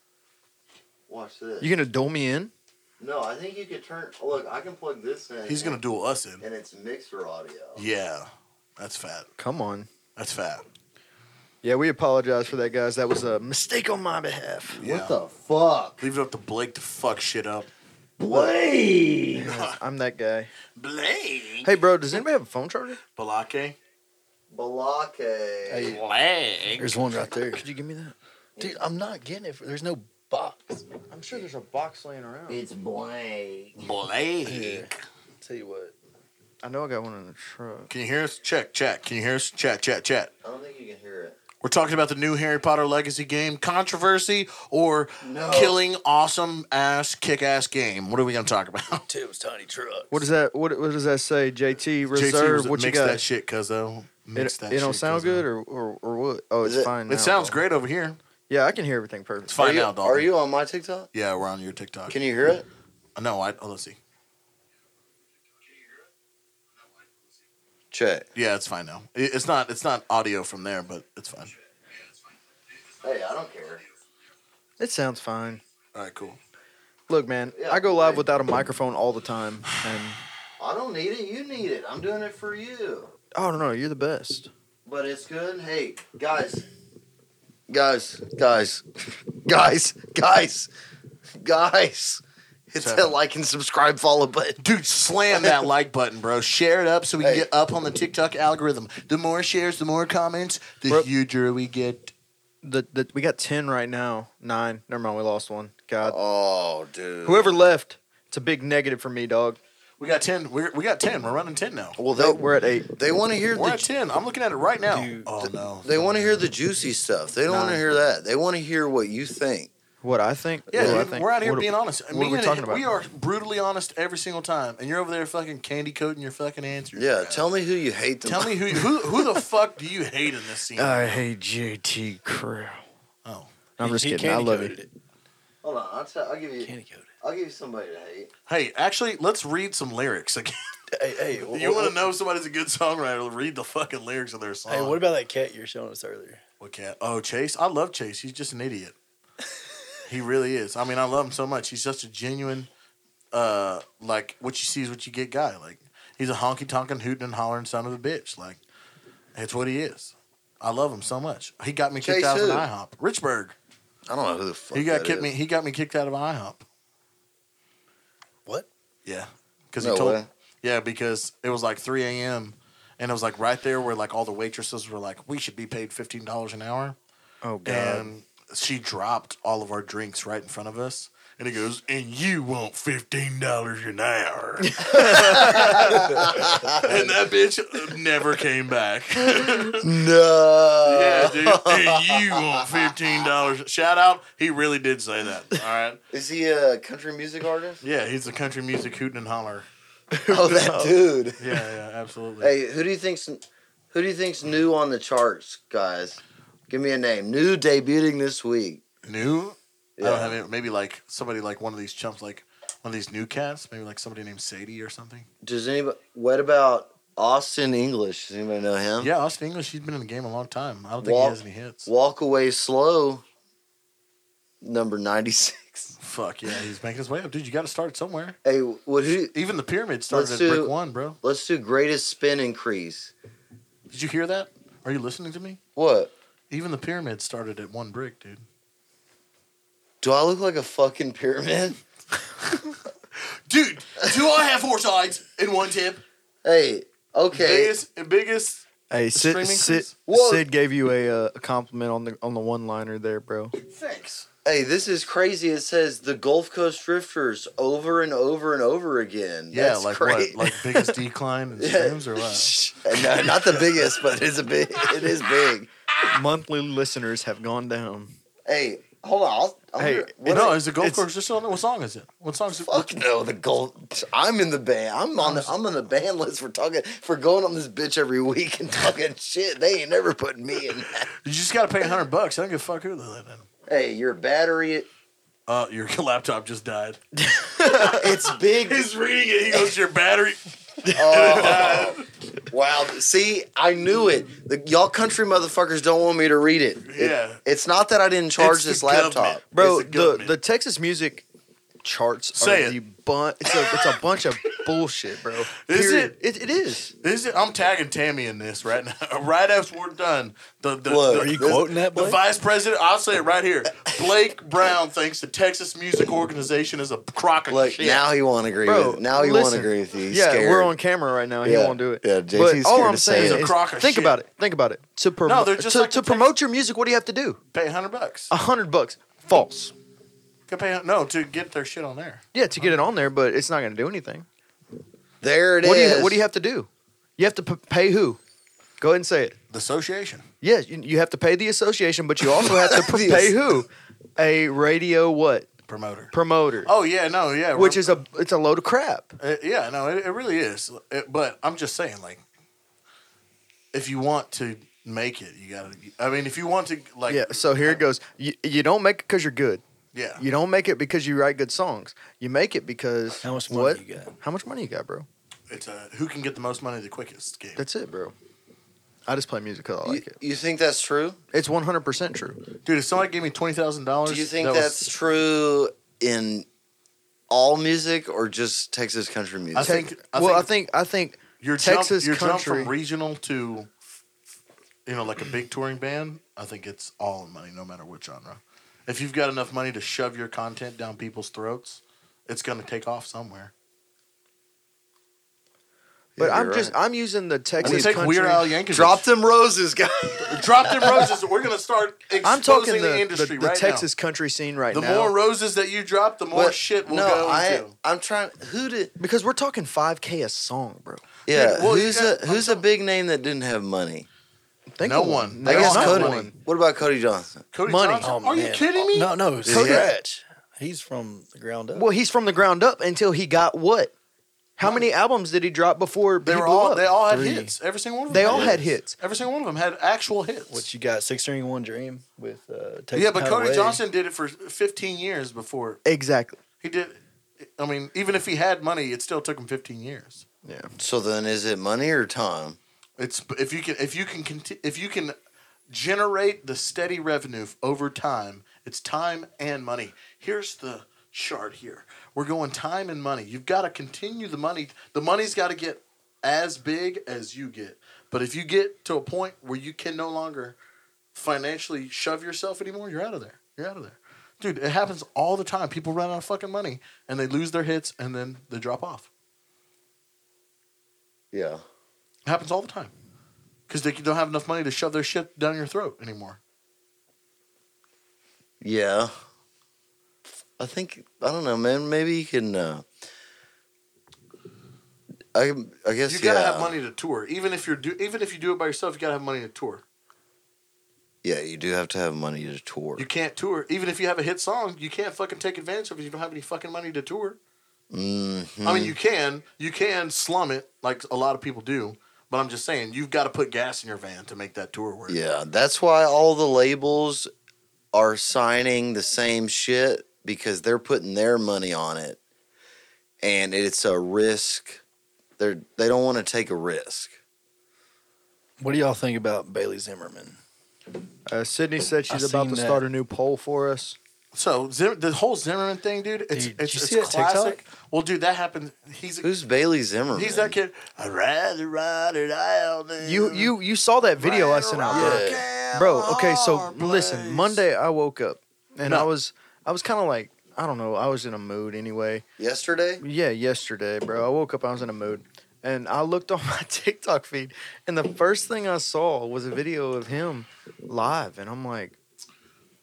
[SPEAKER 5] watch this.
[SPEAKER 7] you gonna dole me in?
[SPEAKER 5] no, I think you could turn. Look, I can plug this in.
[SPEAKER 4] He's gonna duel us in.
[SPEAKER 5] And it's mixer audio.
[SPEAKER 4] Yeah, that's fat.
[SPEAKER 7] Come on,
[SPEAKER 4] That's fat.
[SPEAKER 7] Yeah, we apologize for that, guys. That was a mistake on my behalf.
[SPEAKER 4] Yeah.
[SPEAKER 2] What the fuck?
[SPEAKER 4] Leave it up to Blake to fuck shit up.
[SPEAKER 2] Wait.
[SPEAKER 7] Yes, I'm that guy.
[SPEAKER 4] Blake.
[SPEAKER 7] Hey, bro, does anybody have a phone charger?
[SPEAKER 4] Balake.
[SPEAKER 2] Balake.
[SPEAKER 6] There's one right there.
[SPEAKER 7] Could you give me that?
[SPEAKER 6] Dude, I'm not getting it. There's no box.
[SPEAKER 7] I'm sure there's a box laying around.
[SPEAKER 2] It's Blake.
[SPEAKER 4] Blake.
[SPEAKER 6] Tell you what.
[SPEAKER 7] I know I got one in the truck.
[SPEAKER 4] Can you hear us? Check, check. Can you hear us? Chat, chat, chat.
[SPEAKER 2] I don't think you can hear it.
[SPEAKER 4] We're talking about the new Harry Potter Legacy game controversy or killing awesome ass kick ass game. What are we gonna talk about?
[SPEAKER 6] Tim's tiny truck.
[SPEAKER 7] What does that? What, what does that say? JT reserve.
[SPEAKER 4] was-
[SPEAKER 7] what you
[SPEAKER 4] mix
[SPEAKER 7] got?
[SPEAKER 4] that shit, cuzzo. Mix
[SPEAKER 7] it
[SPEAKER 4] that
[SPEAKER 7] it don't
[SPEAKER 4] shit,
[SPEAKER 7] sound
[SPEAKER 4] cuzzo.
[SPEAKER 7] good, or, or or what? Oh, it's
[SPEAKER 5] Is it-
[SPEAKER 7] fine. now,
[SPEAKER 4] It sounds
[SPEAKER 7] though.
[SPEAKER 4] great over here.
[SPEAKER 7] Yeah, I can hear everything
[SPEAKER 4] Let's
[SPEAKER 7] perfect.
[SPEAKER 4] find
[SPEAKER 5] you,
[SPEAKER 4] out, dog.
[SPEAKER 5] Are you on my TikTok?
[SPEAKER 4] Yeah, we're on your TikTok.
[SPEAKER 5] Can you hear it?
[SPEAKER 4] no, I. Oh, let's see.
[SPEAKER 5] Check.
[SPEAKER 4] Yeah, it's fine now. It- It's not. It's not audio from there, but it's fine.
[SPEAKER 5] Hey, I don't care.
[SPEAKER 7] It sounds fine.
[SPEAKER 4] All right, cool.
[SPEAKER 7] Look, man,
[SPEAKER 5] Yeah,
[SPEAKER 7] I go live
[SPEAKER 5] hey.
[SPEAKER 7] without a microphone all the time, and
[SPEAKER 5] I don't need it. You need it. I'm doing it for you.
[SPEAKER 7] oh no, no, you're the best.
[SPEAKER 5] But it's good. Hey, guys. Guys, guys, guys, guys, guys. Hit that
[SPEAKER 4] Seven.
[SPEAKER 5] like and subscribe follow button.
[SPEAKER 4] Dude, slam that like button, bro. Share it up so we
[SPEAKER 5] Hey.
[SPEAKER 4] can get up on the TikTok algorithm. The more shares, the more comments, the
[SPEAKER 7] Bro-
[SPEAKER 4] huger we get.
[SPEAKER 7] The, the we got ten right now. Nine. Never mind, we lost one. God,
[SPEAKER 5] Oh, dude.
[SPEAKER 7] whoever left, it's a big negative for me, dog.
[SPEAKER 4] We got ten. We're, we got ten. We're running ten now.
[SPEAKER 5] Well,
[SPEAKER 7] Nope,
[SPEAKER 5] they,
[SPEAKER 7] we're at eight.
[SPEAKER 5] they want to hear
[SPEAKER 4] We're
[SPEAKER 5] the
[SPEAKER 4] at ten. I'm looking at it right now.
[SPEAKER 6] Dude.
[SPEAKER 4] oh no.
[SPEAKER 5] They want to hear the juicy stuff. They don't want to
[SPEAKER 4] Nine.
[SPEAKER 5] hear that. They want to hear what you think.
[SPEAKER 7] What I think?
[SPEAKER 4] Yeah,
[SPEAKER 7] What do I
[SPEAKER 4] dude,
[SPEAKER 7] think?
[SPEAKER 4] we're out here
[SPEAKER 7] What do-
[SPEAKER 4] being honest.
[SPEAKER 7] what are we talking about?
[SPEAKER 4] We are brutally honest every single time, and you're over there fucking candy coating your fucking answers.
[SPEAKER 5] Yeah,
[SPEAKER 4] bro.
[SPEAKER 5] tell me who you hate. The
[SPEAKER 4] tell me who who who the fuck do you hate in this scene?
[SPEAKER 7] I hate JT Crow.
[SPEAKER 4] Oh.
[SPEAKER 7] I'm just kidding. I love you.
[SPEAKER 5] Hold on, I'll, tell, I'll give you.
[SPEAKER 6] Candy coated.
[SPEAKER 5] I'll give you somebody to hate.
[SPEAKER 4] hey, actually, let's read some lyrics again.
[SPEAKER 6] Hey, hey. wh-
[SPEAKER 4] you
[SPEAKER 6] wh-
[SPEAKER 4] want to know if somebody's a good songwriter? Read the fucking lyrics of their song.
[SPEAKER 6] Hey, what about that cat you were showing us earlier?
[SPEAKER 4] What cat? Oh, Chase. I love Chase. He's just an idiot. he really is. I mean, I love him so much. He's such a genuine, uh, like what you see is what you get guy. Like he's a honky tonkin' hootin' and hollering son of a bitch. Like it's what he is. I love him so much. He got me kicked
[SPEAKER 5] Chase
[SPEAKER 4] out of
[SPEAKER 5] who?
[SPEAKER 4] an IHOP. Richburg.
[SPEAKER 5] I don't know who the fuck.
[SPEAKER 4] he got
[SPEAKER 5] that
[SPEAKER 4] kicked
[SPEAKER 5] is.
[SPEAKER 4] me. He got me kicked out of IHOP.
[SPEAKER 6] What?
[SPEAKER 4] Yeah, because
[SPEAKER 5] No
[SPEAKER 4] he told.
[SPEAKER 5] way.
[SPEAKER 4] Yeah, because it was like 3 a.m. and it was like right there where like all the waitresses were like, we should be paid fifteen dollars an hour
[SPEAKER 7] Oh God.
[SPEAKER 4] and she dropped all of our drinks right in front of us. And he goes, and you want fifteen dollars an hour, and that bitch never came back.
[SPEAKER 5] No.
[SPEAKER 4] yeah, dude, and you want fifteen dollars? Shout out, he really did say that. All right,
[SPEAKER 5] Is he a country music artist?
[SPEAKER 4] yeah, he's a country music hootin' and holler.
[SPEAKER 5] oh, that dude.
[SPEAKER 4] Yeah, yeah, absolutely.
[SPEAKER 5] Hey, who do you think's who do you think's new on the charts, guys? Give me a name. New debuting this week.
[SPEAKER 4] New? I
[SPEAKER 5] Yeah.
[SPEAKER 4] don't have it. Maybe like somebody like one of these chumps, like one of these new cats. Maybe like somebody named Sadie or something.
[SPEAKER 5] Does anybody? What about Austin English? Does anybody know him?
[SPEAKER 4] Yeah, Austin English. He's been in the game a long time. I don't think
[SPEAKER 5] Walt-
[SPEAKER 4] he has any hits.
[SPEAKER 5] Walk away slow. Number ninety six.
[SPEAKER 4] Fuck yeah, he's making his way up, dude. You got to start somewhere.
[SPEAKER 5] Hey, would who?
[SPEAKER 4] Even the pyramid started
[SPEAKER 5] Let's
[SPEAKER 4] at
[SPEAKER 5] do-
[SPEAKER 4] brick one, bro.
[SPEAKER 5] Let's do greatest spin increase.
[SPEAKER 4] Did you hear that? Are you listening to me?
[SPEAKER 5] What?
[SPEAKER 4] Even the pyramid started at one brick, dude.
[SPEAKER 5] Do I look like a fucking pyramid?
[SPEAKER 4] Dude, do I have four sides in one tip?
[SPEAKER 5] Hey, okay.
[SPEAKER 4] Biggest, biggest.
[SPEAKER 7] Hey, Sid,
[SPEAKER 4] streaming
[SPEAKER 7] Sid,
[SPEAKER 4] cruise?
[SPEAKER 5] Whoa.
[SPEAKER 7] Sid gave you a, uh, a compliment on the on the one liner there, bro.
[SPEAKER 4] Thanks.
[SPEAKER 5] Hey, this is crazy. It says the Gulf Coast drifters over and over and over again.
[SPEAKER 4] Yeah,
[SPEAKER 5] That's
[SPEAKER 4] like
[SPEAKER 5] great.
[SPEAKER 4] what? Like biggest decline in
[SPEAKER 5] Yeah.
[SPEAKER 4] streams or what?
[SPEAKER 5] no, not the biggest, but it's a big. It is big.
[SPEAKER 7] Monthly listeners have gone down.
[SPEAKER 5] Hey, hold on. I'll, I'll
[SPEAKER 7] Hey,
[SPEAKER 5] hear-
[SPEAKER 4] You
[SPEAKER 5] what
[SPEAKER 4] know,
[SPEAKER 5] is-
[SPEAKER 4] is the golf
[SPEAKER 7] it's-
[SPEAKER 4] course just on there? What song is it? What song is it?
[SPEAKER 5] fuck no. The Gulf. I'm in the band. I'm on. The, I'm on the band list for talking for going on this bitch every week and talking shit. They ain't never putting me in. That.
[SPEAKER 4] You just got to pay hundred bucks. I don't give a fuck who they live in.
[SPEAKER 5] Hey, your battery.
[SPEAKER 4] Uh, your laptop just died.
[SPEAKER 5] It's big.
[SPEAKER 4] He's reading it. He goes, "Your battery."
[SPEAKER 5] Oh, wow. See, I knew it. The, y'all country motherfuckers don't want me to read it. It-
[SPEAKER 4] Yeah.
[SPEAKER 5] It's not that I didn't charge
[SPEAKER 4] It's the
[SPEAKER 5] this laptop.
[SPEAKER 4] government. It's the
[SPEAKER 7] Bro, Oh, the,
[SPEAKER 4] government.
[SPEAKER 7] the Texas music charts
[SPEAKER 4] Say
[SPEAKER 7] are
[SPEAKER 4] it.
[SPEAKER 7] the bun- it's a it's a bunch of bullshit, bro.
[SPEAKER 4] Is
[SPEAKER 7] Period. it? It is.
[SPEAKER 4] This is, I'm tagging Tammy in this right now. Right after we're done, the, the,
[SPEAKER 5] Look,
[SPEAKER 4] the-
[SPEAKER 5] are
[SPEAKER 6] you
[SPEAKER 4] the-
[SPEAKER 6] quoting that,
[SPEAKER 4] The
[SPEAKER 6] Blake?
[SPEAKER 4] vice president, I'll say it right here. Blake Brown thinks the Texas Music Organization is a crock of
[SPEAKER 5] Look,
[SPEAKER 4] shit.
[SPEAKER 5] now he won't agree
[SPEAKER 7] Bro,
[SPEAKER 5] with. Now he won't
[SPEAKER 7] listen.
[SPEAKER 5] agree with you. He's
[SPEAKER 7] yeah,
[SPEAKER 5] scared.
[SPEAKER 7] we're on camera right now. He
[SPEAKER 5] Yeah.
[SPEAKER 7] won't do it.
[SPEAKER 5] Yeah,
[SPEAKER 7] JT's
[SPEAKER 5] JT's
[SPEAKER 7] but all
[SPEAKER 5] scared
[SPEAKER 7] I'm
[SPEAKER 5] to say
[SPEAKER 7] saying
[SPEAKER 5] it.
[SPEAKER 7] is,
[SPEAKER 5] He's a
[SPEAKER 4] crock of
[SPEAKER 7] think
[SPEAKER 4] shit.
[SPEAKER 7] about it. Think about it. To promote,
[SPEAKER 4] they're just
[SPEAKER 7] to,
[SPEAKER 4] like the
[SPEAKER 7] to
[SPEAKER 4] Tex-
[SPEAKER 7] promote your music, what do you have to do?
[SPEAKER 4] pay hundred bucks.
[SPEAKER 7] A hundred bucks. False.
[SPEAKER 4] Go pay no to get their shit on there.
[SPEAKER 7] Yeah, to get it on there, but it's not going to do anything.
[SPEAKER 5] there it is.
[SPEAKER 7] What do you What do you have to do? You have to p- pay who? Go ahead and say it.
[SPEAKER 4] The association.
[SPEAKER 7] Yeah, you, you have to pay the association, but you also have to p-
[SPEAKER 5] The
[SPEAKER 7] pay who? A radio what
[SPEAKER 4] Promoter.
[SPEAKER 7] promoter,
[SPEAKER 4] Oh yeah, no, yeah.
[SPEAKER 7] which
[SPEAKER 4] we're-
[SPEAKER 7] is a it's a load of crap.
[SPEAKER 4] uh, yeah, no, it, it really is. It- but I'm just saying, like, if you want to make it, you gotta. I mean, if you want to, like,
[SPEAKER 7] yeah. So here it goes. You, you don't make it because you're good.
[SPEAKER 4] yeah.
[SPEAKER 7] You don't make it because you write good songs. You make it because
[SPEAKER 6] How much money
[SPEAKER 7] what?
[SPEAKER 6] you got?
[SPEAKER 7] How much money you got, bro?
[SPEAKER 4] It's a who can get the most money the quickest game.
[SPEAKER 7] That's it, bro. I just play music because I
[SPEAKER 5] You,
[SPEAKER 7] like it.
[SPEAKER 5] you think that's true?
[SPEAKER 7] It's 100% true.
[SPEAKER 4] Dude, if somebody gave me twenty thousand dollars,
[SPEAKER 5] Do you think that's true in all music or just Texas country music?
[SPEAKER 4] I think. I
[SPEAKER 7] well,
[SPEAKER 4] think
[SPEAKER 7] I think
[SPEAKER 4] your
[SPEAKER 7] Texas
[SPEAKER 4] jump, your jump
[SPEAKER 7] country-
[SPEAKER 4] from regional to, you know, like a big touring band. I think it's all in money, no matter what genre. If you've got enough money to shove your content down people's throats, it's going to take off somewhere.
[SPEAKER 7] but
[SPEAKER 5] Yeah,
[SPEAKER 7] I'm
[SPEAKER 5] you're
[SPEAKER 7] just
[SPEAKER 5] right.
[SPEAKER 7] I'm using the
[SPEAKER 4] I'm
[SPEAKER 7] Texas
[SPEAKER 4] going to take
[SPEAKER 7] country.
[SPEAKER 4] Weird Al Yankovic.
[SPEAKER 5] Drop them roses, guys.
[SPEAKER 4] drop them roses. We're going to start exposing
[SPEAKER 7] I'm talking the,
[SPEAKER 4] the, industry
[SPEAKER 7] the, the
[SPEAKER 4] right
[SPEAKER 7] Texas country scene right
[SPEAKER 4] now. The
[SPEAKER 7] now.
[SPEAKER 4] more roses that you drop, the more
[SPEAKER 5] But
[SPEAKER 4] shit we'll
[SPEAKER 5] no,
[SPEAKER 4] go
[SPEAKER 5] I,
[SPEAKER 4] into.
[SPEAKER 5] I'm trying. Who did?
[SPEAKER 7] because we're talking 5K a song, bro.
[SPEAKER 5] Yeah,
[SPEAKER 4] Yeah, well,
[SPEAKER 5] who's
[SPEAKER 4] yeah,
[SPEAKER 5] a who's a big name that didn't have money?
[SPEAKER 7] Think
[SPEAKER 4] No
[SPEAKER 7] of
[SPEAKER 4] one.
[SPEAKER 7] No
[SPEAKER 5] I guess
[SPEAKER 7] one.
[SPEAKER 5] Cody.
[SPEAKER 7] No
[SPEAKER 4] money.
[SPEAKER 5] What about Cody Johnson?
[SPEAKER 4] Cody
[SPEAKER 7] money.
[SPEAKER 4] Johnson,
[SPEAKER 6] Oh,
[SPEAKER 4] are you
[SPEAKER 6] man.
[SPEAKER 4] kidding me?
[SPEAKER 6] No, no,
[SPEAKER 5] he?
[SPEAKER 6] scratch. He's from the ground up.
[SPEAKER 7] Well, he's from the ground up until he got what? How many albums did he drop before
[SPEAKER 4] They
[SPEAKER 7] he
[SPEAKER 4] were
[SPEAKER 7] blew
[SPEAKER 4] all
[SPEAKER 7] up?
[SPEAKER 4] they all had
[SPEAKER 6] Three.
[SPEAKER 4] hits. Every single one of them.
[SPEAKER 7] They all had hits.
[SPEAKER 4] Every single one of them had actual hits.
[SPEAKER 6] What you got? Six string, one dream with uh, Texas
[SPEAKER 4] yeah, but Cody
[SPEAKER 6] Highway.
[SPEAKER 4] Johnson did it for 15 years before
[SPEAKER 7] Exactly.
[SPEAKER 4] he did. I mean, even if he had money, it still took him 15 years.
[SPEAKER 5] So then, is it money or time?
[SPEAKER 4] It's if you can if you can conti- if you can generate the steady revenue f- over time, it's time and money. Here's the chart here. We're going time and money. You've got to continue the money. The money's got to get as big as you get. But if you get to a point where you can no longer financially shove yourself anymore, you're out of there. You're out of there. Dude, it happens all the time. People run out of fucking money and they lose their hits and then they drop off.
[SPEAKER 5] Yeah.
[SPEAKER 4] It happens all the time. Because they don't have enough money to shove their shit down your throat anymore.
[SPEAKER 5] Yeah. I think I don't know, man. Maybe you can. Uh, I I guess
[SPEAKER 4] You gotta
[SPEAKER 5] yeah.
[SPEAKER 4] have money to tour, even if you're do, even if you do it by yourself. You gotta have money to tour.
[SPEAKER 5] Yeah, you do have to have money to tour.
[SPEAKER 4] You can't tour, even if you have a hit song. You can't fucking take advantage of it. if You don't have any fucking money to tour.
[SPEAKER 5] Mhm.
[SPEAKER 4] I
[SPEAKER 6] Mm.
[SPEAKER 4] mean, you can, you can slum it like a lot of people do, but I'm just saying you've got to put gas in your van to make that tour work.
[SPEAKER 5] Yeah, that's why all the labels are signing the same shit because they're putting their money on it, and it's a risk. They're they don't want to take a risk.
[SPEAKER 6] What do y'all think about Bailey Zimmerman?
[SPEAKER 7] Uh, Sydney said she's
[SPEAKER 6] I
[SPEAKER 7] about
[SPEAKER 6] seen
[SPEAKER 7] to
[SPEAKER 6] that.
[SPEAKER 7] start a new poll for us.
[SPEAKER 4] So Zim, the whole Zimmerman thing, dude, it's
[SPEAKER 6] Dude,
[SPEAKER 4] it's,
[SPEAKER 6] did you
[SPEAKER 4] it's
[SPEAKER 6] see that TikTok?
[SPEAKER 4] classic. Well, dude, that happened. He's a,
[SPEAKER 5] Who's Bailey Zimmerman?
[SPEAKER 4] he's that kid. I'd rather ride it out. than
[SPEAKER 7] You you you saw that video I sent out, bro.
[SPEAKER 4] rock and
[SPEAKER 7] Bro, okay, so
[SPEAKER 4] hard place.
[SPEAKER 7] listen. Monday I woke up and I
[SPEAKER 4] No.
[SPEAKER 7] was I was kind of like I don't know. I was in a mood anyway.
[SPEAKER 5] Yesterday,
[SPEAKER 7] Yeah, yesterday, bro. I woke up. I was in a mood, and I looked on my TikTok feed, and the first thing I saw was a video of him live, and I'm like,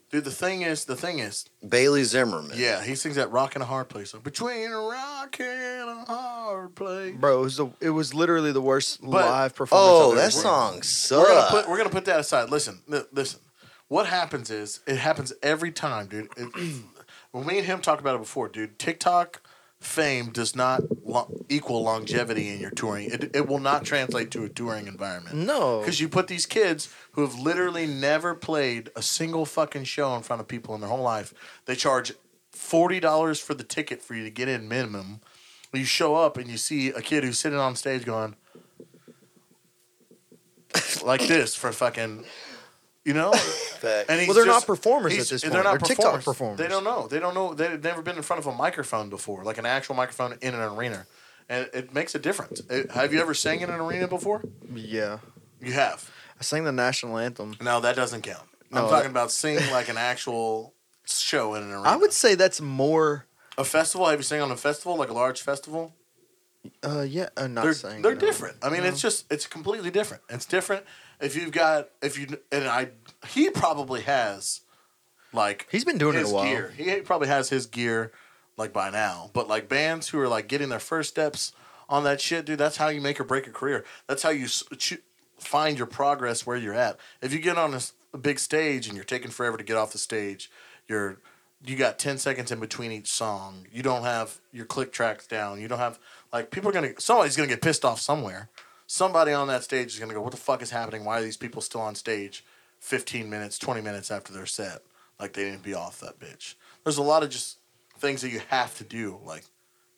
[SPEAKER 4] Dude, the thing is, the thing is,
[SPEAKER 5] Bailey Zimmerman.
[SPEAKER 4] yeah, he sings that rock and a hard place. Like, Between a rock and a hard place.
[SPEAKER 7] bro, it was the, it was literally the worst
[SPEAKER 4] But-
[SPEAKER 7] live performance.
[SPEAKER 5] Oh,
[SPEAKER 7] I've
[SPEAKER 5] that
[SPEAKER 7] ever seen.
[SPEAKER 5] song
[SPEAKER 4] We're gonna
[SPEAKER 5] sucks.
[SPEAKER 4] put we're gonna put that aside. Listen, li- listen. What happens is it happens every time, dude. It, well, me and him talked about it before, dude. TikTok fame does not lo- equal longevity in your touring. It, it will not translate to a touring environment.
[SPEAKER 7] No,
[SPEAKER 4] Because you put these kids who have literally never played a single fucking show in front of people in their whole life. They charge forty dollars for the ticket for you to get in minimum. You show up and you see a kid who's sitting on stage going like this for fucking, you know. And he's
[SPEAKER 7] well, they're
[SPEAKER 4] just-
[SPEAKER 7] not performers at
[SPEAKER 4] he's-
[SPEAKER 7] this
[SPEAKER 4] they're
[SPEAKER 7] point.
[SPEAKER 4] not
[SPEAKER 7] TikTok performers.
[SPEAKER 4] They don't know. They don't know. They've never been in front of a microphone before, like an actual microphone in an arena. and it makes a difference. It- have you ever sang in an arena before?
[SPEAKER 7] Yeah.
[SPEAKER 4] You have.
[SPEAKER 7] I sang the national anthem.
[SPEAKER 4] No, that doesn't count. I'm
[SPEAKER 7] No,
[SPEAKER 4] talking
[SPEAKER 7] that-
[SPEAKER 4] about singing like an actual show in an arena.
[SPEAKER 7] I would say that's more.
[SPEAKER 4] a festival. Have you sang on a festival, like a large festival?
[SPEAKER 7] Uh, yeah, uh, not
[SPEAKER 4] they're
[SPEAKER 7] saying
[SPEAKER 4] they're
[SPEAKER 7] no.
[SPEAKER 4] different. I mean, it's just it's completely different. It's different if you've got if you and I. He probably has like
[SPEAKER 7] He's been doing it
[SPEAKER 4] his
[SPEAKER 7] a while.
[SPEAKER 4] gear. He probably has his gear like by now. But like bands who are like getting their first steps on that shit, dude. That's how you make or break a career. That's how you s- cho- find your progress where you're at. If you get on a, s- a big stage and you're taking forever to get off the stage, you're you got 10 seconds in between each song. You don't have your click tracks down. You don't have like people are going to somebody's going to get pissed off somewhere. Somebody on that stage is going to go, "What the fuck is happening? Why are these people still on stage 15 minutes, 20 minutes after their set?" Like they didn't be off that bitch. There's a lot of just things that you have to do like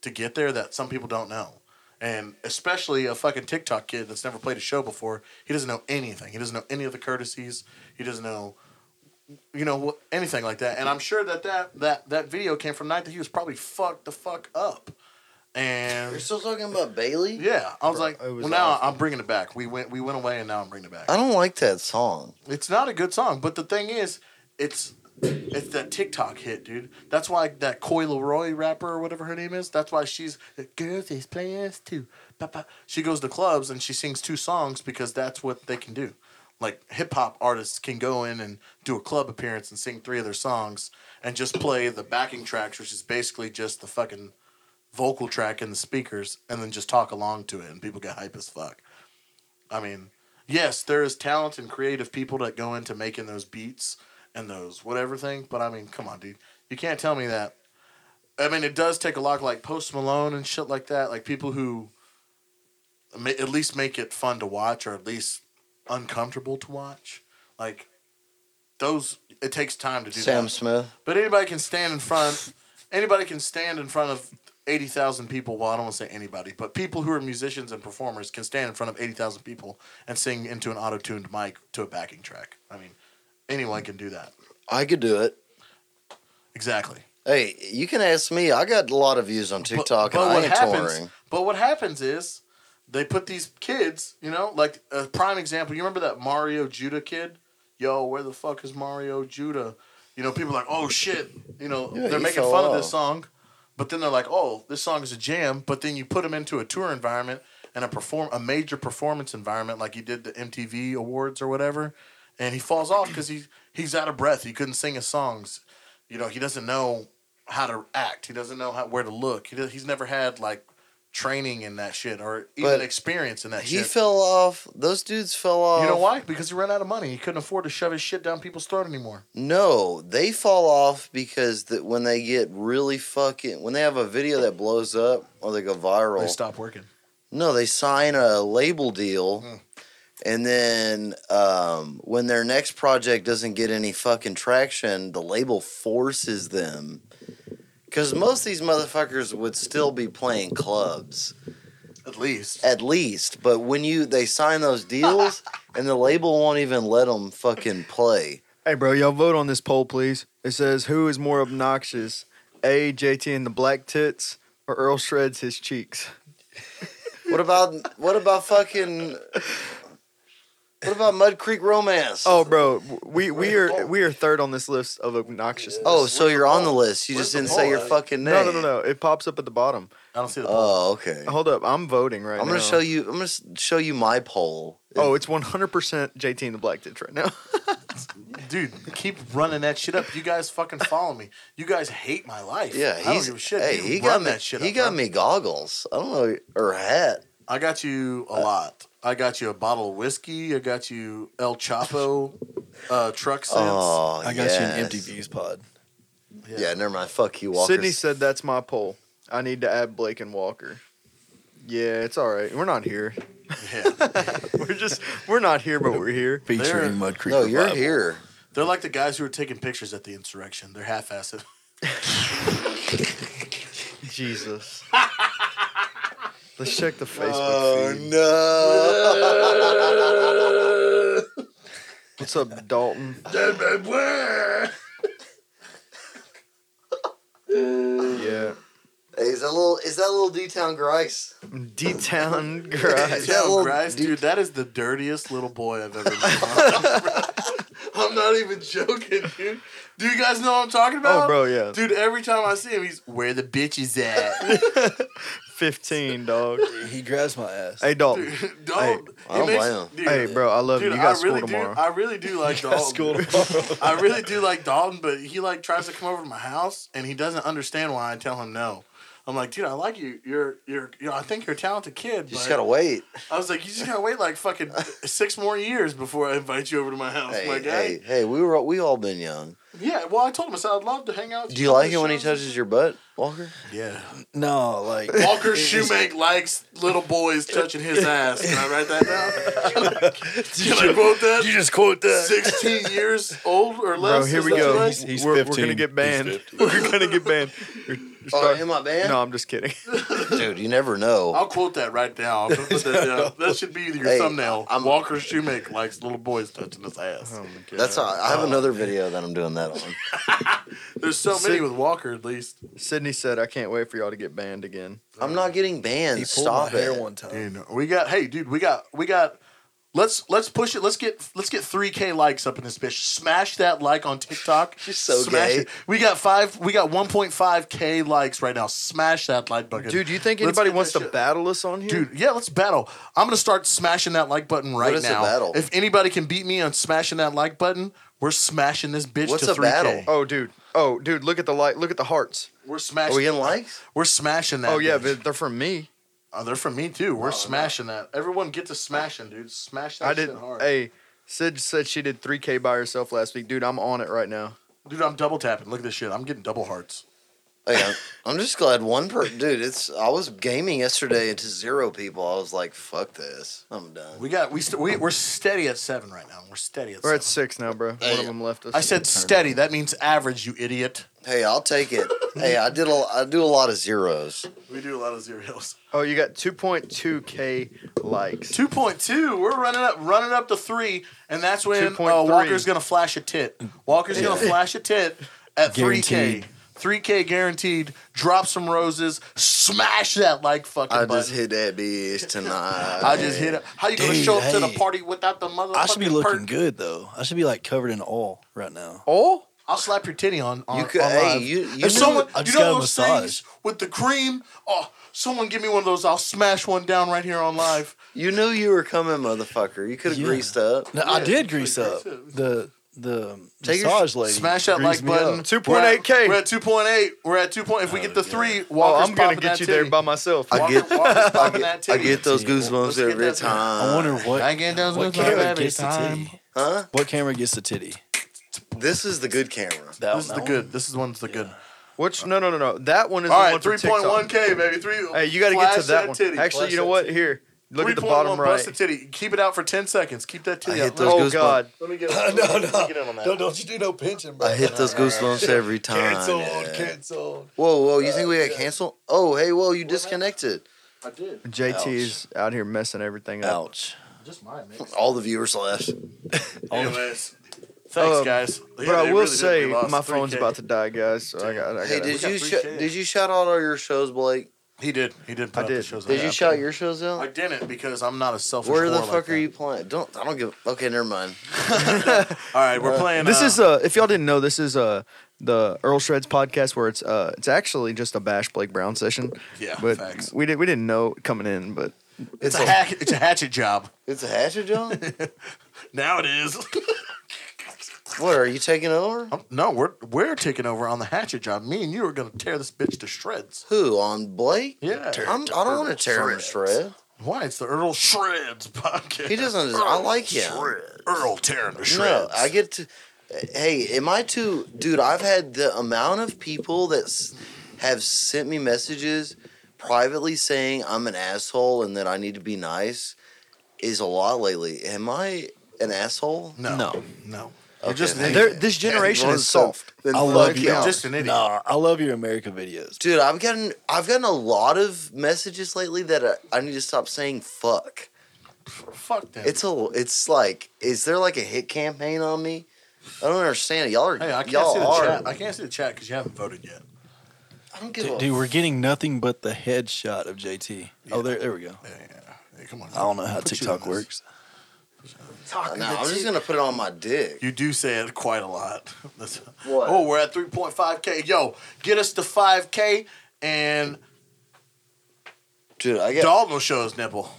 [SPEAKER 4] to get there that some people don't know. And especially a fucking TikTok kid that's never played a show before, he doesn't know anything. He doesn't know any of the courtesies. He doesn't know you know wh- anything like that. And I'm sure that that that that video came from night that he was probably fucked the fuck up.
[SPEAKER 5] You're
[SPEAKER 4] And
[SPEAKER 5] still talking about Bailey?
[SPEAKER 4] yeah, I was like,
[SPEAKER 7] it was
[SPEAKER 4] well, now
[SPEAKER 7] awful.
[SPEAKER 4] I'm bringing it back. We went we went away, and now I'm bringing it back.
[SPEAKER 5] I don't like that song.
[SPEAKER 4] It's not a good song, but the thing is, it's it's that TikTok hit, dude. That's why that Koi Leroy rapper or whatever her name is. That's why she's the girls is playing us too. Ba, ba. She goes to clubs and she sings two songs because that's what they can do. Like hip hop artists can go in and do a club appearance and sing three of their songs and just play the backing tracks, which is basically just the fucking vocal track and the speakers, and then just talk along to it, and people get hype as fuck. I mean, yes, there is talent and creative people that go into making those beats and those whatever thing, but I mean, come on, dude. You can't tell me that. I mean, it does take a lot like Post Malone and shit like that, like people who ma- at least make it fun to watch or at least uncomfortable to watch. Like those it takes time to do
[SPEAKER 5] Sam
[SPEAKER 4] that.
[SPEAKER 5] Smith.
[SPEAKER 4] But anybody can stand in front. Anybody can stand in front of eighty thousand people. Well, I don't want to say anybody, but people who are musicians and performers can stand in front of eighty thousand people and sing into an auto-tuned mic to a backing track. I mean, anyone can do that.
[SPEAKER 5] I could do it.
[SPEAKER 4] Exactly.
[SPEAKER 5] Hey, you can ask me. I got a lot of views on TikTok
[SPEAKER 4] but what
[SPEAKER 5] and I ain't
[SPEAKER 4] happens-
[SPEAKER 5] touring.
[SPEAKER 4] But what happens is they put these kids, you know, like a prime example. You remember that Mario Judah kid? Yo, where the fuck is Mario Judah? You know, people are like, oh shit. You know,
[SPEAKER 5] Yeah,
[SPEAKER 4] they're
[SPEAKER 5] he
[SPEAKER 4] making
[SPEAKER 5] fell
[SPEAKER 4] fun of this
[SPEAKER 5] off.
[SPEAKER 4] song, but then they're like, oh, this song is a jam. But then you put them into a tour environment and a perform a major performance environment, like he did the MTV Awards or whatever, and he falls off because he he's out of breath. He couldn't sing his songs. You know, he doesn't know how to act. He doesn't know how, where to look. He does, he's never had like training in that shit or even
[SPEAKER 5] But
[SPEAKER 4] experience in that
[SPEAKER 5] He
[SPEAKER 4] shit.
[SPEAKER 5] fell off. Those dudes fell off.
[SPEAKER 4] you know why? Because he ran out of money. He couldn't afford to shove his shit down people's throat anymore.
[SPEAKER 5] No, they fall off because that when they get really fucking when they have a video that blows up or they go viral.
[SPEAKER 4] They stopped working.
[SPEAKER 5] No, they sign a label deal,
[SPEAKER 4] Mm.
[SPEAKER 5] and then um, when their next project doesn't get any fucking traction, the label forces them. Because most of these motherfuckers would still be playing clubs,
[SPEAKER 4] At least.
[SPEAKER 5] at least. But when you they sign those deals, and the label won't even let them fucking play.
[SPEAKER 7] Hey, bro, y'all vote on this poll, please. It says who is more obnoxious, A. JT and the Black Tits, or Earl shreds his cheeks.
[SPEAKER 5] What about what about fucking? What about Mud Creek Romance?
[SPEAKER 7] Oh, bro, w- we we are we are third on this list of obnoxiousness.
[SPEAKER 5] oh, so you're on the list. You
[SPEAKER 4] Where's
[SPEAKER 5] just
[SPEAKER 4] the
[SPEAKER 5] didn't
[SPEAKER 4] poll
[SPEAKER 5] say your
[SPEAKER 4] at?
[SPEAKER 5] fucking name.
[SPEAKER 7] no, no, no, no! It pops up at the bottom.
[SPEAKER 4] I don't see the point.
[SPEAKER 5] Oh, okay.
[SPEAKER 7] Hold up, I'm voting right
[SPEAKER 5] I'm
[SPEAKER 7] now.
[SPEAKER 5] gonna show you. I'm gonna s- show you my poll.
[SPEAKER 7] Oh, it's 100% JT and the Black Tits right now.
[SPEAKER 4] Dude, keep running that shit up. You guys fucking follow me. You guys hate my life.
[SPEAKER 5] yeah,
[SPEAKER 4] I
[SPEAKER 5] he's
[SPEAKER 4] don't give a shit.
[SPEAKER 5] hey,
[SPEAKER 4] You
[SPEAKER 5] he
[SPEAKER 4] run
[SPEAKER 5] got me.
[SPEAKER 4] that shit
[SPEAKER 5] he
[SPEAKER 4] up,
[SPEAKER 5] got
[SPEAKER 4] bro.
[SPEAKER 5] me goggles. I don't know or a hat.
[SPEAKER 4] I got you
[SPEAKER 5] Uh.
[SPEAKER 4] a lot. I got you a bottle of whiskey. I got you El Chapo uh, truck sense.
[SPEAKER 5] Oh,
[SPEAKER 6] I got you an empty
[SPEAKER 5] yes.
[SPEAKER 6] views pod.
[SPEAKER 5] Yeah. never mind. Fuck you, Walker.
[SPEAKER 7] Sydney said that's my poll. I need to add Blake and Walker. Yeah, it's all right. We're not here.
[SPEAKER 4] Yeah.
[SPEAKER 7] We're just we're not here, but we're here.
[SPEAKER 6] Featuring
[SPEAKER 4] There-
[SPEAKER 6] Mud Creek.
[SPEAKER 5] "No, you're
[SPEAKER 6] Revival.
[SPEAKER 5] here."
[SPEAKER 4] They're like the guys who are taking pictures at the insurrection. They're half assed.
[SPEAKER 7] Jesus. Let's check the Facebook
[SPEAKER 4] Oh,
[SPEAKER 7] feed.
[SPEAKER 5] no!
[SPEAKER 7] What's up, Dalton? yeah.
[SPEAKER 5] hey, is that little? Is that little D D Town Grice.
[SPEAKER 7] D Town Garage.
[SPEAKER 5] that little
[SPEAKER 4] Grice,
[SPEAKER 5] dude-
[SPEAKER 4] dude, that is the dirtiest little boy I've ever met. I'm not even joking, dude. Do you guys know what I'm talking about?
[SPEAKER 7] Oh, bro, yeah.
[SPEAKER 4] Dude, every time I see him, he's where the bitch is at.
[SPEAKER 7] 15, dog.
[SPEAKER 6] He grabs my ass.
[SPEAKER 7] Hey, Dalton.
[SPEAKER 4] Dude, don't.
[SPEAKER 5] I don't blame him.
[SPEAKER 4] dude,
[SPEAKER 7] Hey, bro, I love
[SPEAKER 4] Dude,
[SPEAKER 7] you. You got
[SPEAKER 4] I
[SPEAKER 7] school
[SPEAKER 4] really
[SPEAKER 7] tomorrow.
[SPEAKER 4] do. I really do like Dalton. I really do like Dalton, but he like tries to come over to my house and he doesn't understand why I tell him no. I'm like, dude, I like you. You're, you're, you know, I think you're a talented kid.
[SPEAKER 5] You just
[SPEAKER 4] but-
[SPEAKER 5] gotta wait.
[SPEAKER 4] I was like, you just gotta wait like fucking six more years before I invite you over to my house.
[SPEAKER 5] Hey,
[SPEAKER 4] my guy.
[SPEAKER 5] hey, hey, we were we all been young.
[SPEAKER 4] Yeah, well, I told him I said I'd love to hang out. with
[SPEAKER 5] Do you like
[SPEAKER 4] on
[SPEAKER 5] it when he
[SPEAKER 4] the show.
[SPEAKER 5] touches your butt, Walker?
[SPEAKER 4] Yeah,
[SPEAKER 6] No, like
[SPEAKER 4] Walker Shoemake likes little boys touching his ass. Can I write that down? Can I quote that?
[SPEAKER 6] just quote
[SPEAKER 4] Sixteen years old or less.
[SPEAKER 7] Bro, here
[SPEAKER 4] is
[SPEAKER 7] we
[SPEAKER 4] that
[SPEAKER 7] go.
[SPEAKER 4] right?
[SPEAKER 6] He's- he's
[SPEAKER 7] we're, we're
[SPEAKER 6] 15.
[SPEAKER 7] gonna get
[SPEAKER 6] He's
[SPEAKER 7] banned. We're gonna get banned. You're- you're
[SPEAKER 5] Oh,
[SPEAKER 7] start-
[SPEAKER 5] in my band?
[SPEAKER 7] no, I'm just kidding.
[SPEAKER 5] Dude, you never know.
[SPEAKER 4] I'll quote that right now. I'll put that, down. that should be your
[SPEAKER 5] Hey,
[SPEAKER 4] thumbnail.
[SPEAKER 5] I'm-
[SPEAKER 4] Walker Shoemake likes little boys touching his ass.
[SPEAKER 7] Oh
[SPEAKER 5] That's all. I have another video that I'm doing that on.
[SPEAKER 4] There's so many with Walker, at least.
[SPEAKER 7] Sydney said, "I can't wait for y'all to get banned again."
[SPEAKER 5] I'm not getting
[SPEAKER 6] he
[SPEAKER 5] banned.
[SPEAKER 6] pulled my
[SPEAKER 5] Stop
[SPEAKER 6] hair
[SPEAKER 5] it.
[SPEAKER 6] one time.
[SPEAKER 4] Dude, we got hey, dude, we got we got. Let's let's push it. Let's get let's get three k likes up in this bitch. Smash that like on TikTok.
[SPEAKER 5] You're so
[SPEAKER 4] Smash
[SPEAKER 5] gay.
[SPEAKER 4] It. We got five. We got one point five k likes right now. Smash that like button,
[SPEAKER 7] Dude, do you think
[SPEAKER 4] Let's
[SPEAKER 7] anybody
[SPEAKER 4] get
[SPEAKER 7] wants
[SPEAKER 4] that
[SPEAKER 7] to
[SPEAKER 4] shit.
[SPEAKER 7] battle us on here?
[SPEAKER 4] Dude, yeah, let's battle. I'm gonna start smashing that like button right
[SPEAKER 5] is a
[SPEAKER 4] now.
[SPEAKER 5] battle?
[SPEAKER 4] If anybody can beat me on smashing that like button, we're smashing this bitch
[SPEAKER 5] What's
[SPEAKER 4] to
[SPEAKER 5] a
[SPEAKER 4] 3K.
[SPEAKER 5] battle?
[SPEAKER 7] Oh, dude. Oh, dude. Look at the light. Look at the hearts.
[SPEAKER 4] We're
[SPEAKER 5] Are
[SPEAKER 4] smashing.
[SPEAKER 5] we getting likes?
[SPEAKER 4] We're smashing that.
[SPEAKER 7] oh yeah,
[SPEAKER 4] bitch.
[SPEAKER 7] but they're from me.
[SPEAKER 4] Oh, they're from me too. We're smashing that. Everyone get to smashing, dude. Smash that
[SPEAKER 7] I
[SPEAKER 4] shit
[SPEAKER 7] did.
[SPEAKER 4] hard.
[SPEAKER 7] Hey, Sid said she did 3K by herself last week. Dude, I'm on it right now.
[SPEAKER 4] Dude, I'm double tapping. Look at this shit. I'm getting double hearts.
[SPEAKER 5] Hey, I'm- I'm just glad one per dude. It's I was gaming yesterday into zero people. I was like, fuck this. I'm done.
[SPEAKER 4] We got we st- we we're steady at seven right now. We're steady at
[SPEAKER 7] We're at
[SPEAKER 4] seven.
[SPEAKER 7] six now, bro. One of them left us.
[SPEAKER 4] I said steady. That means average, you idiot.
[SPEAKER 5] Hey, I'll take it. hey, I did a I do a lot of zeros.
[SPEAKER 4] We do a lot of zeros.
[SPEAKER 7] Oh, you got 2.2K likes.
[SPEAKER 4] Two point two. We're running up, running up to three, and that's when uh,
[SPEAKER 7] 2.3.
[SPEAKER 4] Walker's gonna flash a tit. Walker's gonna flash a tit at three k.
[SPEAKER 6] Guaranteed.
[SPEAKER 4] Three k guaranteed. Drop some roses. Smash that like fucking.
[SPEAKER 5] I
[SPEAKER 4] button.
[SPEAKER 5] just hit that bitch tonight.
[SPEAKER 4] I just hit it. How you gonna
[SPEAKER 6] Dude,
[SPEAKER 4] show up to the
[SPEAKER 6] hey.
[SPEAKER 4] party without the motherfucking?
[SPEAKER 6] I should be looking
[SPEAKER 4] perk?
[SPEAKER 6] good though. I should be like covered in oil right now.
[SPEAKER 7] Oh,
[SPEAKER 4] I'll slap your titty on. on
[SPEAKER 5] You could.
[SPEAKER 4] on
[SPEAKER 5] Hey,
[SPEAKER 4] live.
[SPEAKER 5] you. You.
[SPEAKER 4] If someone,
[SPEAKER 6] I
[SPEAKER 4] you
[SPEAKER 6] just got
[SPEAKER 4] know
[SPEAKER 6] a
[SPEAKER 4] those
[SPEAKER 6] massage.
[SPEAKER 4] things with the cream? Oh, someone give me one of those. I'll smash one down right here on live.
[SPEAKER 5] You knew you were coming, motherfucker. You could have
[SPEAKER 6] Yeah.
[SPEAKER 5] greased up.
[SPEAKER 6] No, I
[SPEAKER 4] Yeah,
[SPEAKER 6] did grease
[SPEAKER 4] grease
[SPEAKER 6] up
[SPEAKER 4] up.
[SPEAKER 6] the the
[SPEAKER 5] Take your
[SPEAKER 6] massage lady.
[SPEAKER 4] Smash that like
[SPEAKER 6] greased me up.
[SPEAKER 4] button.
[SPEAKER 7] 2.8K.
[SPEAKER 4] We're at two point eight. We're at two point. If we get the three,
[SPEAKER 7] oh
[SPEAKER 4] Walker's
[SPEAKER 7] I'm gonna
[SPEAKER 4] popping
[SPEAKER 7] get
[SPEAKER 4] that
[SPEAKER 7] you there
[SPEAKER 4] titty.
[SPEAKER 7] by myself.
[SPEAKER 5] I
[SPEAKER 4] Walker-
[SPEAKER 5] get.
[SPEAKER 4] Walker's
[SPEAKER 5] I
[SPEAKER 4] popping that
[SPEAKER 5] get, I
[SPEAKER 4] titty.
[SPEAKER 5] get those goosebumps
[SPEAKER 4] Let's get
[SPEAKER 5] every
[SPEAKER 4] that titty.
[SPEAKER 5] time.
[SPEAKER 6] I wonder what
[SPEAKER 4] I get those
[SPEAKER 6] what
[SPEAKER 4] goosebumps
[SPEAKER 6] camera
[SPEAKER 4] every
[SPEAKER 6] gets the
[SPEAKER 4] time.
[SPEAKER 6] titty.
[SPEAKER 5] Huh?
[SPEAKER 6] What camera gets the titty?
[SPEAKER 5] This is the good camera.
[SPEAKER 6] That
[SPEAKER 4] This is
[SPEAKER 6] one,
[SPEAKER 4] the
[SPEAKER 6] that
[SPEAKER 4] good. This is one's the good.
[SPEAKER 7] Which? No, no, no, no. That one is
[SPEAKER 4] All
[SPEAKER 7] the
[SPEAKER 4] right,
[SPEAKER 7] one
[SPEAKER 4] three
[SPEAKER 7] for
[SPEAKER 4] point one
[SPEAKER 7] TikTok.
[SPEAKER 4] k, baby. Three.
[SPEAKER 7] Hey, you got to get to
[SPEAKER 4] flash
[SPEAKER 7] that one.
[SPEAKER 4] titty.
[SPEAKER 7] Actually, you know what? Here, look at the
[SPEAKER 4] 3.1
[SPEAKER 7] bottom
[SPEAKER 4] bust
[SPEAKER 7] right.
[SPEAKER 4] the titty. Keep it out for ten seconds. Keep that
[SPEAKER 5] I
[SPEAKER 4] titty
[SPEAKER 5] hit
[SPEAKER 4] out.
[SPEAKER 5] those
[SPEAKER 7] Oh
[SPEAKER 5] goosebumps.
[SPEAKER 7] God,
[SPEAKER 4] Let me get. Let me,
[SPEAKER 6] no,
[SPEAKER 4] let me
[SPEAKER 6] no.
[SPEAKER 4] get in on that.
[SPEAKER 6] Don't don't you do no pinching, bro.
[SPEAKER 5] I hit those goosebumps every time.
[SPEAKER 6] Canceled,
[SPEAKER 5] yeah.
[SPEAKER 6] canceled.
[SPEAKER 5] Whoa, whoa! You think we got canceled? Oh, hey, whoa! You disconnected.
[SPEAKER 4] I did.
[SPEAKER 7] JT's out here messing everything up.
[SPEAKER 6] Ouch.
[SPEAKER 4] Just mine, man.
[SPEAKER 5] All the viewers left.
[SPEAKER 4] Um, Anyways, thanks
[SPEAKER 7] Um,
[SPEAKER 4] guys.
[SPEAKER 7] But I will say, my phone's about to die, guys. So I got. I
[SPEAKER 5] Hey,
[SPEAKER 7] got.
[SPEAKER 5] did
[SPEAKER 4] got
[SPEAKER 5] you
[SPEAKER 4] three
[SPEAKER 5] sh-
[SPEAKER 4] kids.
[SPEAKER 5] did you shout out all your shows, Blake?
[SPEAKER 4] He did. He did. Put
[SPEAKER 7] I
[SPEAKER 4] out
[SPEAKER 7] did.
[SPEAKER 4] The shows
[SPEAKER 5] Did
[SPEAKER 4] I
[SPEAKER 5] you
[SPEAKER 4] had.
[SPEAKER 5] shout your shows
[SPEAKER 4] I
[SPEAKER 5] out?
[SPEAKER 4] didn't because I'm not a selfish.
[SPEAKER 5] Where the
[SPEAKER 4] whore
[SPEAKER 5] fuck
[SPEAKER 4] like
[SPEAKER 5] are you playing? Don't I don't give. Okay, never mind.
[SPEAKER 4] that. All right, we're playing.
[SPEAKER 7] This
[SPEAKER 4] uh,
[SPEAKER 7] is uh, if y'all didn't know, this is uh the Earl Shreds podcast where it's uh it's actually just a bash Blake Brown session.
[SPEAKER 4] Yeah,
[SPEAKER 7] but
[SPEAKER 4] facts.
[SPEAKER 7] we did we didn't know coming in, but
[SPEAKER 4] It's a hack. It's a hatchet job.
[SPEAKER 5] It's a hatchet job.
[SPEAKER 4] Now it is.
[SPEAKER 5] what are you taking over?
[SPEAKER 4] Um, no, we're we're taking over on the hatchet job. Me and you are gonna tear this bitch to shreds.
[SPEAKER 5] Who on Blake?
[SPEAKER 4] Yeah.
[SPEAKER 5] I'm, I don't want to tear him to shred.
[SPEAKER 4] Why? It's the Earl Shreds podcast.
[SPEAKER 5] He doesn't. I like him.
[SPEAKER 4] Earl tearing to
[SPEAKER 5] No,
[SPEAKER 4] shreds.
[SPEAKER 5] I get to. Hey, am I too, dude? I've had the amount of people that s- have sent me messages privately saying I'm an asshole and that I need to be nice is a lot lately. Am I an asshole?
[SPEAKER 4] no, no, no. You're just an
[SPEAKER 5] thank
[SPEAKER 4] idiot.
[SPEAKER 7] they're- this generation
[SPEAKER 5] Well,
[SPEAKER 7] is
[SPEAKER 5] so-
[SPEAKER 7] soft.
[SPEAKER 5] then
[SPEAKER 6] I love
[SPEAKER 5] fuck
[SPEAKER 6] you.
[SPEAKER 5] y'all.
[SPEAKER 4] Just an idiot.
[SPEAKER 6] Nah, I love your America videos.
[SPEAKER 5] dude. I've gotten I've gotten a lot of messages lately that I, I need to stop saying fuck.
[SPEAKER 4] Fuck that.
[SPEAKER 5] It's a it's like is there like a hit campaign on me? I don't understand. Y'all are
[SPEAKER 4] Hey, I can't
[SPEAKER 5] y'all
[SPEAKER 4] see the
[SPEAKER 5] are.
[SPEAKER 4] chat. I can't see the chat because you haven't voted yet. I don't give
[SPEAKER 6] Dude,
[SPEAKER 4] a
[SPEAKER 6] dude, we're getting nothing but the headshot of JT. Oh, there, there we go.
[SPEAKER 4] Yeah, yeah. Hey, come on.
[SPEAKER 6] I don't know how
[SPEAKER 4] Put you
[SPEAKER 6] TikTok
[SPEAKER 4] on this.
[SPEAKER 6] works.
[SPEAKER 4] Talking
[SPEAKER 5] No,
[SPEAKER 4] to
[SPEAKER 5] I'm just
[SPEAKER 4] T-
[SPEAKER 5] gonna put it on my dick.
[SPEAKER 4] You do say it quite a lot. That's-
[SPEAKER 5] What?
[SPEAKER 4] Oh, we're at 3.5K. Yo, get us to 5K and
[SPEAKER 5] Dude, I get
[SPEAKER 4] Dalton will show his nipple.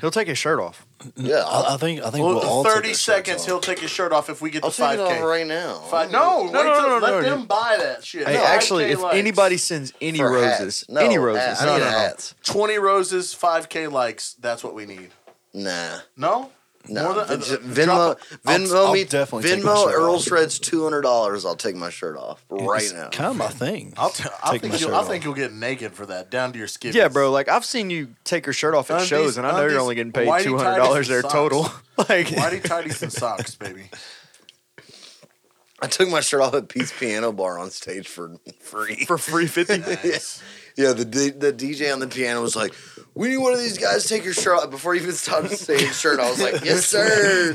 [SPEAKER 7] He'll take his shirt off.
[SPEAKER 5] yeah. I'll,
[SPEAKER 6] I, I think I think
[SPEAKER 4] Well,
[SPEAKER 6] we'll all take
[SPEAKER 4] 30
[SPEAKER 6] our shirts
[SPEAKER 4] seconds,
[SPEAKER 6] off.
[SPEAKER 4] he'll take his shirt off if we get
[SPEAKER 5] I'll
[SPEAKER 4] to
[SPEAKER 5] take it off
[SPEAKER 4] 5K.
[SPEAKER 5] right now.
[SPEAKER 4] Five, no,
[SPEAKER 7] No,
[SPEAKER 4] wait
[SPEAKER 7] no,
[SPEAKER 4] till-
[SPEAKER 7] no, no,
[SPEAKER 4] let
[SPEAKER 7] no,
[SPEAKER 4] them
[SPEAKER 7] dude.
[SPEAKER 4] buy that shit.
[SPEAKER 7] Hey,
[SPEAKER 4] No,
[SPEAKER 7] actually,
[SPEAKER 4] 5K
[SPEAKER 7] if
[SPEAKER 4] likes.
[SPEAKER 7] anybody sends any
[SPEAKER 5] For hats.
[SPEAKER 7] roses,
[SPEAKER 5] No,
[SPEAKER 7] any
[SPEAKER 5] I-
[SPEAKER 7] roses,
[SPEAKER 5] I
[SPEAKER 7] no,
[SPEAKER 5] need
[SPEAKER 7] no,
[SPEAKER 5] a
[SPEAKER 7] no.
[SPEAKER 5] hat.
[SPEAKER 4] 20 roses, 5K likes, that's what we need.
[SPEAKER 5] Nah.
[SPEAKER 4] No?
[SPEAKER 5] No,
[SPEAKER 4] More than-
[SPEAKER 5] Vin-
[SPEAKER 4] uh, uh,
[SPEAKER 5] Venmo,
[SPEAKER 4] drop
[SPEAKER 5] Venmo
[SPEAKER 6] I'll
[SPEAKER 5] me,
[SPEAKER 6] definitely take my
[SPEAKER 5] Venmo
[SPEAKER 6] shirt
[SPEAKER 5] Earl
[SPEAKER 6] off.
[SPEAKER 5] Shreds two hundred dollars. I'll take my shirt off right
[SPEAKER 6] It's
[SPEAKER 5] now.
[SPEAKER 6] Kind of my thing.
[SPEAKER 4] I'll t- I
[SPEAKER 6] Take my
[SPEAKER 4] think you'll,
[SPEAKER 6] shirt
[SPEAKER 4] I
[SPEAKER 6] off.
[SPEAKER 4] think you'll get naked for that, down to your skin.
[SPEAKER 7] Yeah, bro. Like I've seen you take your shirt off at
[SPEAKER 4] Undies-
[SPEAKER 7] shows, and I know
[SPEAKER 4] undies-
[SPEAKER 7] you're only getting paid
[SPEAKER 4] whitey
[SPEAKER 7] two hundred dollars
[SPEAKER 4] tighties
[SPEAKER 7] there
[SPEAKER 4] and socks.
[SPEAKER 7] total. like,
[SPEAKER 4] Whitey tighties and socks, baby.
[SPEAKER 5] I took my shirt off at Pete's Piano Bar on stage for free.
[SPEAKER 7] for free fifty.
[SPEAKER 4] Nice.
[SPEAKER 5] Yeah, the D- the DJ on the piano was like, "We need one of these guys to take your shirt off before you even stop to say your shirt." I was like, "Yes, sir."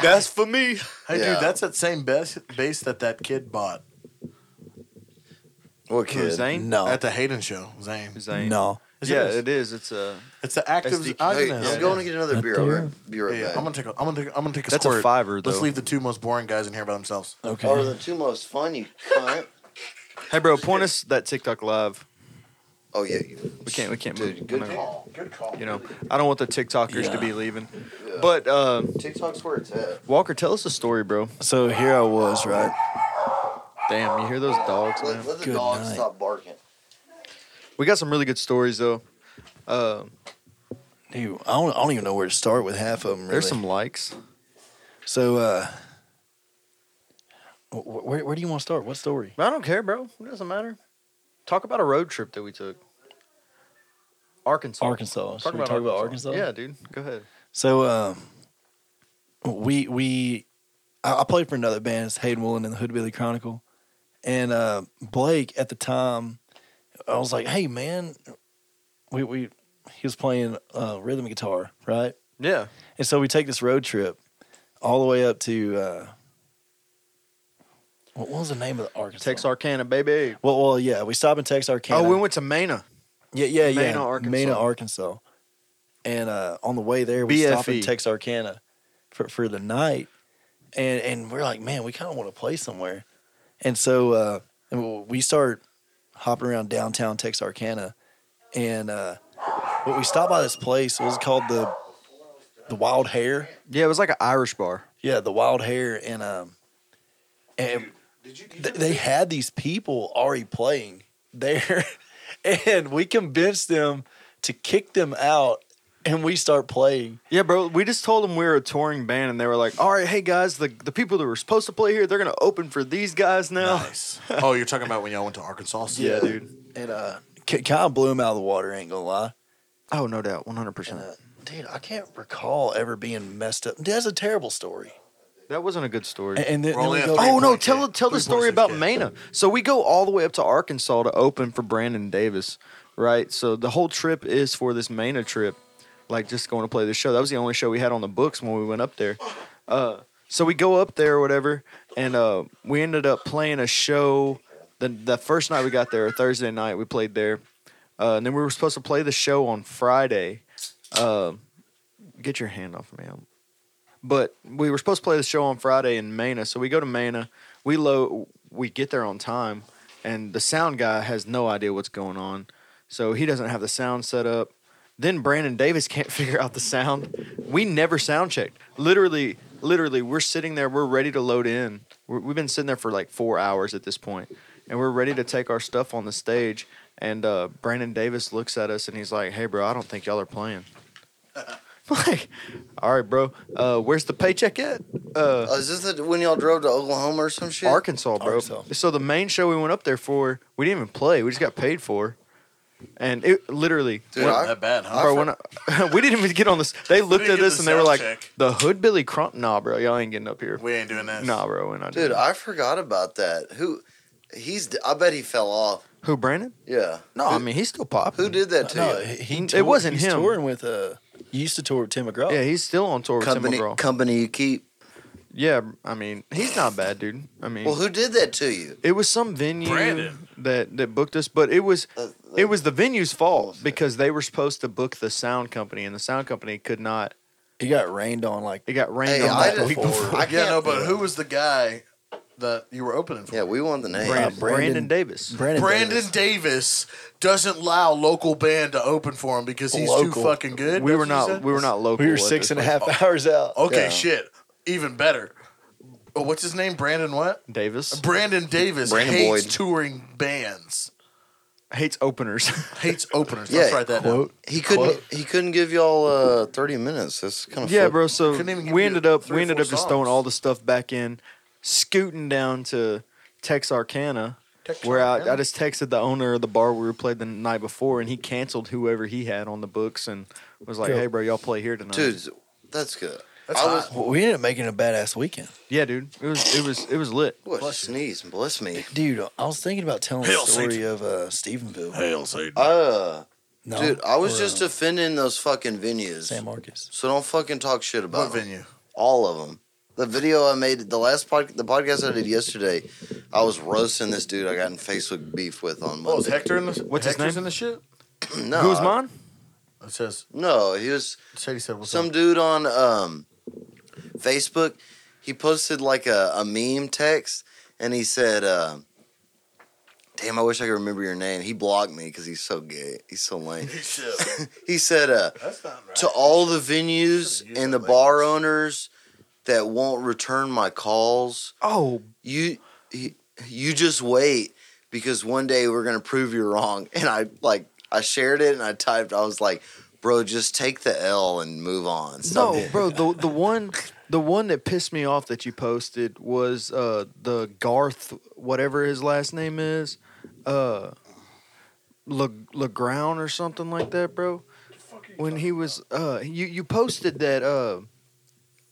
[SPEAKER 7] That's for me.
[SPEAKER 4] Hey,
[SPEAKER 5] Yeah.
[SPEAKER 4] dude, that's that same base, base that that kid bought
[SPEAKER 5] what
[SPEAKER 7] Who, Zane?
[SPEAKER 6] No,
[SPEAKER 4] at the Hayden show. Zane.
[SPEAKER 7] Zane.
[SPEAKER 6] no.
[SPEAKER 4] Is it
[SPEAKER 7] yeah,
[SPEAKER 4] his?
[SPEAKER 7] it is. It's uh, a.
[SPEAKER 4] It's the active
[SPEAKER 7] SDK.
[SPEAKER 5] Hey,
[SPEAKER 4] Agnes.
[SPEAKER 5] I'm going to get another beer. I'll right- be right
[SPEAKER 4] Yeah,
[SPEAKER 5] back.
[SPEAKER 4] I'm gonna take. A, I'm gonna take. I'm gonna take a
[SPEAKER 7] That's a
[SPEAKER 4] squirt.
[SPEAKER 7] fiver,
[SPEAKER 4] Let's
[SPEAKER 7] though.
[SPEAKER 4] leave the two most boring guys in here by themselves.
[SPEAKER 6] Okay.
[SPEAKER 5] Oh, the two most fun you cunt.
[SPEAKER 7] Hey, bro, point us that TikTok live.
[SPEAKER 5] Oh yeah,
[SPEAKER 7] We can't. We can't
[SPEAKER 5] Dude,
[SPEAKER 7] move.
[SPEAKER 5] good
[SPEAKER 7] I mean,
[SPEAKER 4] call. Good call.
[SPEAKER 7] You know, I don't want the TikTokers
[SPEAKER 6] Yeah.
[SPEAKER 7] to be leaving. But uh,
[SPEAKER 5] TikTok's where it's at.
[SPEAKER 7] Walker, tell us a story, bro.
[SPEAKER 6] So here I was, right?
[SPEAKER 7] Damn, you hear those dogs, man?
[SPEAKER 5] Let, let the
[SPEAKER 6] Good
[SPEAKER 5] dog
[SPEAKER 6] night.
[SPEAKER 5] stop barking.
[SPEAKER 7] We got some really good stories though. Uh,
[SPEAKER 6] Dude, I don't, I don't even know where to start with half of them. Really.
[SPEAKER 7] There's some likes.
[SPEAKER 6] So, uh, wh- wh- where where do you want to start? What story?
[SPEAKER 7] I don't care, bro. It doesn't matter. Talk about a road trip that we took. Arkansas.
[SPEAKER 6] Arkansas. Should we talk about Arkansas?
[SPEAKER 7] Yeah, dude. Go ahead.
[SPEAKER 6] So um, we we I, I played for another band. It's Hayden Woolen and the Hoodbilly Chronicle, and uh, Blake at the time. I was like, hey man, we we he was playing uh, rhythm guitar, right?
[SPEAKER 7] Yeah.
[SPEAKER 6] And so we take this road trip all the way up to uh, what what was the name of the Arkansas?
[SPEAKER 7] Texarkana, baby.
[SPEAKER 6] Well, well, yeah, we stop in Texarkana.
[SPEAKER 7] Oh, we went to Mena.
[SPEAKER 6] Yeah, yeah, yeah.
[SPEAKER 7] Mena, Arkansas.
[SPEAKER 6] Mena, Arkansas. And uh, on the way there, we stopped in
[SPEAKER 7] BFE.
[SPEAKER 6] Texarkana for, for the night, and and we're like, man, we kind of want to play somewhere, and so uh, and we- we start hopping around downtown Texarkana, and uh, but we stopped by this place. It was called the the Wild Hare.
[SPEAKER 7] Yeah, it was like an Irish bar.
[SPEAKER 6] Yeah, the Wild Hare, and um, and th- they had these people already playing there, and we convinced them to kick them out, and we start playing.
[SPEAKER 7] Yeah, bro. We just told them we were a touring band, and they were like, "All right, hey guys, the the people that were supposed to play here, they're gonna open for these guys now."
[SPEAKER 4] Nice. oh, you're talking about when y'all went to Arkansas?
[SPEAKER 7] Yeah, dude.
[SPEAKER 6] And uh, K- kind of blew them out of the water. Ain't gonna lie,
[SPEAKER 7] Oh, no doubt, one hundred
[SPEAKER 6] and,
[SPEAKER 7] percent.
[SPEAKER 6] uh, dude, I can't recall ever being messed up. That's a terrible story.
[SPEAKER 7] That wasn't a good story.
[SPEAKER 6] And, and then,
[SPEAKER 4] We're
[SPEAKER 6] then
[SPEAKER 4] only
[SPEAKER 6] we
[SPEAKER 4] at
[SPEAKER 6] go.
[SPEAKER 4] three
[SPEAKER 7] Oh no!
[SPEAKER 4] 3.6K.
[SPEAKER 7] Tell tell the story about
[SPEAKER 4] 3.6K.
[SPEAKER 7] Mena. So we go all the way up to Arkansas to open for Brandon Davis, right? So the whole trip is for this Mena trip, like just going to play the show. That was the only show we had on the books when we went up there. Uh, so we go up there or whatever, and uh, we ended up playing a show. The the first night we got there, Thursday night, we played there, uh, and then we were supposed to play the show on Friday. Uh, get your hand off me! I'm but we were supposed to play the show on Friday in Mena, so we go to Mena. We low, we get there on time, and the sound guy has no idea what's going on, so he doesn't have the sound set up. Then Brandon Davis can't figure out the sound. We never sound checked. Literally, literally, we're sitting there. We're ready to load in. We're, we've been sitting there for like four hours at this point, and we're ready to take our stuff on the stage. And uh, Brandon Davis looks at us and he's like, "Hey, bro, I don't think y'all are playing." like, all right, bro. Uh, where's the paycheck at? Uh,
[SPEAKER 5] Oh, is this the, when y'all drove to Oklahoma or some shit?
[SPEAKER 7] Arkansas, bro.
[SPEAKER 6] Arkansas.
[SPEAKER 7] So the main show we went up there for, we didn't even play. We just got paid for, and it literally,
[SPEAKER 5] Dude,
[SPEAKER 7] when-
[SPEAKER 5] I-
[SPEAKER 4] Not that bad, huh?
[SPEAKER 7] bro. When I, we didn't even get on this. They looked
[SPEAKER 4] didn't
[SPEAKER 7] at
[SPEAKER 4] get
[SPEAKER 7] us
[SPEAKER 4] the
[SPEAKER 7] and they were
[SPEAKER 4] sound
[SPEAKER 7] like,
[SPEAKER 4] check.
[SPEAKER 7] "The hood Billy Crump, nah, bro. Y'all ain't getting up here,
[SPEAKER 4] we ain't doing that.
[SPEAKER 7] nah, bro. We're not
[SPEAKER 5] Dude,
[SPEAKER 7] doing
[SPEAKER 5] I forgot about that. Who? He's. I bet he fell off.
[SPEAKER 7] it." who Brandon?
[SPEAKER 5] Yeah.
[SPEAKER 7] No, I mean he's still popping.
[SPEAKER 5] Who did that to
[SPEAKER 6] No,
[SPEAKER 5] you?
[SPEAKER 6] he, he
[SPEAKER 7] It
[SPEAKER 6] toured-
[SPEAKER 7] wasn't
[SPEAKER 6] he's
[SPEAKER 7] him.
[SPEAKER 6] Touring with uh, he used to tour with Tim McGraw.
[SPEAKER 7] Yeah, he's still on tour with Tim
[SPEAKER 5] company,
[SPEAKER 7] McGraw.
[SPEAKER 5] company you keep.
[SPEAKER 7] yeah, I mean, he's not bad, dude. I mean,
[SPEAKER 5] Well, who did that to you?
[SPEAKER 7] it was some venue
[SPEAKER 4] Brandon.
[SPEAKER 7] that that booked us, but it was
[SPEAKER 5] Uh,
[SPEAKER 7] it was the venue's fault because they were supposed to book the sound company, and the sound company could not.
[SPEAKER 6] He got rained on like
[SPEAKER 7] It got rained
[SPEAKER 5] Hey,
[SPEAKER 7] on
[SPEAKER 5] I
[SPEAKER 7] that
[SPEAKER 5] didn't-
[SPEAKER 7] week before.
[SPEAKER 5] I
[SPEAKER 4] yeah,
[SPEAKER 5] can't-
[SPEAKER 4] no, but who was the guy that you were opening for?
[SPEAKER 5] Yeah, we won the name.
[SPEAKER 7] Brandon,
[SPEAKER 6] Brandon-
[SPEAKER 7] Brandon Davis.
[SPEAKER 6] Brandon.
[SPEAKER 4] Brandon
[SPEAKER 6] Davis.
[SPEAKER 4] Davis. doesn't allow local band to open for him because he's
[SPEAKER 6] Local.
[SPEAKER 4] too fucking good.
[SPEAKER 7] We
[SPEAKER 4] That's
[SPEAKER 7] were
[SPEAKER 4] what you said?
[SPEAKER 7] not. We were not local.
[SPEAKER 6] We were
[SPEAKER 7] at
[SPEAKER 6] six
[SPEAKER 7] this
[SPEAKER 6] and a
[SPEAKER 7] point.
[SPEAKER 6] half hours out.
[SPEAKER 4] Okay,
[SPEAKER 5] Yeah.
[SPEAKER 4] shit. Even better. Oh, what's his name? Brandon what?
[SPEAKER 7] Davis
[SPEAKER 4] Brandon Davis
[SPEAKER 5] Brandon
[SPEAKER 4] hates
[SPEAKER 5] Boyd.
[SPEAKER 4] touring bands.
[SPEAKER 7] hates openers.
[SPEAKER 4] Hates openers.
[SPEAKER 5] Yeah,
[SPEAKER 4] Let's write that down.
[SPEAKER 6] Quote.
[SPEAKER 5] He couldn't.
[SPEAKER 6] Quote.
[SPEAKER 5] He couldn't give y'all uh, thirty minutes. That's kind of
[SPEAKER 7] yeah, bro. So
[SPEAKER 4] Oh, Couldn't even give
[SPEAKER 7] we
[SPEAKER 4] you
[SPEAKER 7] ended up
[SPEAKER 4] three or
[SPEAKER 7] we ended
[SPEAKER 4] four
[SPEAKER 7] up just throwing
[SPEAKER 4] songs.
[SPEAKER 7] all the stuff back in, scooting down to Texarkana, where I, I just texted the owner of the bar we were played the night before, and he canceled whoever he had on the books and was like,
[SPEAKER 6] Cool.
[SPEAKER 7] "Hey, bro, y'all play here tonight."
[SPEAKER 5] Dude, that's good.
[SPEAKER 4] That's
[SPEAKER 5] I
[SPEAKER 4] hot.
[SPEAKER 5] was.
[SPEAKER 6] Well, we ended up making a badass weekend.
[SPEAKER 7] Yeah, dude. It was it was it was lit.
[SPEAKER 5] What?
[SPEAKER 4] Bless you.
[SPEAKER 5] sneeze. Bless me.
[SPEAKER 6] Dude, I was thinking about telling
[SPEAKER 4] Hail
[SPEAKER 6] the story
[SPEAKER 4] Satan.
[SPEAKER 6] of uh, Stephenville.
[SPEAKER 4] Hail Satan.
[SPEAKER 5] Uh,
[SPEAKER 6] No,
[SPEAKER 5] dude, I was
[SPEAKER 6] or,
[SPEAKER 5] just
[SPEAKER 6] uh,
[SPEAKER 5] offending those fucking venues.
[SPEAKER 6] San Marcos.
[SPEAKER 5] So don't fucking talk shit about
[SPEAKER 4] What
[SPEAKER 5] 'em.
[SPEAKER 4] venue?
[SPEAKER 5] All of them. The video I made, the last pod, the podcast I did yesterday, I was roasting this dude I got in Facebook beef with on
[SPEAKER 4] Oh, is
[SPEAKER 5] Monday.
[SPEAKER 4] Hector in the
[SPEAKER 7] What's his
[SPEAKER 4] Hector's
[SPEAKER 7] name?
[SPEAKER 4] in the shit?
[SPEAKER 5] no,
[SPEAKER 7] Who's
[SPEAKER 5] I-
[SPEAKER 7] mine?
[SPEAKER 4] It says
[SPEAKER 5] No, he was
[SPEAKER 4] Shady said what's
[SPEAKER 5] some
[SPEAKER 4] up?
[SPEAKER 5] dude on um, Facebook. He posted like a, a meme text, and he said, uh, "Damn, I wish I could remember your name." He blocked me because he's so gay. He's so lame.
[SPEAKER 4] Shit.
[SPEAKER 5] He said, uh,
[SPEAKER 4] That's not right.
[SPEAKER 5] to all the venues
[SPEAKER 4] Should've used
[SPEAKER 5] and the
[SPEAKER 4] that
[SPEAKER 5] bar
[SPEAKER 4] language.
[SPEAKER 5] owners that won't return my calls.
[SPEAKER 7] Oh,
[SPEAKER 5] You he- you just wait because one day we're gonna prove you wrong. And I like I shared it and I typed. I was like, bro, just take the L and move on. Stop
[SPEAKER 7] No, bro, the the one the one that pissed me off that you posted was uh the Garth whatever his last name is, uh Le Leground or something like that, bro. When he was uh you you posted that uh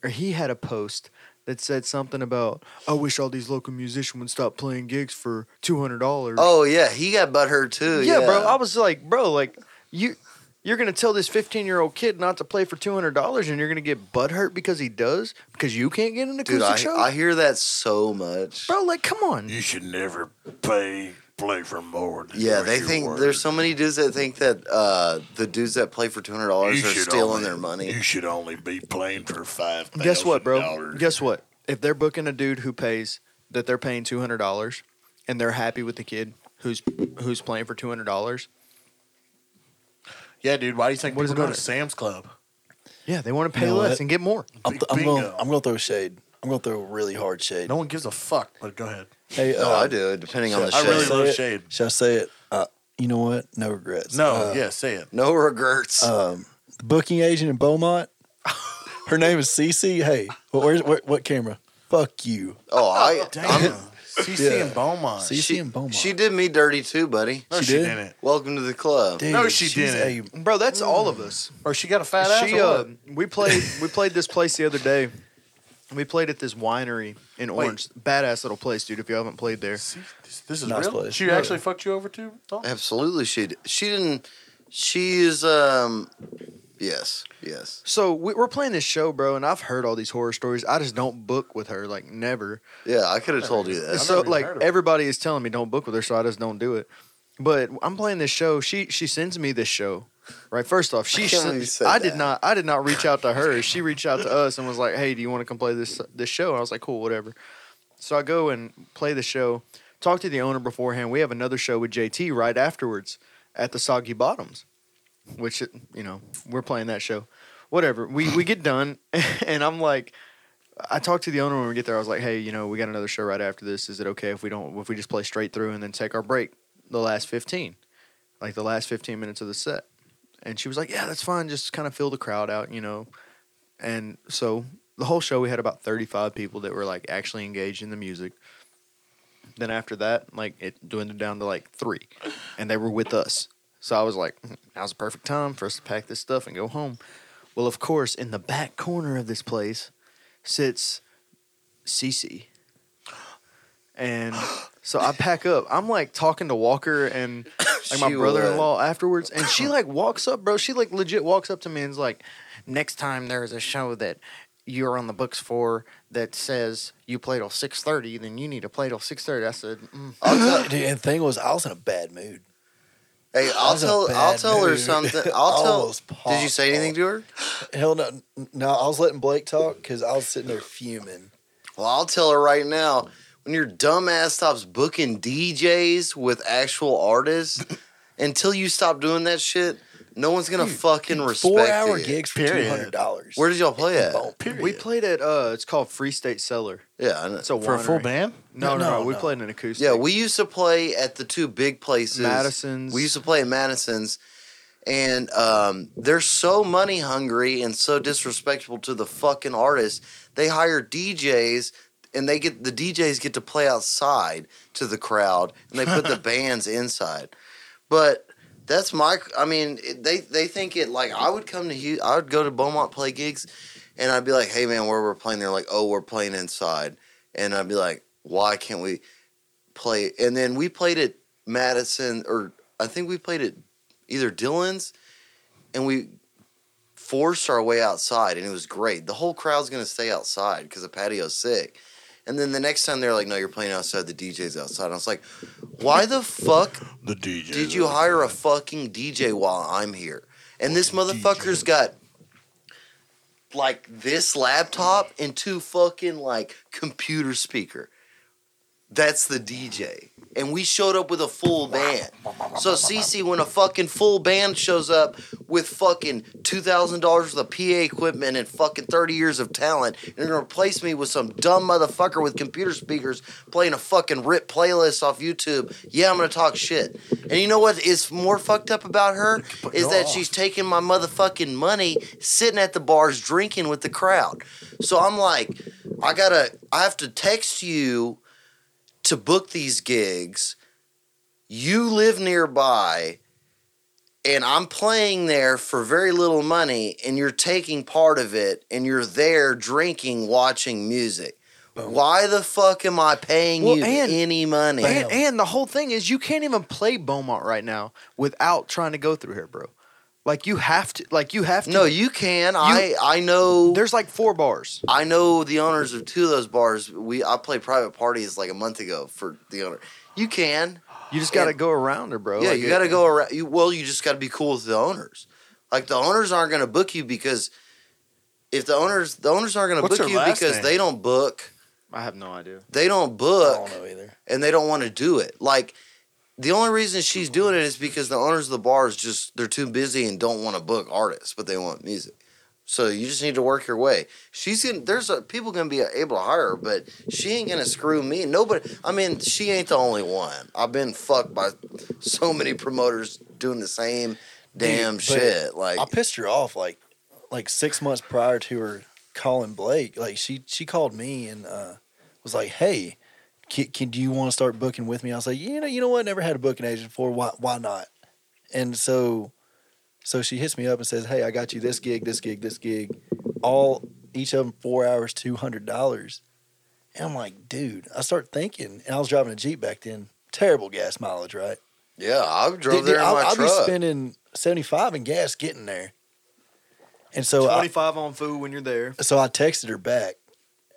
[SPEAKER 7] or he had a post that said something about I wish all these local musicians would stop playing gigs for two hundred dollars.
[SPEAKER 5] Oh yeah, he got butthurt too.
[SPEAKER 7] yeah, bro. I was like, bro, like you you're gonna tell this 15 year old kid not to play for two hundred dollars, and you're gonna get butt hurt because he does because you can't get an acoustic
[SPEAKER 5] Dude, I,
[SPEAKER 7] show,
[SPEAKER 5] I hear that so much.
[SPEAKER 7] bro. Like, come on.
[SPEAKER 4] You should never pay play for more. Than
[SPEAKER 5] Yeah,
[SPEAKER 4] what
[SPEAKER 5] they
[SPEAKER 4] you
[SPEAKER 5] think
[SPEAKER 4] were.
[SPEAKER 5] there's so many dudes that think that uh, the dudes that play for two hundred dollars
[SPEAKER 4] You
[SPEAKER 5] are
[SPEAKER 4] should
[SPEAKER 5] stealing
[SPEAKER 4] only-
[SPEAKER 5] their money.
[SPEAKER 4] You should only be playing for five.
[SPEAKER 7] Guess what, bro? Guess what? If they're booking a dude who pays that they're paying two hundred dollars, and they're happy with the kid who's who's playing for two hundred dollars,
[SPEAKER 4] Yeah, dude. Why do you think
[SPEAKER 7] What does
[SPEAKER 4] people
[SPEAKER 7] it
[SPEAKER 4] go to
[SPEAKER 7] matter?
[SPEAKER 4] Sam's Club?
[SPEAKER 7] yeah, they want to pay
[SPEAKER 6] know
[SPEAKER 7] less
[SPEAKER 6] what?
[SPEAKER 7] and get more.
[SPEAKER 6] I'm,
[SPEAKER 4] Big
[SPEAKER 6] I'm going.
[SPEAKER 4] bingo.
[SPEAKER 6] I'm going to throw shade. I'm going to throw really hard shade.
[SPEAKER 4] No one gives a fuck. But go ahead.
[SPEAKER 6] Hey,
[SPEAKER 5] No,
[SPEAKER 6] uh,
[SPEAKER 5] Oh, I do. Depending on the
[SPEAKER 4] I
[SPEAKER 5] show.
[SPEAKER 4] really
[SPEAKER 6] Should I
[SPEAKER 4] love
[SPEAKER 6] say it?
[SPEAKER 4] shade.
[SPEAKER 6] Should I say it? Uh, you know what? No regrets.
[SPEAKER 4] No.
[SPEAKER 6] Uh,
[SPEAKER 4] yeah, say it.
[SPEAKER 5] No regrets.
[SPEAKER 6] um, the booking agent in Beaumont. Her name is Cece. Hey, wh- where's where, what camera? Fuck you.
[SPEAKER 5] oh, I,
[SPEAKER 4] Damn. CC
[SPEAKER 6] Yeah.
[SPEAKER 4] and Beaumont.
[SPEAKER 6] Cece
[SPEAKER 5] she,
[SPEAKER 6] in Beaumont.
[SPEAKER 5] she did me dirty too, buddy.
[SPEAKER 4] Uh, no,
[SPEAKER 6] she
[SPEAKER 4] she,
[SPEAKER 6] did?
[SPEAKER 4] did? not
[SPEAKER 5] Welcome to the club.
[SPEAKER 6] Dude,
[SPEAKER 4] No, she
[SPEAKER 6] she's
[SPEAKER 4] didn't.
[SPEAKER 6] a-
[SPEAKER 7] Bro, that's all of us.
[SPEAKER 4] Or she got a fat
[SPEAKER 7] she,
[SPEAKER 4] ass. or
[SPEAKER 7] uh,
[SPEAKER 4] what?
[SPEAKER 7] we played we played this place the other day. We played at this winery in
[SPEAKER 4] Wait.
[SPEAKER 7] Orange. Badass little place, dude. If you haven't played there,
[SPEAKER 4] See, this, this is
[SPEAKER 6] Nice
[SPEAKER 4] real.
[SPEAKER 6] place.
[SPEAKER 4] She
[SPEAKER 6] Yeah.
[SPEAKER 4] actually fucked you over too. Tom?
[SPEAKER 5] Absolutely, she did. she didn't. She is um, yes, yes,
[SPEAKER 7] so we, we're playing this show, bro. And I've heard all these horror stories. I just don't book with her, like never.
[SPEAKER 5] yeah. I could have told you that.
[SPEAKER 4] I've
[SPEAKER 7] so
[SPEAKER 4] never even
[SPEAKER 7] like
[SPEAKER 4] heard of her.
[SPEAKER 7] everybody is telling me don't book with her, so I just don't do it. But I'm playing this show. She she sends me this show. Right. First off, she
[SPEAKER 5] I
[SPEAKER 7] I,
[SPEAKER 5] can't believe you said
[SPEAKER 7] did
[SPEAKER 5] that.
[SPEAKER 7] not I did not reach out to her. She reached out to us and was like, "Hey, do you want to come play this this show?" I was like, "Cool, whatever." So I go and play the show. Talk to the owner beforehand. We have another show with JT right afterwards at the Soggy Bottoms, which you know we're playing that show. Whatever. We we get done, and I'm like, I talked to the owner when we get there. I was like, hey, you know, we got another show right after this. Is it okay if we don't if we just play straight through and then take our break the last fifteen, like the last fifteen minutes of the set? And she was like, yeah, that's fine. Just kind of fill the crowd out, you know. And so the whole show we had about 35 people that were like actually engaged in the music then after that like it dwindled down to like three and they were with us so i was like "Hmm, now's the perfect time for us to pack this stuff and go home well of course in the back corner of this place sits cc and so i pack up i'm like talking to walker and like my
[SPEAKER 5] She
[SPEAKER 7] brother-in-law afterwards and she like walks up bro she like legit walks up to me and's like next time there's a show that you're on the books for that says you play till six thirty, then you need to play till six thirty. I said, mm.
[SPEAKER 6] I was like- dude, and the thing was, I was in a bad mood.
[SPEAKER 5] Hey,
[SPEAKER 6] I
[SPEAKER 5] I'll
[SPEAKER 6] was in a
[SPEAKER 5] tell. I'll
[SPEAKER 6] bad
[SPEAKER 5] tell her
[SPEAKER 6] mood.
[SPEAKER 5] something.
[SPEAKER 6] I
[SPEAKER 5] I'll tell.
[SPEAKER 6] almost
[SPEAKER 5] Did you
[SPEAKER 6] popped
[SPEAKER 5] say anything
[SPEAKER 6] off.
[SPEAKER 5] to her?
[SPEAKER 6] Hell no, no. I was letting Blake talk because I was sitting there fuming.
[SPEAKER 5] Well, I'll tell her right now. When your dumbass stops booking DJs with actual artists, until you stop doing that shit, no one's gonna fucking respect
[SPEAKER 6] Four hour
[SPEAKER 5] it.
[SPEAKER 6] gigs for
[SPEAKER 4] Period.
[SPEAKER 6] two hundred dollars.
[SPEAKER 5] Where did y'all play at?
[SPEAKER 7] we played at uh, it's called Free State Cellar.
[SPEAKER 5] Yeah, I know.
[SPEAKER 7] It's a
[SPEAKER 4] for a full
[SPEAKER 7] winery.
[SPEAKER 4] band.
[SPEAKER 7] No, no,
[SPEAKER 6] No,
[SPEAKER 7] no, we
[SPEAKER 6] no.
[SPEAKER 7] played an acoustic.
[SPEAKER 5] yeah. We used to play at the two big places.
[SPEAKER 7] Madison's.
[SPEAKER 5] We used to play at Madison's, and um, they're so money hungry and so disrespectful to the fucking artists. They hire DJs, and they get the DJs get to play outside to the crowd, and they put the bands inside. But that's my. I mean, it, they they think it like I would come to Houston. I would go to Beaumont play gigs, and I'd be like, "Hey man, where we're playing?" They're like, "Oh, we're playing inside," and I'd be like, "Why can't we play?" And then we played at Madison, or I think we played at either Dylan's, and we forced our way outside, and it was great. The whole crowd's gonna stay outside because the patio's sick. And then the next time they're like, "No, you're playing outside. The DJ's outside." And I was like, "Why the fuck
[SPEAKER 4] The DJ.
[SPEAKER 5] did you hire a fucking DJ while I'm here? And this motherfucker's got like this laptop and two fucking like computer speaker. That's the DJ. And we showed up with a full band. So CC, when a fucking full band shows up with fucking two thousand dollars worth of PA equipment and fucking thirty years of talent, and they're gonna replace me with some dumb motherfucker with computer speakers playing a fucking rip playlist off YouTube. Yeah, I'm gonna talk shit. And you know what is more fucked up about her is that she's taking my motherfucking money, sitting at the bars drinking with the crowd. So I'm like, I gotta, I have to text you to book these gigs. You live nearby and I'm playing there for very little money, and you're taking part of it, and you're there drinking, watching music. Why the fuck am I paying
[SPEAKER 7] Well,
[SPEAKER 5] you
[SPEAKER 7] and-
[SPEAKER 5] any money?
[SPEAKER 7] And, and the whole thing is you can't even play Beaumont right now without trying to go through here, bro. Like you have to. Like you have to.
[SPEAKER 5] no, you can. I I know.
[SPEAKER 7] There's like four bars.
[SPEAKER 5] I know the owners of two of those bars. We I played private parties like a month ago for the owner. You can.
[SPEAKER 7] You just got to
[SPEAKER 5] And-
[SPEAKER 7] go around it, bro.
[SPEAKER 5] yeah,
[SPEAKER 7] Like,
[SPEAKER 5] you
[SPEAKER 7] it-
[SPEAKER 5] got to go around. You, well, you just got to be cool with the owners. Like the owners aren't going to book you because if the owners the owners aren't going to
[SPEAKER 4] What's
[SPEAKER 5] book
[SPEAKER 4] her
[SPEAKER 5] you
[SPEAKER 4] last
[SPEAKER 5] because
[SPEAKER 4] name?
[SPEAKER 5] they don't book.
[SPEAKER 7] I have no idea.
[SPEAKER 5] they don't
[SPEAKER 6] I
[SPEAKER 5] book
[SPEAKER 6] don't know either.
[SPEAKER 5] and they don't want to do it. Like the only reason she's doing it is because the owners of the bars just they're too busy and don't want to book artists, but they want music. So you just need to work your way. She's gonna there's a, people gonna be able to hire her, but she ain't gonna screw me. Nobody. I mean, she ain't the only one. I've been fucked by so many promoters doing the same damn
[SPEAKER 6] but
[SPEAKER 5] shit. Like
[SPEAKER 6] I pissed her off like like six months prior to her calling Blake. Like she she called me and uh, was like, "Hey, can, can do you want to start booking with me?" I was like, "You know, you know what? Never had a booking agent before. Why why not?" And so so she hits me up and says, "Hey, I got you this gig, this gig, this gig, all each of them four hours, two hundred dollars." And I'm like, dude, I start thinking, and I was driving a Jeep back then. Terrible gas mileage, right?
[SPEAKER 5] yeah, I drove
[SPEAKER 6] Dude,
[SPEAKER 5] there in
[SPEAKER 6] I'll,
[SPEAKER 5] my
[SPEAKER 6] I'll
[SPEAKER 5] truck.
[SPEAKER 6] be spending seventy five in gas getting there. And so uh,
[SPEAKER 7] Twenty
[SPEAKER 6] I,
[SPEAKER 7] five on food when you're there.
[SPEAKER 6] so I texted her back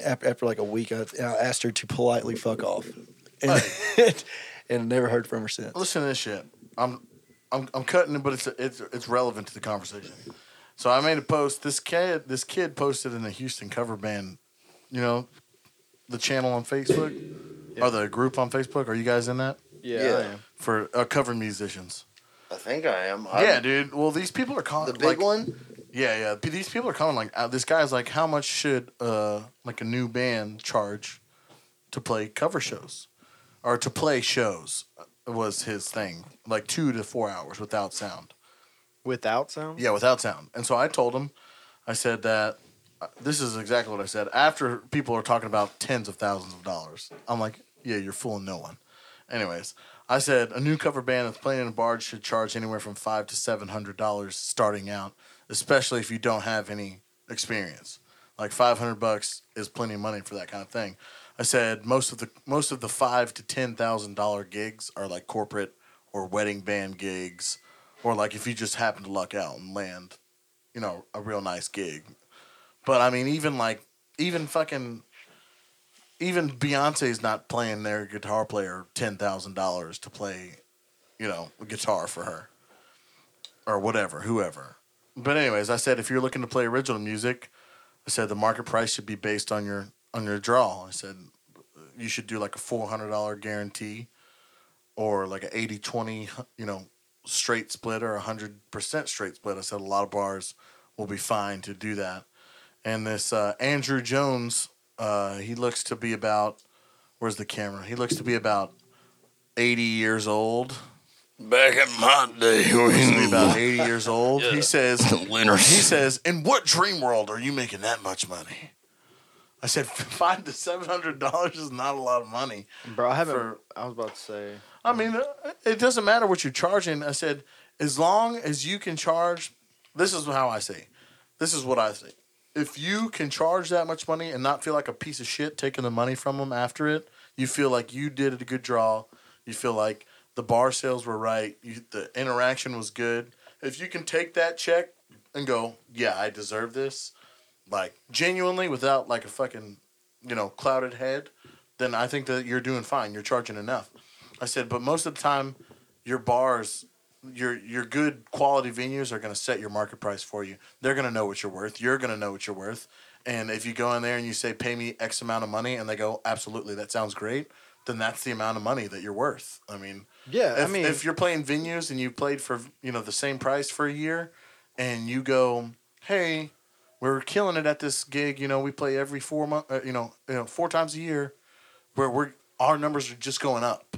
[SPEAKER 6] after, after like a week. I, and I asked her to politely fuck off, and, and never heard from her since.
[SPEAKER 4] Listen to this shit. I'm I'm I'm cutting it, but it's it's it's relevant to the conversation. So I made a post. This kid this kid posted in the Houston cover band, you know, the channel on Facebook or the group on Facebook. Are you guys in that
[SPEAKER 7] Yeah,
[SPEAKER 5] Yeah.
[SPEAKER 7] I am.
[SPEAKER 4] for uh, cover musicians?
[SPEAKER 5] I think I am.
[SPEAKER 4] yeah,
[SPEAKER 5] I'm-
[SPEAKER 4] dude. Well, these people are con-
[SPEAKER 5] the big
[SPEAKER 4] like-
[SPEAKER 5] one.
[SPEAKER 4] Yeah, yeah. P- These people are coming. Like uh, this guy's like, how much should uh like a new band charge to play cover shows or to play shows uh, was his thing. Like two to four hours without sound.
[SPEAKER 7] Without sound.
[SPEAKER 4] Yeah, without sound. And so I told him, I said that uh, this is exactly what I said. After people are talking about tens of thousands of dollars, I'm like, yeah, you're fooling no one. Anyways, I said a new cover band that's playing in a bar should charge anywhere from five to seven hundred dollars starting out, especially if you don't have any experience. Like five hundred bucks is plenty of money for that kind of thing. I said most of the most of the five to ten thousand dollar gigs are like corporate or wedding band gigs, or like if you just happen to luck out and land, you know, a real nice gig. But I mean, even like, even fucking, even Beyonce's not playing their guitar player ten thousand dollars to play, you know, a guitar for her, or whatever, whoever. But anyways, I said if you're looking to play original music, I said the market price should be based on your on your draw. I said you should do like a four hundred dollar guarantee, or like a 80-20, you know, straight split or a hundred percent straight split. I said a lot of bars will be fine to do that. And this uh, Andrew Jones, uh, he looks to be about where's the camera? He looks to be about eighty years old.
[SPEAKER 2] Back in my day,
[SPEAKER 4] Looks to be about eighty years old. He says
[SPEAKER 2] Leonard.
[SPEAKER 4] he says, "In what dream world are you making that much money?" I said, five to seven hundred dollars is not a lot of money.
[SPEAKER 7] Bro, I haven't.
[SPEAKER 4] For-
[SPEAKER 7] I was about to say.
[SPEAKER 4] I mean, uh, it doesn't matter what you're charging. I said, as long as you can charge, this is how I say. it. This is what I say. If you can charge that much money and not feel like a piece of shit taking the money from them after it, you feel like you did a good draw. You feel like the bar sales were right. You, the interaction was good. If you can take that check and go, yeah, I deserve this, like genuinely without like a fucking, you know, clouded head, then I think that you're doing fine. You're charging enough. I said, but most of the time, your bars, your your good quality venues are going to set your market price for you. They're going to know what you're worth. You're going to know what you're worth. And if you go in there and you say, "Pay me X amount of money," and they go, "Absolutely, that sounds great," then that's the amount of money that you're worth. I mean,
[SPEAKER 7] Yeah,
[SPEAKER 4] if,
[SPEAKER 7] I mean,
[SPEAKER 4] if you're playing venues and you played for you know the same price for a year, and you go, hey, we're killing it at this gig. You know, we play every four month. Uh, you know, you know, four times a year. Where we're our numbers are just going up.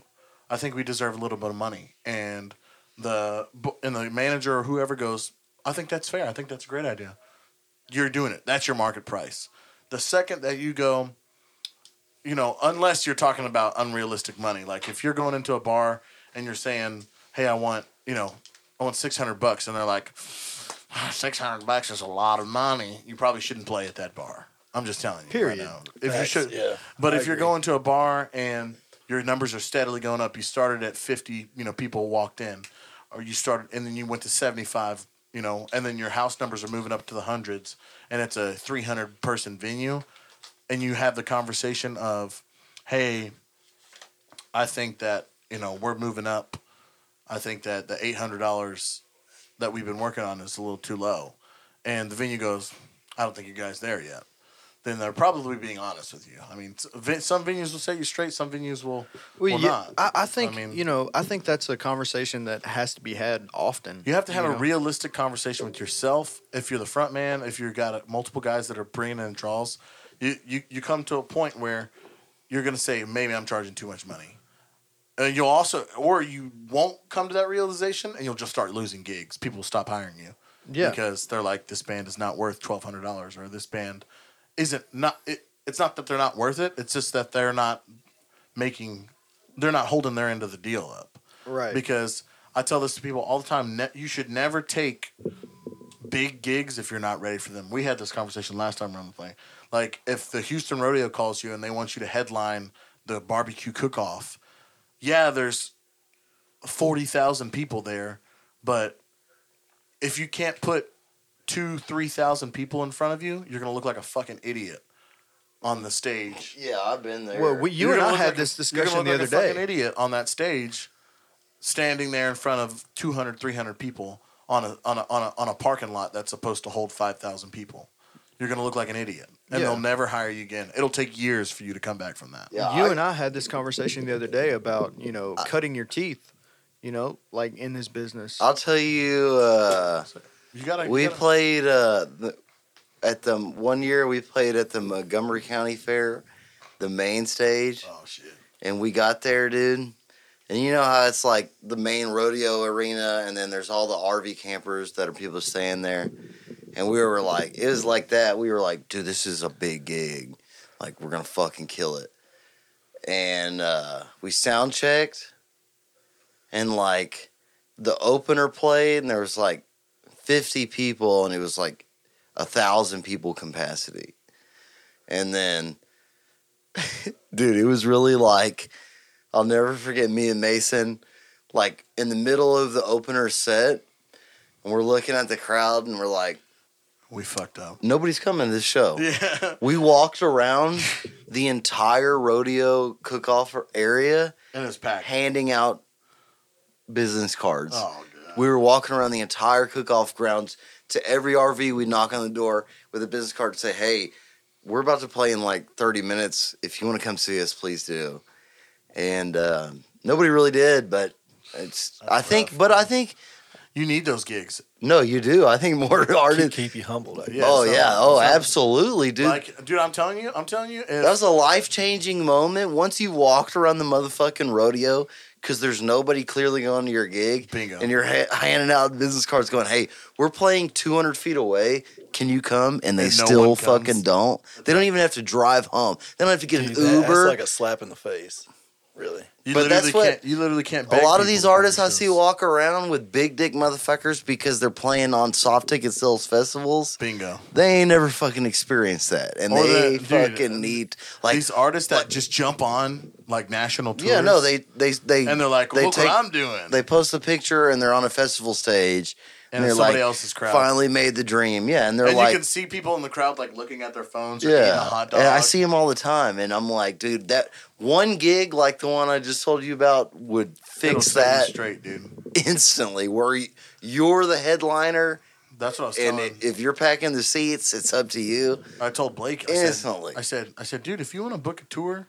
[SPEAKER 4] I think we deserve a little bit of money, and the bu- and the manager or whoever goes, I think that's fair. I think that's a great idea. You're doing it. That's your market price. The second that you go, you know, unless you're talking about unrealistic money, like if you're going into a bar and you're saying, "Hey, I want, you know, I want 600 bucks." And they're like, "600 bucks is a lot of money. You probably shouldn't play at that bar." I'm just telling you.
[SPEAKER 7] Period.
[SPEAKER 4] Right now. If you should But if you're going to a bar and your numbers are steadily going up, you started at 50, you know, people walked in, or you started and then you went to 75, you know, and then your house numbers are moving up to the hundreds and it's a 300 person venue and you have the conversation of, "Hey, I think that you know we're moving up. I think that the eight hundred dollars that we've been working on is a little too low, and the venue goes, I don't think you guys there yet. Then they're probably being honest with you. I mean, s- ven- some venues will set you straight, some venues will
[SPEAKER 7] well,
[SPEAKER 4] will
[SPEAKER 7] yeah,
[SPEAKER 4] not.
[SPEAKER 7] I, I think
[SPEAKER 4] mean-
[SPEAKER 7] you know. I think that's a conversation that has to be had often.
[SPEAKER 4] You have to have
[SPEAKER 7] you
[SPEAKER 4] a
[SPEAKER 7] know?
[SPEAKER 4] realistic conversation with yourself. If you're the front man, if you've got uh, multiple guys that are bringing in draws, you, you, you come to a point where you're going to say, maybe I'm charging too much money. And you'll also, or you won't come to that realization and you'll just start losing gigs. People will stop hiring you
[SPEAKER 7] Yeah,
[SPEAKER 4] because they're like, this band is not worth $1,200 or this band isn't not, it, it's not that they're not worth it. It's just that they're not making, they're not holding their end of the deal up
[SPEAKER 7] right.
[SPEAKER 4] because I tell this to people all the time. Ne- you should never take big gigs if you're not ready for them. We had this conversation last time around the plane. Like if the Houston Rodeo calls you and they want you to headline the barbecue cook-off, yeah, there's forty thousand people there, but if you can't put two, three thousand people in front of you, you're gonna look like a fucking idiot on the stage
[SPEAKER 5] Yeah, I've been there.
[SPEAKER 7] well, we, you
[SPEAKER 4] you're
[SPEAKER 7] and
[SPEAKER 4] gonna
[SPEAKER 7] I
[SPEAKER 4] look
[SPEAKER 7] had
[SPEAKER 4] like a-
[SPEAKER 7] this
[SPEAKER 4] you're gonna
[SPEAKER 7] discussion the
[SPEAKER 4] look
[SPEAKER 7] other
[SPEAKER 4] like a
[SPEAKER 7] day.
[SPEAKER 4] fucking idiot on that stage, standing there in front of 200, 300 people on a on a on a, on a parking lot that's supposed to hold five thousand people. You're gonna look like an idiot, and
[SPEAKER 7] Yeah.
[SPEAKER 4] they'll never hire you again. It'll take years for you to come back from that.
[SPEAKER 5] yeah,
[SPEAKER 7] you
[SPEAKER 5] I-
[SPEAKER 7] and I had this conversation the other day about you know cutting your teeth. You know, like in this business.
[SPEAKER 5] I'll tell you. Uh,
[SPEAKER 4] You gotta.
[SPEAKER 5] we
[SPEAKER 4] you gotta-
[SPEAKER 5] played uh, the, at the one year we played at the Montgomery County Fair, the main stage,
[SPEAKER 4] Oh shit!
[SPEAKER 5] and we got there, dude. And you know how it's like the main rodeo arena, and then there's all the RV campers that are people staying there. And we were like, it was like that. We were like, dude, this is a big gig. Like, we're gonna fucking kill it. And uh, we sound checked, and like the opener played, and there was like 50 people, and it was like a thousand people capacity. And then, dude, it was really like, I'll never forget me and Mason, like in the middle of the opener set, and we're looking at the crowd, and we're like,
[SPEAKER 4] We fucked up.
[SPEAKER 5] Nobody's coming to this show.
[SPEAKER 4] Yeah.
[SPEAKER 5] We walked around the entire rodeo cook off area
[SPEAKER 4] And it's packed.
[SPEAKER 5] handing out business cards.
[SPEAKER 4] Oh, God.
[SPEAKER 5] We were walking around the entire cook off grounds to every RV. We'd knock on the door with a business card to say, hey, we're about to play in like 30 minutes. If you want to come see us, please do. And uh, nobody really did, but it's, I think, but I think,
[SPEAKER 4] You need those gigs.
[SPEAKER 5] no, you do. I think more
[SPEAKER 6] Keep,
[SPEAKER 5] artists.
[SPEAKER 6] keep you humbled. I guess.
[SPEAKER 4] Yeah,
[SPEAKER 5] oh,
[SPEAKER 4] so-
[SPEAKER 5] yeah. Oh,
[SPEAKER 4] so-
[SPEAKER 5] absolutely, dude.
[SPEAKER 4] Like, dude, I'm telling you, I'm telling you, if,
[SPEAKER 5] That was a life changing moment. Once you walked around the motherfucking rodeo, because there's nobody clearly going to your gig,
[SPEAKER 4] Bingo.
[SPEAKER 5] and you're ha- handing out business cards, going, "Hey, we're playing 200 feet away. Can you come?" And they
[SPEAKER 4] And no
[SPEAKER 5] still
[SPEAKER 4] one comes.
[SPEAKER 5] fucking don't. They don't even have to drive home. They don't have to get
[SPEAKER 6] Dude,
[SPEAKER 5] an
[SPEAKER 6] that-
[SPEAKER 5] Uber.
[SPEAKER 6] That's like a slap in the face. Really.
[SPEAKER 4] you
[SPEAKER 5] but
[SPEAKER 4] literally
[SPEAKER 5] that's what-
[SPEAKER 4] can't, you literally can't.
[SPEAKER 5] a
[SPEAKER 4] beg
[SPEAKER 5] lot of
[SPEAKER 4] people
[SPEAKER 5] these
[SPEAKER 4] to come to
[SPEAKER 5] artists I
[SPEAKER 4] shows.
[SPEAKER 5] see walk around with big dick motherfuckers because they're playing on soft ticket sales festivals.
[SPEAKER 4] Bingo.
[SPEAKER 5] They ain't never fucking experienced that, and
[SPEAKER 4] Or
[SPEAKER 5] they
[SPEAKER 4] that- dude,
[SPEAKER 5] fucking need like
[SPEAKER 4] these artists that just jump on like national tours.
[SPEAKER 5] yeah, no, they they they
[SPEAKER 4] and they're like,
[SPEAKER 5] they
[SPEAKER 4] look
[SPEAKER 5] take-
[SPEAKER 4] what I'm doing.
[SPEAKER 5] they post a picture and they're on a festival stage
[SPEAKER 4] and
[SPEAKER 5] they're
[SPEAKER 4] it's somebody
[SPEAKER 5] like,
[SPEAKER 4] else's crowd.
[SPEAKER 5] finally made the dream yeah and they're
[SPEAKER 4] and
[SPEAKER 5] like
[SPEAKER 4] you can see people in the crowd like looking at their phones. Or eating a
[SPEAKER 5] yeah
[SPEAKER 4] hot dog.
[SPEAKER 5] And i see them all the time and i'm like dude that one gig like the one i just told you about would
[SPEAKER 4] It'll
[SPEAKER 5] fix
[SPEAKER 4] set you
[SPEAKER 5] that
[SPEAKER 4] straight, dude.
[SPEAKER 5] instantly where y- you're the headliner
[SPEAKER 4] That's what I was
[SPEAKER 5] and
[SPEAKER 4] telling.
[SPEAKER 5] i- if you're packing the seats it's up to you
[SPEAKER 4] I told Blake. I
[SPEAKER 5] Instantly.
[SPEAKER 4] Said, I said, I said, dude, if you want to book a tour,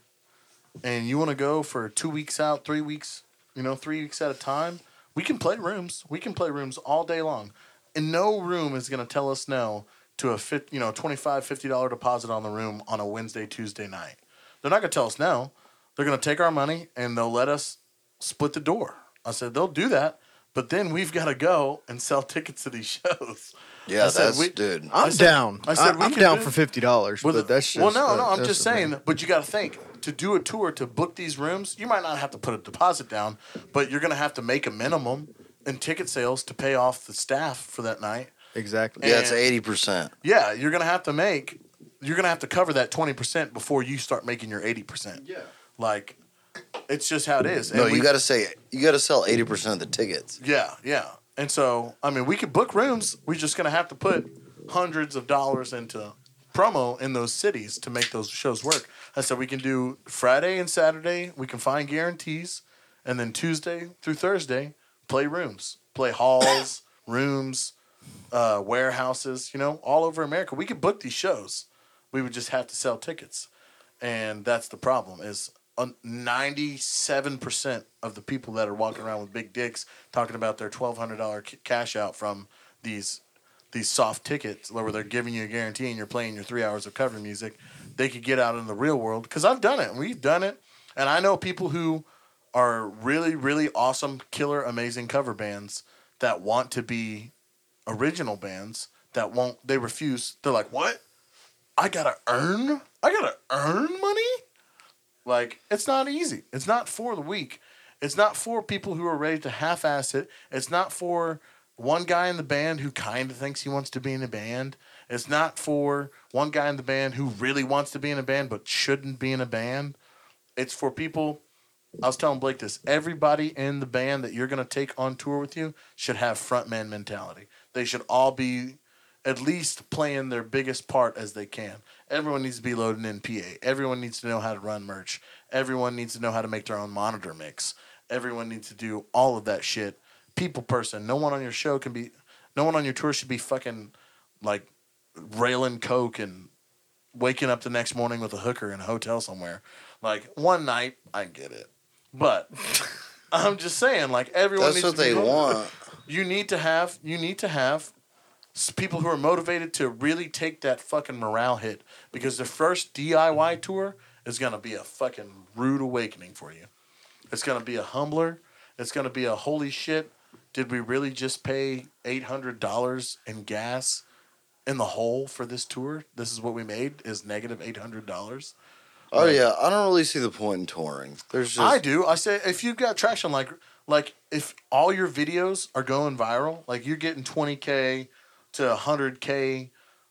[SPEAKER 4] and you want to go for two weeks out, three weeks, you know, three weeks at a time, we can play rooms. We can play rooms all day long, and no room is gonna tell us no to a fif- you know, 25 50 dollar deposit on the room on a Wednesday, Tuesday night. They're not gonna tell us no. They're gonna take our money and they'll let us split the door. I said they'll do that, but then we've got to go and sell tickets to these shows.
[SPEAKER 5] yeah
[SPEAKER 4] I said,
[SPEAKER 5] that's
[SPEAKER 4] we-
[SPEAKER 5] dude
[SPEAKER 7] I'm
[SPEAKER 4] I said-
[SPEAKER 7] down.
[SPEAKER 4] I said we
[SPEAKER 7] I, am
[SPEAKER 4] can
[SPEAKER 7] down
[SPEAKER 4] do-
[SPEAKER 7] for fifty dollars,
[SPEAKER 4] Well,
[SPEAKER 7] but that's just
[SPEAKER 4] well, no,
[SPEAKER 7] that-
[SPEAKER 4] no. I'm
[SPEAKER 7] that's
[SPEAKER 4] just
[SPEAKER 7] the thing.
[SPEAKER 4] saying. But you got to think to do a tour to book these rooms. You might not have to put a deposit down, but you're going to have to make a minimum in ticket sales to pay off the staff for that night.
[SPEAKER 7] Exactly.
[SPEAKER 5] yeah it's
[SPEAKER 4] and-
[SPEAKER 5] 80%
[SPEAKER 4] Yeah, you're going to have to make. You're going to have to cover that twenty percent before you start making your eighty percent. Yeah, like it's just how it is.
[SPEAKER 5] no
[SPEAKER 4] we-
[SPEAKER 5] you gotta say you gotta sell 80% of the tickets
[SPEAKER 4] Yeah, yeah. And so, I mean, we could book rooms. We're just going to have to put hundreds of dollars into promo in those cities to make those shows work. I said we can do Friday and Saturday. We can find guarantees, and then Tuesday through Thursday, play rooms, play halls, rooms, uh, warehouses. You know, all over America, we could book these shows. We would just have to sell tickets, and that's the problem. Is ninety-seven percent of the people that are walking around with big dicks talking about their twelve hundred dollar cash out from these these soft tickets where they're giving you a guarantee and you're playing your three hours of cover music, they could get out in the real world. Because I've done it, we've done it, and I know people who are really, really awesome, killer, amazing cover bands that want to be original bands that won't. They refuse. They're like, what? I gotta earn. I gotta earn money. Like it's not easy. It's not for the weak. It's not for people who are ready to half-ass it. It's not for one guy in the band who kind of thinks he wants to be in a band. It's not for one guy in the band who really wants to be in a band but shouldn't be in a band. It's for people. I was telling Blake this. Everybody in the band that you're going to take on tour with you should have frontman mentality. They should all be at least playing their biggest part as they can. Everyone needs to be loading in PA. Everyone needs to know how to run merch. Everyone needs to know how to make their own monitor mix. Everyone needs to do all of that shit. People person. No one on your show can be no one on your tour should be fucking like railing coke and waking up the next morning with a hooker in a hotel somewhere. Like one night, I get it. But I'm just saying, like everyone
[SPEAKER 5] that's
[SPEAKER 4] needs
[SPEAKER 5] what
[SPEAKER 4] to
[SPEAKER 5] they
[SPEAKER 4] be loaded
[SPEAKER 5] want
[SPEAKER 4] you need to have you need to have s- people who are motivated to really take that fucking morale hit because the first DIY tour is gonna be a fucking rude awakening for you. It's gonna be a humbler. It's gonna be a holy shit. Did we really just pay eight hundred dollars in gas in the hole for this tour? This is what we made is negative eight hundred dollars.
[SPEAKER 5] oh yeah i don't really see the point in touring there's just
[SPEAKER 4] I do. I say if you've got traction, like like if all your videos are going viral, like you're getting twenty k to hundred k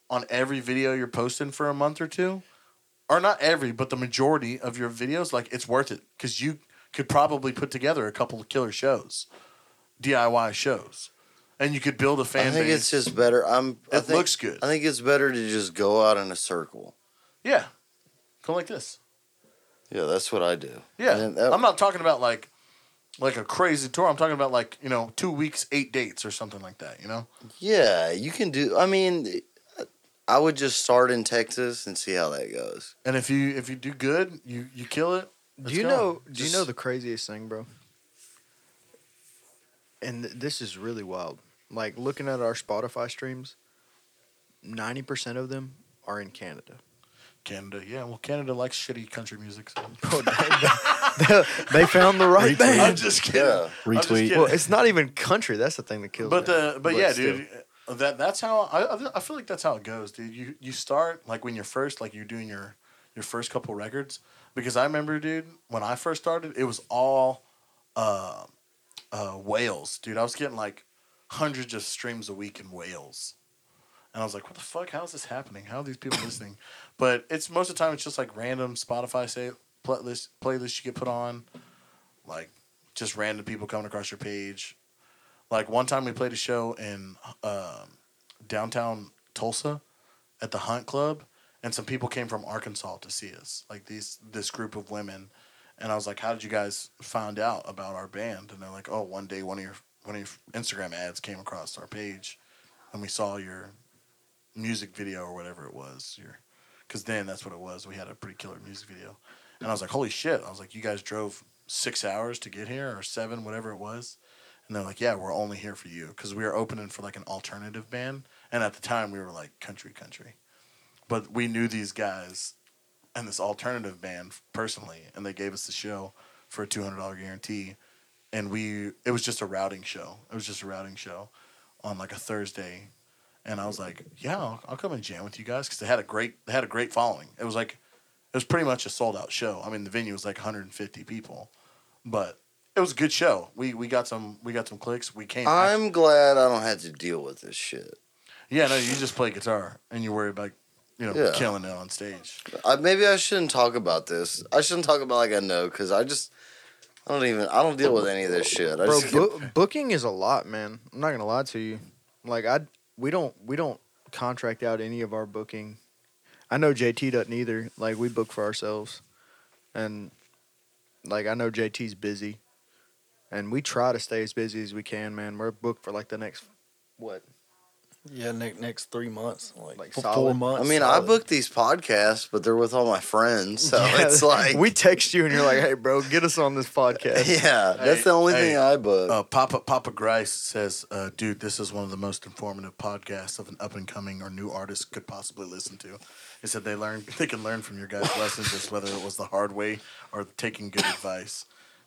[SPEAKER 4] on every video you're posting for a month or two, or not every, but the majority of your videos, like it's worth it because you could probably put together a couple of killer shows, DIY shows, and you could build a
[SPEAKER 5] I
[SPEAKER 4] fan
[SPEAKER 5] think
[SPEAKER 4] base.
[SPEAKER 5] it's just better. I'm. I
[SPEAKER 4] It
[SPEAKER 5] think,
[SPEAKER 4] looks good.
[SPEAKER 5] I think it's better to just go out in a circle.
[SPEAKER 4] yeah, come like this.
[SPEAKER 5] Yeah, that's what I do.
[SPEAKER 4] Yeah,
[SPEAKER 5] And then uh, that-
[SPEAKER 4] I'm not talking about like like a crazy tour. I'm talking about like you know two weeks, eight dates, or something like that. You know,
[SPEAKER 5] Yeah, you can do. I mean, I would just start in Texas and see how that goes.
[SPEAKER 4] and if you if you do good, you you kill it.
[SPEAKER 7] Do
[SPEAKER 4] Let's
[SPEAKER 7] you
[SPEAKER 4] go.
[SPEAKER 7] know? Do
[SPEAKER 4] Just-
[SPEAKER 7] you know the craziest thing, bro? And th- this is really wild. Like looking at our Spotify streams, ninety percent of them are in Canada.
[SPEAKER 4] Canada? Yeah, well, Canada likes shitty country music. So.
[SPEAKER 7] Bro, they, they- they found the right
[SPEAKER 4] I'm
[SPEAKER 7] band.
[SPEAKER 4] just kidding.
[SPEAKER 5] Yeah,
[SPEAKER 4] I'm just
[SPEAKER 6] Retweet.
[SPEAKER 4] kidding.
[SPEAKER 7] Well, it's not even country. That's the thing that kills.
[SPEAKER 4] but
[SPEAKER 7] me.
[SPEAKER 4] the but yeah,
[SPEAKER 7] still.
[SPEAKER 4] dude. uh, That that's how I I- I feel like that's how it goes, dude. You you start like when you're first like you're doing your your first couple records because I remember, dude, when I first started, it was all uh, uh, Wales, dude. I was getting like hundreds of streams a week in Wales, and I was like, what the fuck? How is this happening? How are these people listening? But it's most of the time it's just like random Spotify say playlist playlist you get put on, like just random people coming across your page. Like one time we played a show in um, downtown Tulsa at the Hunt Club, and some people came from Arkansas to see us. Like these, this group of women, and I was like, "How did you guys find out about our band?" And they're like, "Oh, one day one of your one of your Instagram ads came across our page, and we saw your music video or whatever it was. Your, because then that's what it was. We had a pretty killer music video, and I was like, "Holy shit!" I was like, "You guys drove six hours to get here or seven, whatever it was." And they're like, yeah, we're only here for you because we were opening for like an alternative band. And at the time, we were like country, country. But we knew these guys and this alternative band personally, and they gave us the show for a $200 guarantee. And we, it was just a routing show. It was just a routing show on like a Thursday. And I was like, yeah, I'll, I'll come and jam with you guys because they had a great, they had a great following. It was like, it was pretty much a sold out show. I mean, the venue was like 150 people, but it was a good show. We we got some we got some clicks. We came.
[SPEAKER 5] I'm glad I don't have to deal with this shit.
[SPEAKER 4] yeah, no, you just play guitar and you worry about you know
[SPEAKER 5] Yeah. Uh,
[SPEAKER 4] killing it on stage.
[SPEAKER 5] I, maybe I shouldn't talk about this. I shouldn't talk about like I know because I just I don't even I don't deal with any of this shit. I
[SPEAKER 7] bro,
[SPEAKER 5] just
[SPEAKER 7] bo- booking is a lot, man. I'm not gonna lie to you. Like I, we don't, we don't contract out any of our booking. I know JT doesn't either. Like we book for ourselves, and like I know JT's busy, and we try to stay as busy as we can, man. We're booked for like the next what?
[SPEAKER 6] Yeah, next next three months, like,
[SPEAKER 7] Like
[SPEAKER 6] f- four
[SPEAKER 7] solid.
[SPEAKER 5] I
[SPEAKER 6] months.
[SPEAKER 5] mean, I
[SPEAKER 6] solid.
[SPEAKER 5] book these podcasts, but they're with all my friends, so
[SPEAKER 7] Yeah,
[SPEAKER 5] Oh, it's like
[SPEAKER 7] we text you and you're like, "Hey, bro, get us on this podcast."
[SPEAKER 5] yeah, that's
[SPEAKER 4] Hey,
[SPEAKER 5] the only
[SPEAKER 4] hey,
[SPEAKER 5] thing I book.
[SPEAKER 4] Uh, Papa Papa Grice says, uh, "Dude, this is one of the most informative podcasts of an up and coming or new artist could possibly listen to." He said they learn they can learn from your guys' lessons, as whether it was the hard way or taking good advice.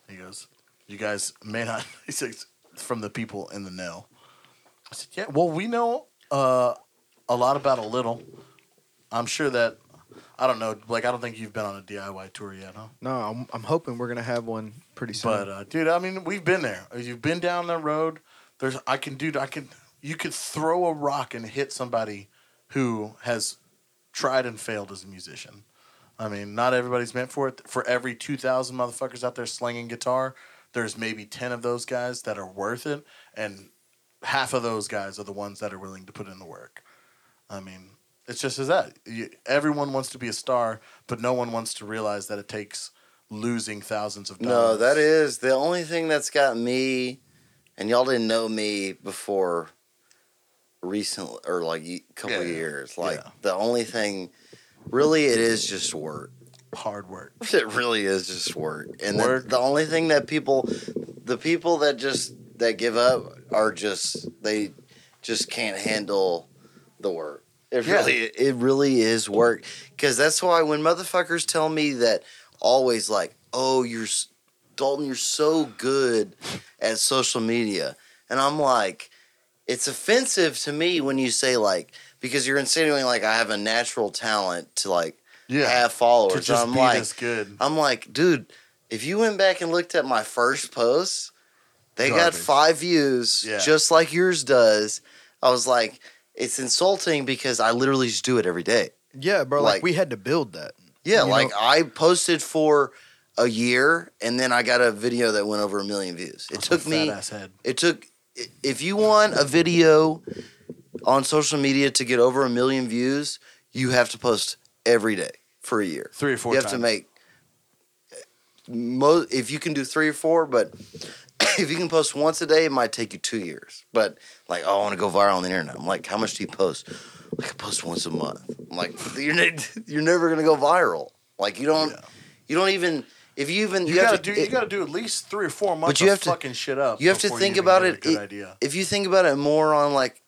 [SPEAKER 4] He goes, "You guys may not." He says, "From the people in the know." I said, "Yeah, well, we know uh, a lot about a little. I'm sure that I don't know. Like, I don't think you've been on a DIY tour yet, huh?"
[SPEAKER 7] No, I'm, I'm hoping we're gonna have one pretty soon.
[SPEAKER 4] But uh, dude, I mean, we've been there. You've been down that road. There's, I can, dude, I can. You could throw a rock and hit somebody who has tried and failed as a musician. I mean, not everybody's meant for it. For every two thousand motherfuckers out there slinging guitar, there's maybe ten of those guys that are worth it, and half of those guys are the ones that are willing to put in the work. I mean, it's just as that. You, everyone wants to be a star, but no one wants to realize that it takes losing thousands of dollars.
[SPEAKER 5] No, that is the only thing that's got me, and y'all didn't know me before recently or like a couple
[SPEAKER 4] Yeah.
[SPEAKER 5] years. Like
[SPEAKER 4] Yeah.
[SPEAKER 5] the only thing, really, it is just work.
[SPEAKER 4] hard work.
[SPEAKER 5] It really is just work. And the-
[SPEAKER 4] Work.
[SPEAKER 5] The, only thing that people, the people that just that give up are just they just can't handle the work. It
[SPEAKER 4] Yeah.
[SPEAKER 5] really, it really is work. Because that's why when motherfuckers tell me that, always like, oh, you're s- Dalton, you're so good at social media, and I'm like, it's offensive to me when you say like because you're insinuating like I have a natural talent to like have followers.
[SPEAKER 4] to just
[SPEAKER 5] I'm
[SPEAKER 4] be
[SPEAKER 5] like,
[SPEAKER 4] this good.
[SPEAKER 5] I'm like, dude, if you went back and looked at my first post, they got
[SPEAKER 4] Garbage.
[SPEAKER 5] five views
[SPEAKER 4] Yeah.
[SPEAKER 5] just like yours does. I was like, it's insulting because I literally just do it every day.
[SPEAKER 7] yeah, bro, like,
[SPEAKER 5] like-
[SPEAKER 7] we had to build that.
[SPEAKER 5] Yeah,
[SPEAKER 7] You
[SPEAKER 5] like
[SPEAKER 7] know-
[SPEAKER 5] I posted for a year and then I got a video that went over a million views. It
[SPEAKER 4] That's
[SPEAKER 5] took
[SPEAKER 4] my fat
[SPEAKER 5] me
[SPEAKER 4] ass head.
[SPEAKER 5] it took if you want a video on social media to get over a million views, you have to post every day for a year.
[SPEAKER 4] Three or four
[SPEAKER 5] you have to
[SPEAKER 4] times.
[SPEAKER 5] make mo if you can do three or four, but if you can post once a day, it might take you two years. But like, oh, I want to go viral on the internet. I'm like, how much do you post? I can post once a month. I'm like, you're ne- you're never gonna go viral. Like you don't you don't even if you even
[SPEAKER 4] You,
[SPEAKER 5] have
[SPEAKER 4] gotta
[SPEAKER 5] to-
[SPEAKER 4] do.
[SPEAKER 5] it-
[SPEAKER 4] you gotta do at least three or four months.
[SPEAKER 5] you
[SPEAKER 4] of
[SPEAKER 5] have to-
[SPEAKER 4] fucking shit up.
[SPEAKER 5] you have to
[SPEAKER 4] before
[SPEAKER 5] think
[SPEAKER 4] even
[SPEAKER 5] about
[SPEAKER 4] get a
[SPEAKER 5] it-
[SPEAKER 4] Good
[SPEAKER 5] it-
[SPEAKER 4] idea.
[SPEAKER 5] if you think about it more on like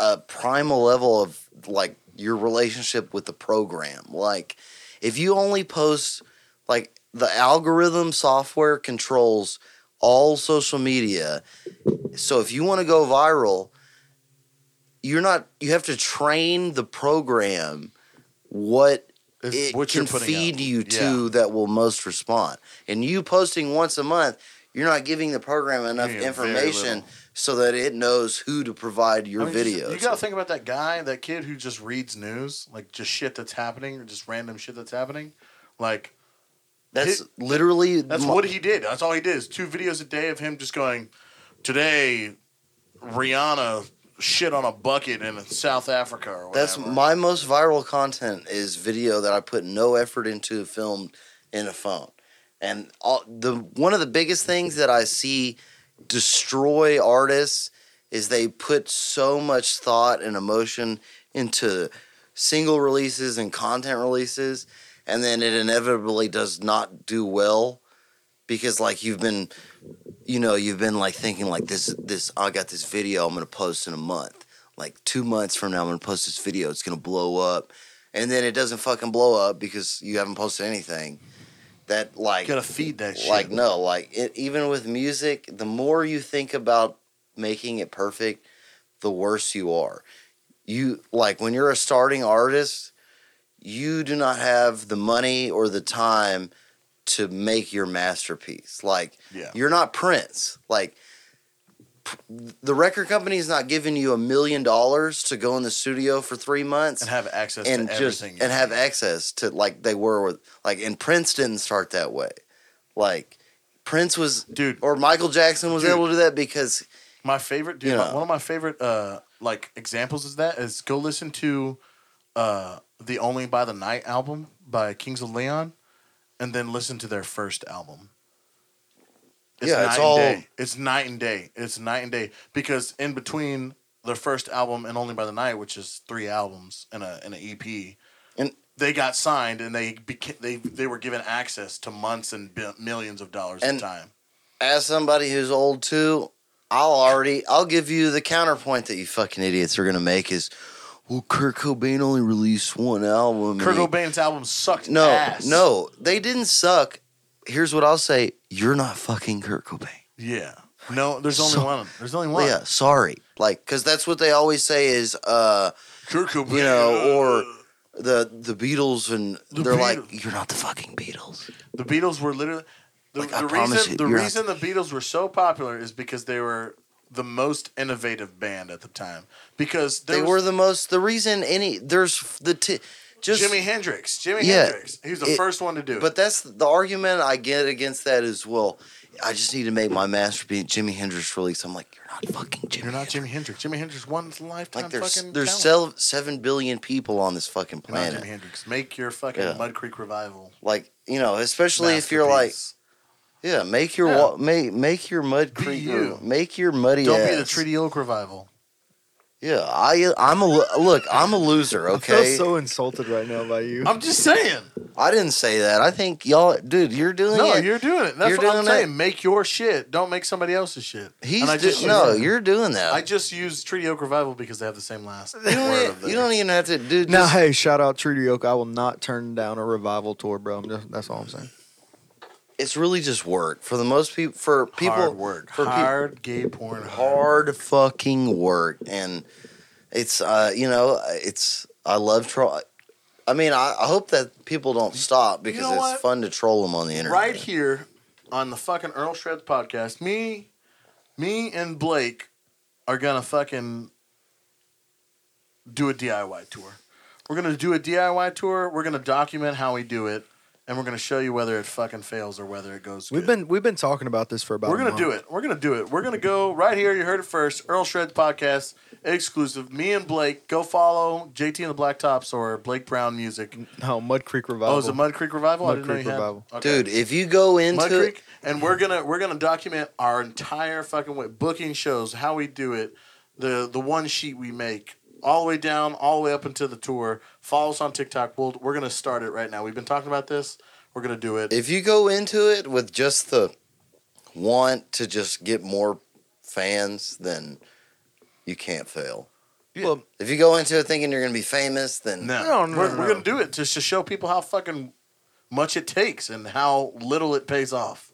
[SPEAKER 5] a primal level of like your relationship with the program like if you only post like the algorithm software controls all social media so if you want to go viral you're not you have to train the program what
[SPEAKER 4] If-
[SPEAKER 5] it
[SPEAKER 4] what
[SPEAKER 5] can
[SPEAKER 4] you're putting
[SPEAKER 5] feed
[SPEAKER 4] out.
[SPEAKER 5] you to that will most respond and you posting once a month you're not giving the program enough
[SPEAKER 4] Yeah, very
[SPEAKER 5] information
[SPEAKER 4] little.
[SPEAKER 5] so that it knows who to provide your
[SPEAKER 4] I mean, just-
[SPEAKER 5] videos.
[SPEAKER 4] You gotta think about that guy, that kid who just reads news, like just shit that's happening, or just random shit that's happening. Like
[SPEAKER 5] that's
[SPEAKER 4] it-
[SPEAKER 5] literally
[SPEAKER 4] That's
[SPEAKER 5] my-
[SPEAKER 4] what he did. That's all he did is two videos a day of him just going, today, Rihanna shit on a bucket in South Africa or whatever.
[SPEAKER 5] that's my most viral content is video that I put no effort into filmed in a phone. And all, the one of the biggest things that I see destroy artists is they put so much thought and emotion into single releases and content releases and then it inevitably does not do well because like you've been you know you've been like thinking like this this I got this video I'm going to post in a month like 2 months from now I'm going to post this video it's going to blow up and then it doesn't fucking blow up because you haven't posted anything that like
[SPEAKER 4] You gotta feed that shit.
[SPEAKER 5] like no like it, even with music the more you think about making it perfect the worse you are you like when you're a starting artist you do not have the money or the time to make your masterpiece like
[SPEAKER 4] Yeah.
[SPEAKER 5] you're not prince like p- the record company is not giving you a million dollars to go in the studio for three months
[SPEAKER 4] and have access
[SPEAKER 5] and
[SPEAKER 4] to
[SPEAKER 5] just
[SPEAKER 4] everything.
[SPEAKER 5] and have access to like they were with like and Prince didn't start that way. Like Prince was
[SPEAKER 4] Dude.
[SPEAKER 5] or Michael Jackson was
[SPEAKER 4] Dude.
[SPEAKER 5] able to do that because
[SPEAKER 4] My favorite, dude.
[SPEAKER 5] You
[SPEAKER 4] my-
[SPEAKER 5] know.
[SPEAKER 4] one of my favorite, uh, like examples is that is go listen to, uh, the Only by the Night album by Kings of Leon, and then listen to their first album.
[SPEAKER 5] Yeah,
[SPEAKER 4] night
[SPEAKER 5] it's
[SPEAKER 4] and
[SPEAKER 5] all-
[SPEAKER 4] day. It's night and day. It's night and day because in between their first album and Only by the Night, which is three albums and a and an EP,
[SPEAKER 5] And-
[SPEAKER 4] they got signed and they became, they they were given access to months and bi- millions of dollars
[SPEAKER 5] And-
[SPEAKER 4] of time.
[SPEAKER 5] as somebody who's old too, I'll already I'll give you the counterpoint that you fucking idiots are gonna make is well Kurt Cobain only released one album. and
[SPEAKER 4] Kurt
[SPEAKER 5] he-
[SPEAKER 4] Cobain's album sucked.
[SPEAKER 5] No,
[SPEAKER 4] ass.
[SPEAKER 5] no, they didn't suck. Here's what I'll say: You're not fucking Kurt Cobain.
[SPEAKER 4] Yeah. No, there's only
[SPEAKER 5] So-
[SPEAKER 4] one. There's only one.
[SPEAKER 5] Yeah, sorry. Like, cause that's what they always say is, uh,
[SPEAKER 4] Kurt Cobain.
[SPEAKER 5] you know, or the the Beatles, and
[SPEAKER 4] The
[SPEAKER 5] they're
[SPEAKER 4] Beatles.
[SPEAKER 5] like, "You're not the fucking Beatles."
[SPEAKER 4] the Beatles were literally the,
[SPEAKER 5] Like, I
[SPEAKER 4] the
[SPEAKER 5] promise
[SPEAKER 4] reason
[SPEAKER 5] you,
[SPEAKER 4] the
[SPEAKER 5] you're not-
[SPEAKER 4] reason the Beatles were so popular is because they were the most innovative band at the time. Because there
[SPEAKER 5] They
[SPEAKER 4] was
[SPEAKER 5] were the most. The reason any there's f- the t- just
[SPEAKER 4] Jimi Hendrix. Jimi
[SPEAKER 5] Yeah,
[SPEAKER 4] Hendrix. He was the
[SPEAKER 5] it-
[SPEAKER 4] first one to do it.
[SPEAKER 5] But that's the argument I get against that is, well, I just need to make my masterpiece Jimi Hendrix release. I'm like, you're not fucking Jimi.
[SPEAKER 4] you're not
[SPEAKER 5] Hendrix."
[SPEAKER 4] Jimi Hendrix. Jimi Hendrix won his lifetime
[SPEAKER 5] Like there's
[SPEAKER 4] fucking
[SPEAKER 5] there's
[SPEAKER 4] talent.
[SPEAKER 5] sev- seven billion people on this fucking
[SPEAKER 4] You're not Jimi
[SPEAKER 5] planet.
[SPEAKER 4] Hendrix. Make your fucking
[SPEAKER 5] Yeah.
[SPEAKER 4] Mud Creek revival.
[SPEAKER 5] Like you know, especially if you're like,
[SPEAKER 4] masterpiece.
[SPEAKER 5] yeah, make your
[SPEAKER 4] Yeah.
[SPEAKER 5] wa- make make your mud
[SPEAKER 4] Be
[SPEAKER 5] creek,
[SPEAKER 4] you.
[SPEAKER 5] make your muddy.
[SPEAKER 4] Don't be the
[SPEAKER 5] ass.
[SPEAKER 4] Treaty Oak revival.
[SPEAKER 5] Yeah, I I'm a lo- look. I'm a loser.
[SPEAKER 7] I
[SPEAKER 5] Okay,
[SPEAKER 7] feel so insulted right now by you.
[SPEAKER 4] I'm just saying.
[SPEAKER 5] I didn't say that. I think y'all, dude, you're doing
[SPEAKER 4] No,
[SPEAKER 5] it.
[SPEAKER 4] you're doing it. That's
[SPEAKER 5] You're
[SPEAKER 4] what I'm
[SPEAKER 5] doing it.
[SPEAKER 4] saying. Make your shit. Don't make somebody else's shit.
[SPEAKER 5] He's
[SPEAKER 4] And I
[SPEAKER 5] do-
[SPEAKER 4] just
[SPEAKER 5] no,
[SPEAKER 4] use-
[SPEAKER 5] you're doing that.
[SPEAKER 4] I just use Treaty Oak Revival because they have the same last
[SPEAKER 5] you, don't
[SPEAKER 4] word
[SPEAKER 5] e-
[SPEAKER 4] of
[SPEAKER 5] you
[SPEAKER 4] the.
[SPEAKER 5] don't even have to, dude.
[SPEAKER 7] now,
[SPEAKER 5] just-
[SPEAKER 7] hey, shout out Treaty Oak. I will not turn down a revival tour, bro. I'm just, that's all I'm saying.
[SPEAKER 5] it's really just work for the most people. For people,
[SPEAKER 4] hard work.
[SPEAKER 5] for
[SPEAKER 4] hard gay porn.
[SPEAKER 5] people, hard fucking work, and it's uh, you know, it's I love troll. I mean, I, I hope that people don't stop because
[SPEAKER 4] know
[SPEAKER 5] it's
[SPEAKER 4] what?
[SPEAKER 5] fun to troll them on the internet.
[SPEAKER 4] Right here on the fucking Earl Shreds podcast, me, me and Blake are gonna fucking do a DIY tour. We're gonna do a DIY tour. We're gonna document how we do it, and we're gonna show you whether it fucking fails or whether it goes.
[SPEAKER 7] We've
[SPEAKER 4] good.
[SPEAKER 7] been we've been talking about this for about.
[SPEAKER 4] We're gonna do it. We're gonna do it. We're gonna go right here. You heard it first. Earl Shreds podcast exclusive. Me and Blake. Go follow JT and the Blacktops or Blake Brown Music.
[SPEAKER 7] No, Mud Creek Revival.
[SPEAKER 4] Oh, is it Mud Creek Revival? I
[SPEAKER 7] Mud
[SPEAKER 4] didn't know
[SPEAKER 7] Creek
[SPEAKER 4] you had-
[SPEAKER 7] Revival.
[SPEAKER 4] Okay.
[SPEAKER 5] Dude, if you go
[SPEAKER 4] Mud
[SPEAKER 5] into
[SPEAKER 4] Creek, and we're gonna we're gonna document our entire fucking way, booking shows, how we do it, the the one sheet we make, all the way down, all the way up into the tour. Follow us on TikTok. We'll, we're gonna start it right now. We've been talking about this. We're gonna do it.
[SPEAKER 5] if you go into it with just the want to just get more fans, then you can't fail.
[SPEAKER 4] Yeah.
[SPEAKER 5] Well, if you go into it thinking you're gonna be famous, then
[SPEAKER 7] No, no,
[SPEAKER 4] we're,
[SPEAKER 7] no,
[SPEAKER 4] we're
[SPEAKER 7] no.
[SPEAKER 4] gonna do it just to show people how fucking much it takes and how little it pays off.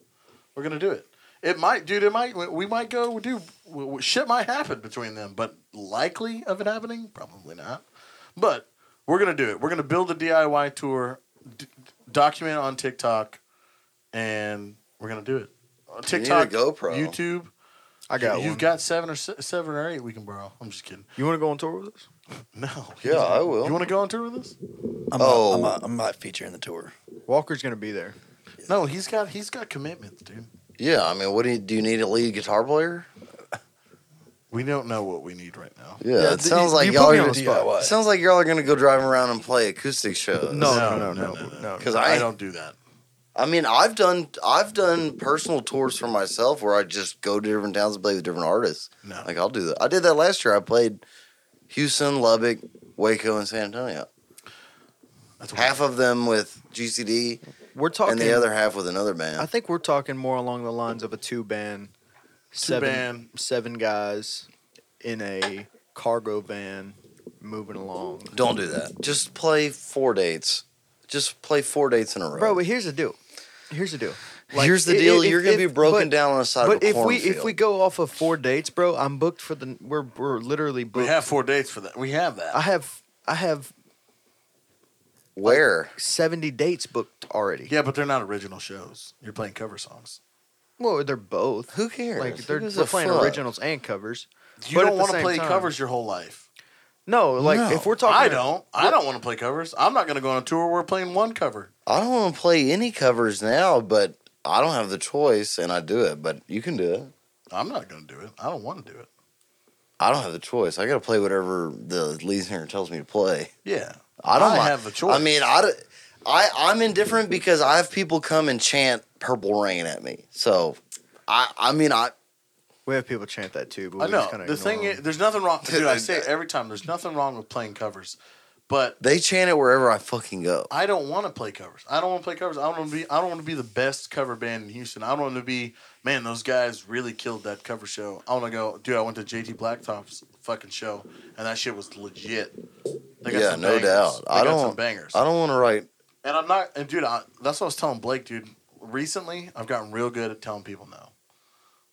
[SPEAKER 4] We're gonna do it. It might, dude. It might. we- We might go do w- w- shit. Might happen between them, but likely of it happening, probably not. But we're gonna do it. We're gonna build a DIY tour, d- document it on TikTok, and we're gonna do it. Uh,
[SPEAKER 5] You need a
[SPEAKER 4] TikTok,
[SPEAKER 5] GoPro.
[SPEAKER 4] YouTube.
[SPEAKER 7] I got
[SPEAKER 4] You've
[SPEAKER 7] one.
[SPEAKER 4] got seven or se- seven or eight we can borrow. I'm just kidding.
[SPEAKER 7] you want to go on tour with us?
[SPEAKER 4] No.
[SPEAKER 5] yeah, I will.
[SPEAKER 4] You want to go on tour with us?
[SPEAKER 6] I'm,
[SPEAKER 5] Oh.
[SPEAKER 6] not, I'm, not, I'm not featuring the tour.
[SPEAKER 7] Walker's gonna be there.
[SPEAKER 4] No, he's got he's got commitments, dude.
[SPEAKER 5] yeah, I mean, what do you do? You need a lead guitar player?
[SPEAKER 4] We don't know what we need right now.
[SPEAKER 5] Yeah, it
[SPEAKER 7] th-
[SPEAKER 5] sounds
[SPEAKER 7] you-
[SPEAKER 5] like
[SPEAKER 7] you
[SPEAKER 5] y'all.
[SPEAKER 7] put me
[SPEAKER 5] Are,
[SPEAKER 7] on the spot.
[SPEAKER 5] it sounds like y'all are gonna go driving around and play acoustic shows.
[SPEAKER 7] No, no, no, no, no.
[SPEAKER 5] Because
[SPEAKER 4] I,
[SPEAKER 5] I,
[SPEAKER 4] don't do that.
[SPEAKER 5] I mean, I've done, I've done personal tours for myself where I just go to different towns and play with different artists.
[SPEAKER 4] No.
[SPEAKER 5] Like I'll do that. I did that last year. I played Houston, Lubbock, Waco, and San Antonio.
[SPEAKER 4] That's
[SPEAKER 5] Half of them with GCD,
[SPEAKER 7] We're talking.
[SPEAKER 5] and the other half with another band.
[SPEAKER 7] I think we're talking more along the lines of a two band, seven
[SPEAKER 4] band.
[SPEAKER 7] seven guys in a cargo van moving along.
[SPEAKER 5] don't do that. Just play four dates. Just play four dates in a row.
[SPEAKER 7] Bro, but here's the deal. Here's the deal.
[SPEAKER 5] Here's the
[SPEAKER 7] i-
[SPEAKER 5] deal.
[SPEAKER 7] i-
[SPEAKER 5] You're gonna be broken
[SPEAKER 7] but-
[SPEAKER 5] down on the side
[SPEAKER 7] But
[SPEAKER 5] of a
[SPEAKER 7] if we if
[SPEAKER 5] cornfield.
[SPEAKER 7] we go off of four dates, bro, I'm booked for the. We're we're literally
[SPEAKER 4] We
[SPEAKER 7] booked.
[SPEAKER 4] have four dates for that. We have that.
[SPEAKER 7] I have I have
[SPEAKER 5] where?
[SPEAKER 7] seventy dates booked already.
[SPEAKER 4] yeah, but they're not original shows. You're playing cover songs.
[SPEAKER 7] Well, they're both.
[SPEAKER 5] Who cares?
[SPEAKER 7] Like
[SPEAKER 5] Who
[SPEAKER 7] they're,
[SPEAKER 5] gives
[SPEAKER 7] we're
[SPEAKER 5] a
[SPEAKER 7] playing
[SPEAKER 5] fuck?
[SPEAKER 7] originals and covers.
[SPEAKER 4] You
[SPEAKER 7] But at
[SPEAKER 4] don't
[SPEAKER 7] the
[SPEAKER 4] want to
[SPEAKER 7] same
[SPEAKER 4] play
[SPEAKER 7] time-
[SPEAKER 4] covers your whole life.
[SPEAKER 7] No, like
[SPEAKER 5] No,
[SPEAKER 7] if we're talking,
[SPEAKER 4] I don't. I don't want to play covers. I'm not going to go on a tour. where We're playing one cover.
[SPEAKER 5] I don't want to play any covers now, but I don't have the choice, and I do it. But you can do it.
[SPEAKER 4] I'm not going to do it. I don't want to do it.
[SPEAKER 5] I don't have the choice. I got to play whatever the lead singer tells me to play.
[SPEAKER 4] Yeah,
[SPEAKER 5] I don't
[SPEAKER 4] I
[SPEAKER 5] mind.
[SPEAKER 4] have the choice.
[SPEAKER 5] I mean, I, d- I am indifferent because I have people come and chant "Purple Rain" at me. So, I I mean I
[SPEAKER 7] We have people chant that too, but we
[SPEAKER 4] I
[SPEAKER 7] just
[SPEAKER 4] know.
[SPEAKER 7] kinda
[SPEAKER 4] The
[SPEAKER 7] ignore
[SPEAKER 4] thing
[SPEAKER 7] them.
[SPEAKER 4] is, there's nothing wrong. Dude, I
[SPEAKER 5] Dude,
[SPEAKER 4] say it every time. There's nothing wrong with playing covers, but
[SPEAKER 5] they chant it wherever I fucking go.
[SPEAKER 4] I don't want to play covers. I don't want to play covers. I don't want to be. I don't want to be the best cover band in Houston. I don't want to be. Man, those guys really killed that cover show. I want to go, dude. I went to JT Blacktop's fucking show, and that shit was legit. They
[SPEAKER 5] Yeah, no
[SPEAKER 4] bangers.
[SPEAKER 5] doubt.
[SPEAKER 4] They
[SPEAKER 5] I
[SPEAKER 4] got
[SPEAKER 5] don't-
[SPEAKER 4] some bangers.
[SPEAKER 5] I don't want to write.
[SPEAKER 4] and I'm not. And dude, I, that's what I was telling Blake, dude. Recently, I've gotten real good at telling people no.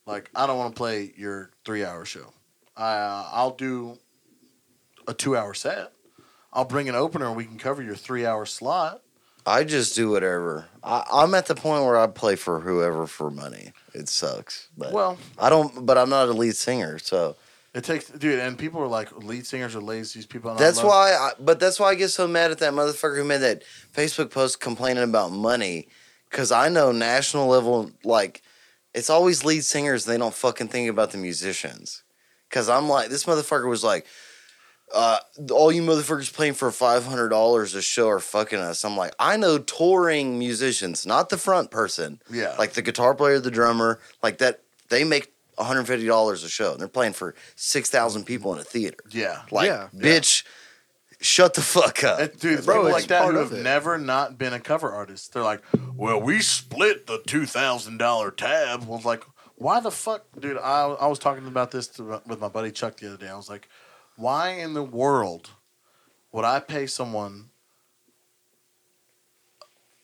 [SPEAKER 4] Like, I don't want to play your three-hour show. I uh, I'll do a two-hour set. I'll bring an opener, and we can cover your three-hour slot.
[SPEAKER 5] I just do whatever. I, I'm at the point where I play for whoever for money. It sucks, but
[SPEAKER 4] Well,
[SPEAKER 5] I don't. But I'm not a lead singer, so
[SPEAKER 4] it takes, dude, and people are like, lead singers are lazy. These people. and I
[SPEAKER 5] That's
[SPEAKER 4] love-
[SPEAKER 5] why, I, but that's why I get so mad at that motherfucker who made that Facebook post complaining about money, because I know national level, like, it's always lead singers. They don't fucking think about the musicians, because I'm like, this motherfucker was like, uh, all you motherfuckers playing for five hundred dollars a show are fucking us. I'm like, I know touring musicians, not the front person,
[SPEAKER 4] Yeah.
[SPEAKER 5] like the guitar player, the drummer, like that. They make one hundred fifty dollars a show, and they're playing for six thousand people in a theater.
[SPEAKER 4] yeah.
[SPEAKER 5] Like,
[SPEAKER 7] Yeah.
[SPEAKER 5] bitch, shut the fuck up.
[SPEAKER 4] It- dude,
[SPEAKER 7] Bro,
[SPEAKER 4] people
[SPEAKER 7] it's
[SPEAKER 4] like that
[SPEAKER 7] part
[SPEAKER 4] who
[SPEAKER 7] of
[SPEAKER 4] have
[SPEAKER 7] it.
[SPEAKER 4] never not been a cover artist. They're like, well, we split the two thousand dollar tab. I was like, why the fuck, dude? I I was talking about this to, my- with my buddy Chuck the other day. I was like, why in the world would I pay someone,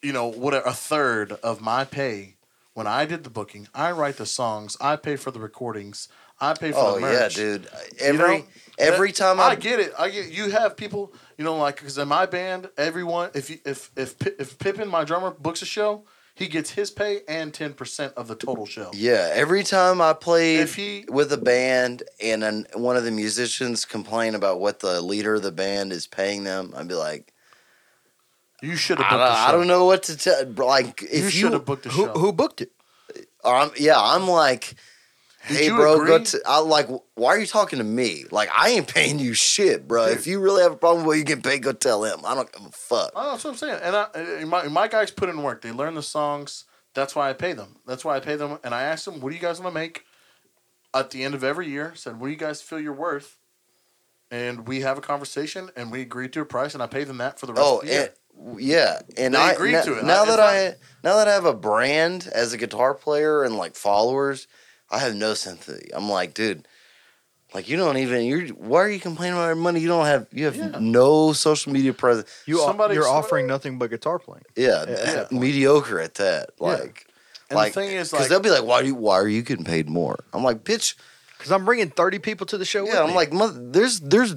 [SPEAKER 4] you know, what a third of my pay when I did the booking? I write the songs. I pay for the recordings. I pay for
[SPEAKER 5] oh
[SPEAKER 4] the merch.
[SPEAKER 5] yeah, dude. Every
[SPEAKER 4] know,
[SPEAKER 5] every
[SPEAKER 4] That-
[SPEAKER 5] time
[SPEAKER 4] I,
[SPEAKER 5] I,
[SPEAKER 4] get it, I get you have people, you know, like because in my band, everyone if you, if if Pi- if Pippin, my drummer, books a show, he gets his pay and ten percent of the total show.
[SPEAKER 5] yeah, every time I played
[SPEAKER 4] If he-
[SPEAKER 5] with a band and an, one of the musicians complain about what the leader of the band is paying them, I'd be like,
[SPEAKER 4] You should have
[SPEAKER 5] I
[SPEAKER 4] booked
[SPEAKER 5] don't,
[SPEAKER 4] the show.
[SPEAKER 5] I don't know what to tell. bro, Like,
[SPEAKER 4] You
[SPEAKER 5] if you,
[SPEAKER 4] should have booked the
[SPEAKER 7] Who,
[SPEAKER 4] show.
[SPEAKER 7] who booked it?
[SPEAKER 5] I'm, yeah, I'm like,
[SPEAKER 4] Did
[SPEAKER 5] hey,
[SPEAKER 4] you
[SPEAKER 5] bro, go
[SPEAKER 4] agree?
[SPEAKER 5] to. I like, why are you talking to me? Like, I ain't paying you shit, bro. If you really have a problem with what you get paid, go tell him. I don't give a fuck.
[SPEAKER 4] Oh, that's what I'm saying. And, I, and my, my guys put in work. They learn the songs. That's why I pay them. That's why I pay them. And I asked them, what do you guys want to make? At the end of every year, said, what do you guys feel you're worth? And we have a conversation and we agreed to a price and I pay them that for the rest
[SPEAKER 5] Oh,
[SPEAKER 4] of the year.
[SPEAKER 5] and, yeah, and
[SPEAKER 4] They
[SPEAKER 5] I
[SPEAKER 4] agreed
[SPEAKER 5] na-
[SPEAKER 4] to it.
[SPEAKER 5] now
[SPEAKER 4] I-
[SPEAKER 5] that I
[SPEAKER 4] it's
[SPEAKER 5] now that I have a brand as a guitar player and like followers, I have no sympathy. I'm like, dude, like you don't even. You're why are you complaining about your money? You don't have. You have
[SPEAKER 4] Yeah.
[SPEAKER 5] no social media presence.
[SPEAKER 7] You are
[SPEAKER 4] Somebody-
[SPEAKER 7] you're
[SPEAKER 4] somebody-
[SPEAKER 7] offering nothing but guitar playing.
[SPEAKER 5] Yeah,
[SPEAKER 4] Yeah.
[SPEAKER 5] mediocre at that. Like,
[SPEAKER 4] And
[SPEAKER 5] like
[SPEAKER 4] the thing is,
[SPEAKER 5] because
[SPEAKER 4] like,
[SPEAKER 5] they'll be like, why do you, why are you getting paid more? I'm like, bitch.
[SPEAKER 7] Because I'm bringing 30 people to the show. with
[SPEAKER 5] Yeah, I'm
[SPEAKER 7] me.
[SPEAKER 5] like, mother, there's there's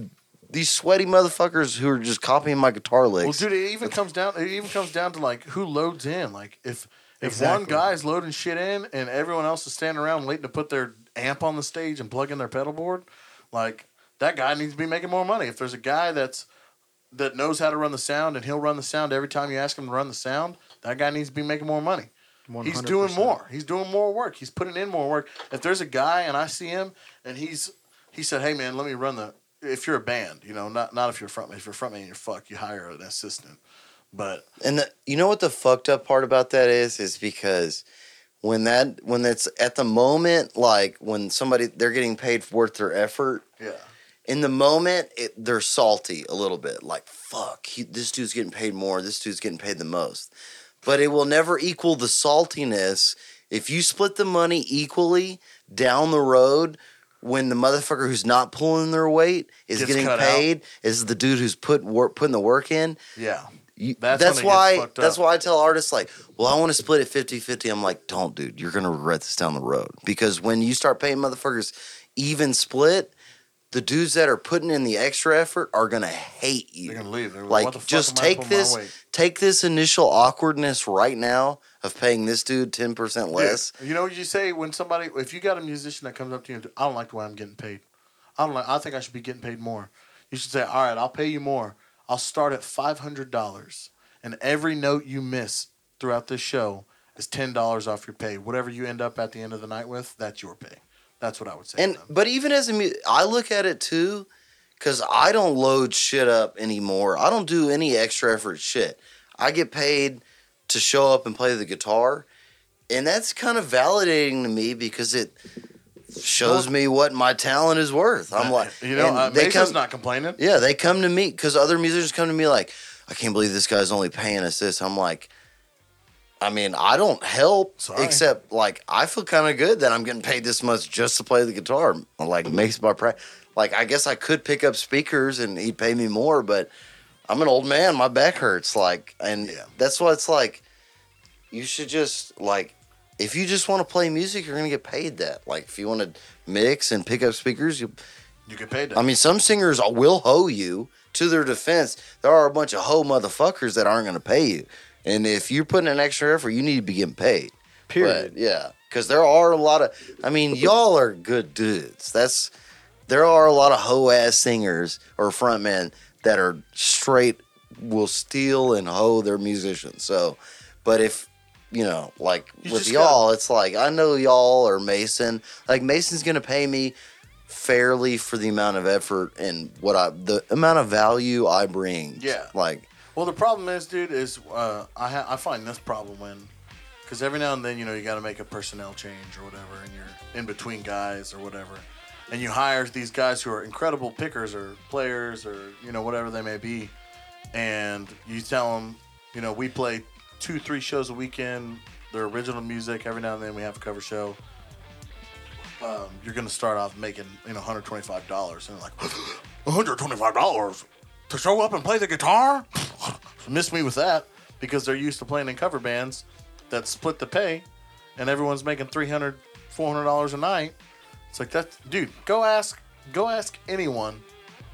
[SPEAKER 5] these sweaty motherfuckers who are just copying my guitar
[SPEAKER 4] well,
[SPEAKER 5] licks.
[SPEAKER 4] dude, it even comes down. It even comes down to like who loads in. Like if if one
[SPEAKER 7] Exactly.
[SPEAKER 4] guy's loading shit in and everyone else is standing around waiting to put their amp on the stage and plug in their pedal board, like that guy needs to be making more money. If there's a guy that's that knows how to run the sound and he'll run the sound every time you ask him to run the sound, that guy needs to be making more money. He's
[SPEAKER 7] 100%.
[SPEAKER 4] doing more. He's doing more work. He's putting in more work. If there's a guy and I see him and he's he said, "Hey man, let me run the." If you're a band, you know, not not if you're a frontman. If you're a frontman, you're fuck. You hire an assistant. But
[SPEAKER 5] And the, you know what the fucked up part about that is is because when that when it's at the moment like when somebody they're getting paid for worth their effort
[SPEAKER 4] yeah,
[SPEAKER 5] in the moment it, they're salty a little bit like fuck he, this dude's getting paid more this dude's getting paid the most but it will never equal the saltiness if you split the money equally down the road when the motherfucker who's not pulling their weight is
[SPEAKER 4] Gets
[SPEAKER 5] getting
[SPEAKER 4] cut out.
[SPEAKER 5] paid is the dude who's put work, putting the work in
[SPEAKER 4] yeah,
[SPEAKER 5] you, that's,
[SPEAKER 4] That's when it gets
[SPEAKER 5] why
[SPEAKER 4] fucked
[SPEAKER 5] that's
[SPEAKER 4] up.
[SPEAKER 5] why I tell artists like, well, I want to split it 50-50. I'm like, don't, dude. You're gonna regret this down the road because when you start paying motherfuckers even split, the dudes that are putting in the extra effort are gonna hate you.
[SPEAKER 4] they're gonna leave. They're
[SPEAKER 5] like,
[SPEAKER 4] what the fuck
[SPEAKER 5] just
[SPEAKER 4] am I
[SPEAKER 5] take
[SPEAKER 4] putting my
[SPEAKER 5] this-
[SPEAKER 4] weight?
[SPEAKER 5] Take this initial awkwardness right now of paying this dude ten percent less.
[SPEAKER 4] You know what you say when somebody, if you got a musician that comes up to you, and I don't like the way I'm getting paid. I don't like. I think I should be getting paid more. You should say, all right, I'll pay you more. I'll start at five hundred dollars, and every note you miss throughout this show is ten dollars off your pay. Whatever you end up at the end of the night with, that's your pay. That's what I would say. to
[SPEAKER 5] And
[SPEAKER 4] them.
[SPEAKER 5] but even as a mu- I look at it too, because I don't load shit up anymore. I don't do any extra effort shit. I get paid to show up and play the guitar, and that's kind of validating to me because it shows me what my talent is worth. I'm like,
[SPEAKER 4] you know,
[SPEAKER 5] and
[SPEAKER 4] uh,
[SPEAKER 5] they
[SPEAKER 4] Mason's
[SPEAKER 5] come,
[SPEAKER 4] not complaining.
[SPEAKER 5] yeah, they come to me because other musicians come to me like, I can't believe this guy's only paying us this. I'm like. I mean, I don't help
[SPEAKER 4] Sorry.
[SPEAKER 5] except like I feel kind of good that I'm getting paid this much just to play the guitar. Like makes my practice. Like I guess I could pick up speakers and he'd pay me more, but I'm an old man. My back hurts. Like, and
[SPEAKER 4] Yeah.
[SPEAKER 5] that's why it's like you should just like if you just want to play music, you're gonna get paid that. Like if you want to mix and pick up speakers, you
[SPEAKER 4] You get paid. That.
[SPEAKER 5] I mean, some singers will hoe you. To their defense, there are a bunch of hoe motherfuckers that aren't going to pay you. And if you're putting an extra effort, you need to be getting paid.
[SPEAKER 7] Period.
[SPEAKER 5] But, yeah, because there are a lot of. I mean, y'all are good dudes. That's there are a lot of hoe ass singers or frontmen that are straight will steal and hoe their musicians. So, but if you know, like
[SPEAKER 4] You
[SPEAKER 5] with
[SPEAKER 4] just
[SPEAKER 5] y'all, it's like I know y'all or Mason. Like Mason's gonna pay me fairly for the amount of effort and what I the amount of value I bring.
[SPEAKER 4] Yeah.
[SPEAKER 5] like
[SPEAKER 4] Well, the problem is, dude, is uh, I ha- I find this problem when, because every now and then you know you got to make a personnel change or whatever, and you're in between guys or whatever, and you hire these guys who are incredible pickers or players or you know whatever they may be, and you tell them, you know, we play two three shows a weekend, their original music. Every now and then we have a cover show. Um, you're gonna start off making you know 125 dollars, and they're like 125 dollars to show up and play the guitar? Miss me with that because they're used to playing in cover bands that split the pay and everyone's making 300 $400 a night. It's like that's dude, go ask go ask anyone,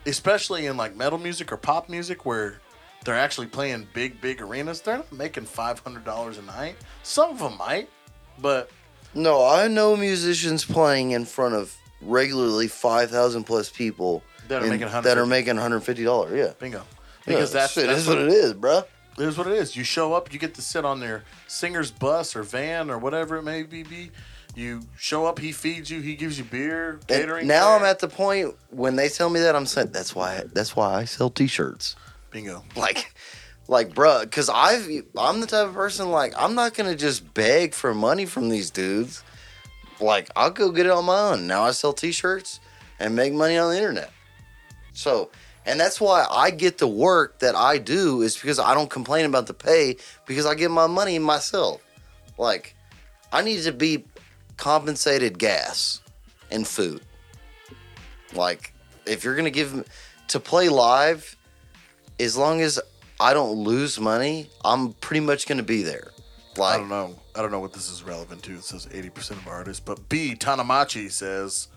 [SPEAKER 4] especially in like metal music or pop music where they're actually playing big big arenas. They're not making $500 a night. Some of them might, but
[SPEAKER 5] no, I know musicians playing in front of regularly five thousand plus people
[SPEAKER 4] That are
[SPEAKER 5] and-
[SPEAKER 4] making
[SPEAKER 5] that are
[SPEAKER 4] 150.
[SPEAKER 5] making one hundred fifty dollars. Yeah,
[SPEAKER 4] bingo. Because
[SPEAKER 5] Yeah,
[SPEAKER 4] that's,
[SPEAKER 5] shit,
[SPEAKER 4] that's
[SPEAKER 5] is what it is, bro.
[SPEAKER 4] It is what it is. You show up, you get to sit on their singer's bus or van or whatever it may be. be. You show up, he feeds you, he gives you beer,
[SPEAKER 5] And
[SPEAKER 4] catering.
[SPEAKER 5] now I'm at the point when they tell me that I'm saying that's why that's why I sell T-shirts.
[SPEAKER 4] bingo.
[SPEAKER 5] Like, like, bruh, because I've I'm the type of person like I'm not gonna just beg for money from these dudes. Like I'll go get it on my own. Now I sell T-shirts and make money on the internet. So, and that's why I get the work that I do is because I don't complain about the pay because I get my money myself. Like, I need to be compensated gas and food. Like, if you're gonna give to play live, as long as I don't lose money, I'm pretty much gonna be there.
[SPEAKER 4] I
[SPEAKER 5] Like,
[SPEAKER 4] don't know. I don't know what this is relevant to. It says 80% of artists, but B Tanamachi says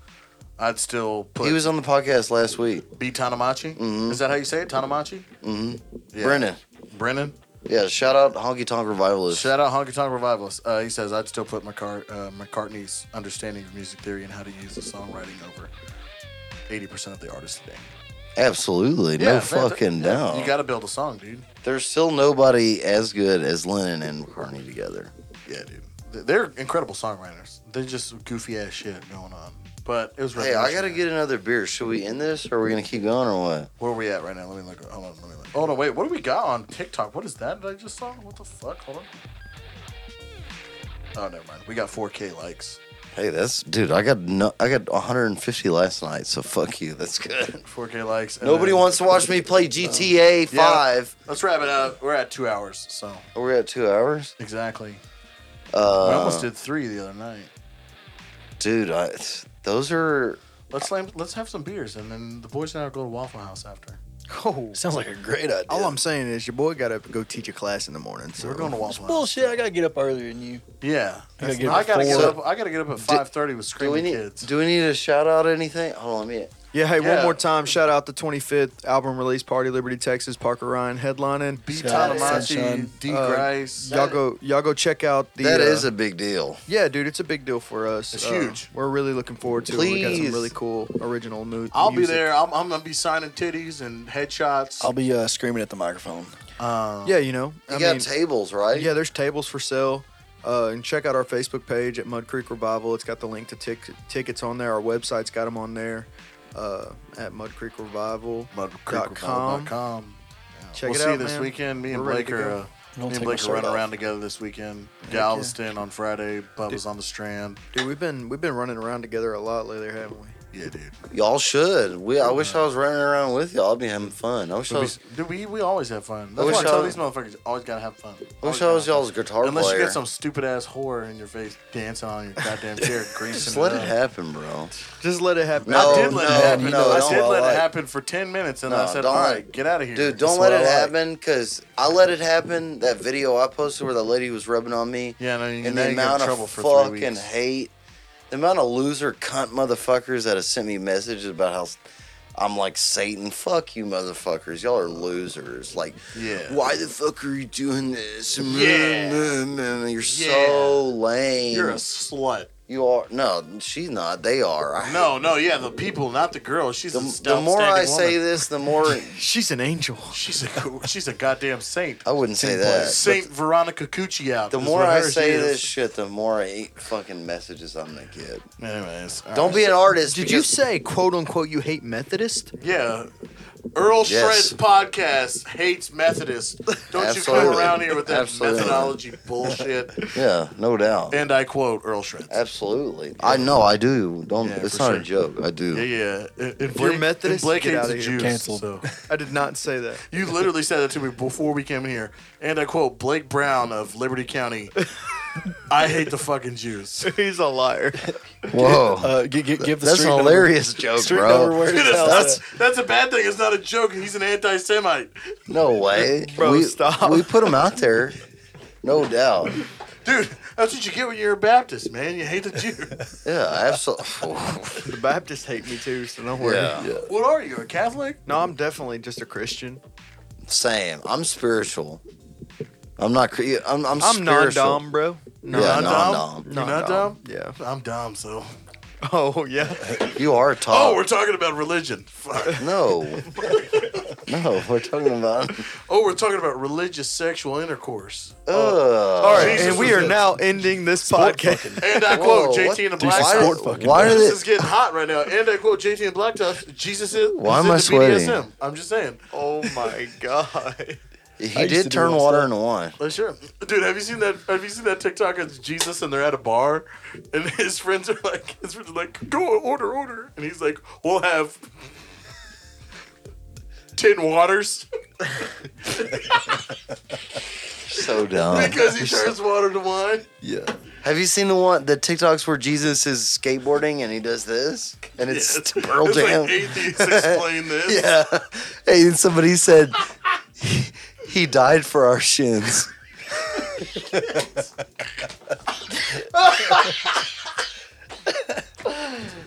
[SPEAKER 4] I'd still put
[SPEAKER 5] he was on the podcast last week,
[SPEAKER 4] B Tanamachi. Is that how you say it? Tanamachi? Mm-hmm.
[SPEAKER 5] Brennan.
[SPEAKER 4] Brennan.
[SPEAKER 5] Yeah, shout out Honky Tonk Revivalist.
[SPEAKER 4] Shout out Honky Tonk Revivalist. Uh, he says, I'd still put McCart- uh, McCartney's understanding of music theory and how to use the songwriting over 80% of the artists today.
[SPEAKER 5] Absolutely, no
[SPEAKER 4] Yeah, fanta-
[SPEAKER 5] fucking
[SPEAKER 4] yeah,
[SPEAKER 5] doubt.
[SPEAKER 4] You got to build a song, dude.
[SPEAKER 5] There's still nobody as good as Lennon and McCartney together.
[SPEAKER 4] Yeah, dude. Th- They're incredible songwriters. They're just goofy ass shit going on. But it was
[SPEAKER 5] Hey, I gotta
[SPEAKER 4] revolutionary.
[SPEAKER 5] get another beer. Should we end this, or are we gonna keep going, or what?
[SPEAKER 4] Where are we at right now? Let me look. Hold on. Let me look. Oh, no, wait. What do we got on TikTok? What is that that I just saw? What the fuck? Hold on. Oh, never mind. We got 4K likes.
[SPEAKER 5] Hey, that's dude. I got no, I got 150 last night, so fuck you. That's good.
[SPEAKER 4] 4K likes. and
[SPEAKER 5] Nobody
[SPEAKER 4] then-
[SPEAKER 5] wants to watch me play GTA
[SPEAKER 4] Yeah.
[SPEAKER 5] Five.
[SPEAKER 4] Let's wrap it up. We're at two hours, so.
[SPEAKER 5] We're at two hours.
[SPEAKER 4] Exactly.
[SPEAKER 5] Uh,
[SPEAKER 4] we almost did three the other night.
[SPEAKER 5] dude. I, those are
[SPEAKER 4] Let's slam, let's have some beers and then the boys and I will go to Waffle House after.
[SPEAKER 7] Oh,
[SPEAKER 6] Sounds like a great idea.
[SPEAKER 7] all I'm saying is your boy got to go teach a class in the morning. So
[SPEAKER 4] We're going to
[SPEAKER 6] It's
[SPEAKER 4] Waffle House.
[SPEAKER 6] bullshit. I gotta get up earlier than you.
[SPEAKER 4] Yeah.
[SPEAKER 6] I gotta
[SPEAKER 4] That's
[SPEAKER 6] get
[SPEAKER 4] not- I
[SPEAKER 6] up
[SPEAKER 4] gotta get
[SPEAKER 6] four.
[SPEAKER 4] up. I gotta get up at five thirty with
[SPEAKER 5] do we
[SPEAKER 4] screaming
[SPEAKER 5] need?
[SPEAKER 4] kids.
[SPEAKER 5] Do we need to shout out anything? Hold on, me.
[SPEAKER 7] Yeah, hey,
[SPEAKER 4] Yeah.
[SPEAKER 7] one more time, shout out the 25th album release party, Liberty, Texas, Parker Ryan headlining.
[SPEAKER 4] Beat
[SPEAKER 6] Shout out
[SPEAKER 4] Tanamachi,
[SPEAKER 6] Sunshine.
[SPEAKER 4] D
[SPEAKER 7] Uh,
[SPEAKER 4] Grice.
[SPEAKER 7] Y'all go, y'all go check out the.
[SPEAKER 5] That
[SPEAKER 7] uh,
[SPEAKER 5] is a big deal.
[SPEAKER 7] yeah, dude, it's a big deal for us. Uh,
[SPEAKER 4] It's huge.
[SPEAKER 7] We're really looking forward to it. We got
[SPEAKER 5] Please.
[SPEAKER 7] some really cool original mood.
[SPEAKER 4] I'll be there. I'm, I'm gonna be signing titties and headshots.
[SPEAKER 6] I'll be uh, screaming at the microphone.
[SPEAKER 4] Um,
[SPEAKER 7] Yeah, you know,
[SPEAKER 5] You
[SPEAKER 7] I
[SPEAKER 5] got
[SPEAKER 7] mean,
[SPEAKER 5] tables, right?
[SPEAKER 7] yeah, there's tables for sale. Uh, and check out our Facebook page at Mud Creek Revival. It's got the link to tic- tickets on there. Our website's got them on there uh, at Mud Creek Revival.
[SPEAKER 4] mudcreekrevival.com. Yeah.
[SPEAKER 7] Check
[SPEAKER 4] we'll
[SPEAKER 7] it
[SPEAKER 4] see
[SPEAKER 7] out,
[SPEAKER 4] this
[SPEAKER 7] man.
[SPEAKER 4] weekend. Me and
[SPEAKER 7] We're ready
[SPEAKER 4] Blake
[SPEAKER 7] to
[SPEAKER 4] are uh,
[SPEAKER 7] go.
[SPEAKER 6] Don't
[SPEAKER 4] me and Blake
[SPEAKER 6] take my
[SPEAKER 4] are running
[SPEAKER 6] shirt off.
[SPEAKER 4] around together this weekend. Galveston on Friday. Bubba's on the Strand.
[SPEAKER 7] Dude, we've been we've been running around together a lot lately, haven't we?
[SPEAKER 4] Yeah, dude.
[SPEAKER 5] Y'all should. We. I wish I was running around with y'all. I'd be having fun. I wish I
[SPEAKER 4] Dude,
[SPEAKER 5] was.
[SPEAKER 4] we, dude, we, we always have fun. That's
[SPEAKER 5] wish
[SPEAKER 4] why I tell
[SPEAKER 5] I-
[SPEAKER 4] these motherfuckers always gotta have fun.
[SPEAKER 5] I
[SPEAKER 4] Always
[SPEAKER 5] wish I was
[SPEAKER 4] gotta have
[SPEAKER 5] y'all's guitar
[SPEAKER 4] fun. oh, Unless
[SPEAKER 5] player.
[SPEAKER 4] you get some stupid ass whore in your face dancing on your goddamn chair, greasing.
[SPEAKER 5] Just let
[SPEAKER 4] it
[SPEAKER 5] it
[SPEAKER 4] up.
[SPEAKER 5] happen, bro.
[SPEAKER 7] Just let it happen.
[SPEAKER 5] No,
[SPEAKER 4] I did let
[SPEAKER 5] no,
[SPEAKER 4] it happen.
[SPEAKER 5] no,
[SPEAKER 4] I
[SPEAKER 5] don't
[SPEAKER 4] did let
[SPEAKER 5] like-
[SPEAKER 4] it happen for ten minutes, and
[SPEAKER 5] No,
[SPEAKER 4] I said,
[SPEAKER 5] don't
[SPEAKER 4] "All right,
[SPEAKER 5] like-
[SPEAKER 4] get out of here,
[SPEAKER 5] Dude,
[SPEAKER 6] That's
[SPEAKER 5] don't let
[SPEAKER 6] what
[SPEAKER 5] it
[SPEAKER 6] I like.
[SPEAKER 5] happen because I let it happen. That video I posted where the lady was rubbing on me
[SPEAKER 4] Yeah, no, you,
[SPEAKER 5] and the
[SPEAKER 4] now you get in
[SPEAKER 5] amount
[SPEAKER 4] trouble
[SPEAKER 5] of
[SPEAKER 4] for three
[SPEAKER 5] fucking
[SPEAKER 4] weeks.
[SPEAKER 5] hate, the amount of loser cunt motherfuckers that have sent me messages about how s- I'm like Satan. Fuck you, motherfuckers. Y'all are losers. Like,
[SPEAKER 4] Yeah.
[SPEAKER 5] why the fuck are you doing this?
[SPEAKER 4] Yeah.
[SPEAKER 5] You're so
[SPEAKER 4] Yeah.
[SPEAKER 5] lame.
[SPEAKER 4] You're a slut.
[SPEAKER 5] You are- No, she's not. They are. I-
[SPEAKER 4] No, no, yeah, the people, not the girl. She's
[SPEAKER 5] The,
[SPEAKER 4] a
[SPEAKER 5] the more I say
[SPEAKER 4] that,
[SPEAKER 5] this, the more
[SPEAKER 7] She's an angel.
[SPEAKER 4] she's a she's a goddamn saint.
[SPEAKER 5] I wouldn't say that.
[SPEAKER 4] Saint Veronica Cucci out.
[SPEAKER 5] The
[SPEAKER 4] is
[SPEAKER 5] more
[SPEAKER 4] what
[SPEAKER 5] I
[SPEAKER 4] hers
[SPEAKER 5] say
[SPEAKER 4] is.
[SPEAKER 5] this shit, the more I- fucking messages I'm gonna get.
[SPEAKER 4] Anyways, all
[SPEAKER 5] Don't
[SPEAKER 4] right.
[SPEAKER 5] be an artist.
[SPEAKER 7] Did you
[SPEAKER 5] because-
[SPEAKER 7] say quote unquote you hate Methodist?
[SPEAKER 4] Yeah, Earl
[SPEAKER 5] Yes.
[SPEAKER 4] Shred's podcast hates Methodist. Don't you
[SPEAKER 5] Absolutely.
[SPEAKER 4] come around here with that
[SPEAKER 5] Absolutely.
[SPEAKER 4] methodology bullshit.
[SPEAKER 5] Yeah, no doubt.
[SPEAKER 4] And I quote Earl Shred.
[SPEAKER 5] Absolutely. I know. I do. Don't.
[SPEAKER 4] Yeah,
[SPEAKER 5] it's
[SPEAKER 4] for
[SPEAKER 5] not
[SPEAKER 4] sure.
[SPEAKER 5] a joke. I do.
[SPEAKER 4] Yeah, yeah. And- And Blake, and
[SPEAKER 7] Methodist,
[SPEAKER 4] Blake
[SPEAKER 7] get
[SPEAKER 4] hates
[SPEAKER 7] outta
[SPEAKER 4] the
[SPEAKER 7] here.
[SPEAKER 4] Jews.
[SPEAKER 6] Cancel.
[SPEAKER 4] So.
[SPEAKER 7] I did not say that.
[SPEAKER 4] You literally said that to me before we came in here. And I quote Blake Brown of Liberty County. I hate the fucking Jews.
[SPEAKER 7] He's a liar.
[SPEAKER 5] Whoa.
[SPEAKER 6] Uh, gi- gi- give the
[SPEAKER 5] That's
[SPEAKER 6] street
[SPEAKER 5] a hilarious joke,
[SPEAKER 6] Street
[SPEAKER 5] bro.
[SPEAKER 6] number where
[SPEAKER 4] Dude,
[SPEAKER 6] it's
[SPEAKER 4] that's,
[SPEAKER 6] out.
[SPEAKER 4] that's, that's a bad thing. It's not a joke. He's an anti Semite.
[SPEAKER 5] No way.
[SPEAKER 7] Bro,
[SPEAKER 5] we,
[SPEAKER 7] stop.
[SPEAKER 5] We put them out there. No doubt.
[SPEAKER 4] Dude, that's what you get when you're a Baptist, man. You hate the Jews.
[SPEAKER 5] Yeah. Absolutely.
[SPEAKER 7] The Baptists hate me too, so don't worry.
[SPEAKER 5] yeah.
[SPEAKER 4] what are you, a Catholic?
[SPEAKER 7] No, I'm definitely just a Christian.
[SPEAKER 5] Same. I'm spiritual. I'm not. Cre- I'm. I'm,
[SPEAKER 7] I'm non
[SPEAKER 5] spiritual.
[SPEAKER 7] dom, bro.
[SPEAKER 5] yeah.
[SPEAKER 4] You're
[SPEAKER 5] Non
[SPEAKER 4] not dumb?
[SPEAKER 5] dom.
[SPEAKER 4] You're not dumb?
[SPEAKER 7] Yeah.
[SPEAKER 4] I'm dumb, so.
[SPEAKER 7] Oh yeah.
[SPEAKER 5] You are tall.
[SPEAKER 4] Oh, we're talking about religion. Fuck.
[SPEAKER 5] no. no, we're talking about.
[SPEAKER 4] Oh, we're talking about religious sexual intercourse.
[SPEAKER 5] Ugh.
[SPEAKER 7] All right,
[SPEAKER 4] Jesus
[SPEAKER 7] and we
[SPEAKER 4] was
[SPEAKER 7] are
[SPEAKER 4] it.
[SPEAKER 7] now ending this podcast.
[SPEAKER 4] And I
[SPEAKER 5] Whoa,
[SPEAKER 4] quote
[SPEAKER 5] what?
[SPEAKER 4] JT and the
[SPEAKER 5] Dude,
[SPEAKER 4] Black
[SPEAKER 5] why-
[SPEAKER 4] Tusk.
[SPEAKER 6] Sport fucking
[SPEAKER 5] Why did
[SPEAKER 4] This
[SPEAKER 5] it?
[SPEAKER 4] is getting hot right now. And I quote JT and Black Tusk. Jesus is.
[SPEAKER 5] Why
[SPEAKER 4] is
[SPEAKER 5] am I
[SPEAKER 4] into BDSM.
[SPEAKER 5] sweating?
[SPEAKER 4] I'm just saying.
[SPEAKER 7] oh my god.
[SPEAKER 5] He
[SPEAKER 6] I used to
[SPEAKER 5] did
[SPEAKER 6] do
[SPEAKER 5] turn
[SPEAKER 6] that
[SPEAKER 5] water
[SPEAKER 6] stuff.
[SPEAKER 5] into wine.
[SPEAKER 4] Like, Uh, sure, dude. Have you seen that? Have you seen that TikTok of Jesus and they're at a bar, and his friends are like, his friends are like, go order, order, and he's like, we'll have ten waters
[SPEAKER 5] So dumb.
[SPEAKER 4] because he turns water to wine.
[SPEAKER 6] Yeah.
[SPEAKER 5] Have you seen the one the TikToks where Jesus is skateboarding and he does this and it's
[SPEAKER 4] Yes.
[SPEAKER 5] Pearl
[SPEAKER 4] it's
[SPEAKER 5] Jam?
[SPEAKER 4] Like atheists explain this.
[SPEAKER 5] yeah. Hey, and somebody said he, he died for our shins.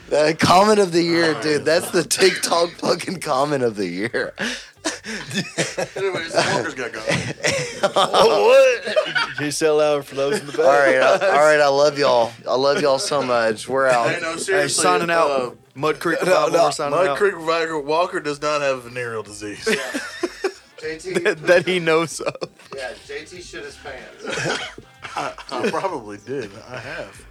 [SPEAKER 5] the comment of the year,
[SPEAKER 4] Oh,
[SPEAKER 5] dude. That's the TikTok fucking comment of the year.
[SPEAKER 4] Anyways, the walkers got gone.
[SPEAKER 6] You sell out for those in the back.
[SPEAKER 5] All right, I, all right. I love y'all. I love y'all so much. We're
[SPEAKER 4] Hey,
[SPEAKER 5] out.
[SPEAKER 4] no,
[SPEAKER 7] Hey,
[SPEAKER 4] seriously.
[SPEAKER 7] signing out.
[SPEAKER 4] Uh,
[SPEAKER 7] Mud Creek Revival.
[SPEAKER 6] no,
[SPEAKER 7] we're signing
[SPEAKER 4] Mud
[SPEAKER 7] out.
[SPEAKER 4] Creek Viger Walker does not have venereal disease.
[SPEAKER 5] JT,
[SPEAKER 7] that he knows of.
[SPEAKER 5] yeah, JT shit his pants.
[SPEAKER 4] I probably did. I have.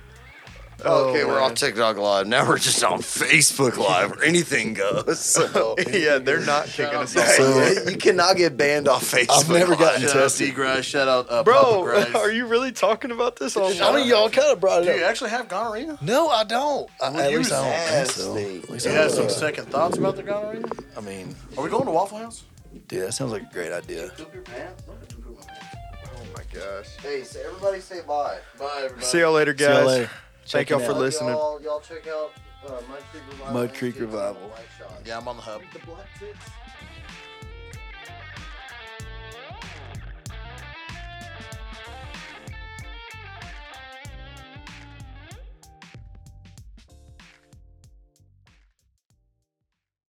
[SPEAKER 7] Oh,
[SPEAKER 5] Okay, we're on TikTok Live. Now we're just on Facebook Live where anything goes. So,
[SPEAKER 7] yeah, they're not kicking us off.
[SPEAKER 5] So, you cannot get banned off Facebook.
[SPEAKER 6] I've never gotten
[SPEAKER 4] Shout out D. Grice. Shout out uh, Papa
[SPEAKER 7] Bro,
[SPEAKER 4] Grice.
[SPEAKER 7] are you really talking about this on
[SPEAKER 6] I mean, y'all kind of brought
[SPEAKER 4] Do you
[SPEAKER 6] it up.
[SPEAKER 4] actually have gonorrhea?
[SPEAKER 6] No, I don't. I, at
[SPEAKER 4] you
[SPEAKER 6] least I don't think
[SPEAKER 5] nasty.
[SPEAKER 6] so. At least
[SPEAKER 4] You
[SPEAKER 6] I
[SPEAKER 4] have
[SPEAKER 6] don't
[SPEAKER 4] some
[SPEAKER 6] think so.
[SPEAKER 4] second thoughts about the gonorrhea?
[SPEAKER 6] I mean,
[SPEAKER 4] Are we going to Waffle House?
[SPEAKER 6] dude, that sounds like a great idea.
[SPEAKER 7] Oh my gosh.
[SPEAKER 5] Hey, so everybody say bye.
[SPEAKER 4] Bye, everybody.
[SPEAKER 7] See y'all later, guys.
[SPEAKER 6] See y'all later.
[SPEAKER 7] Thank
[SPEAKER 6] Check
[SPEAKER 7] y'all
[SPEAKER 6] it
[SPEAKER 7] for
[SPEAKER 6] out.
[SPEAKER 7] listening.
[SPEAKER 5] Y'all, y'all check out uh, Mud Creek Revival.
[SPEAKER 6] Mud Creek Revival.
[SPEAKER 4] Yeah, I'm on the hub.
[SPEAKER 5] The Black Tits.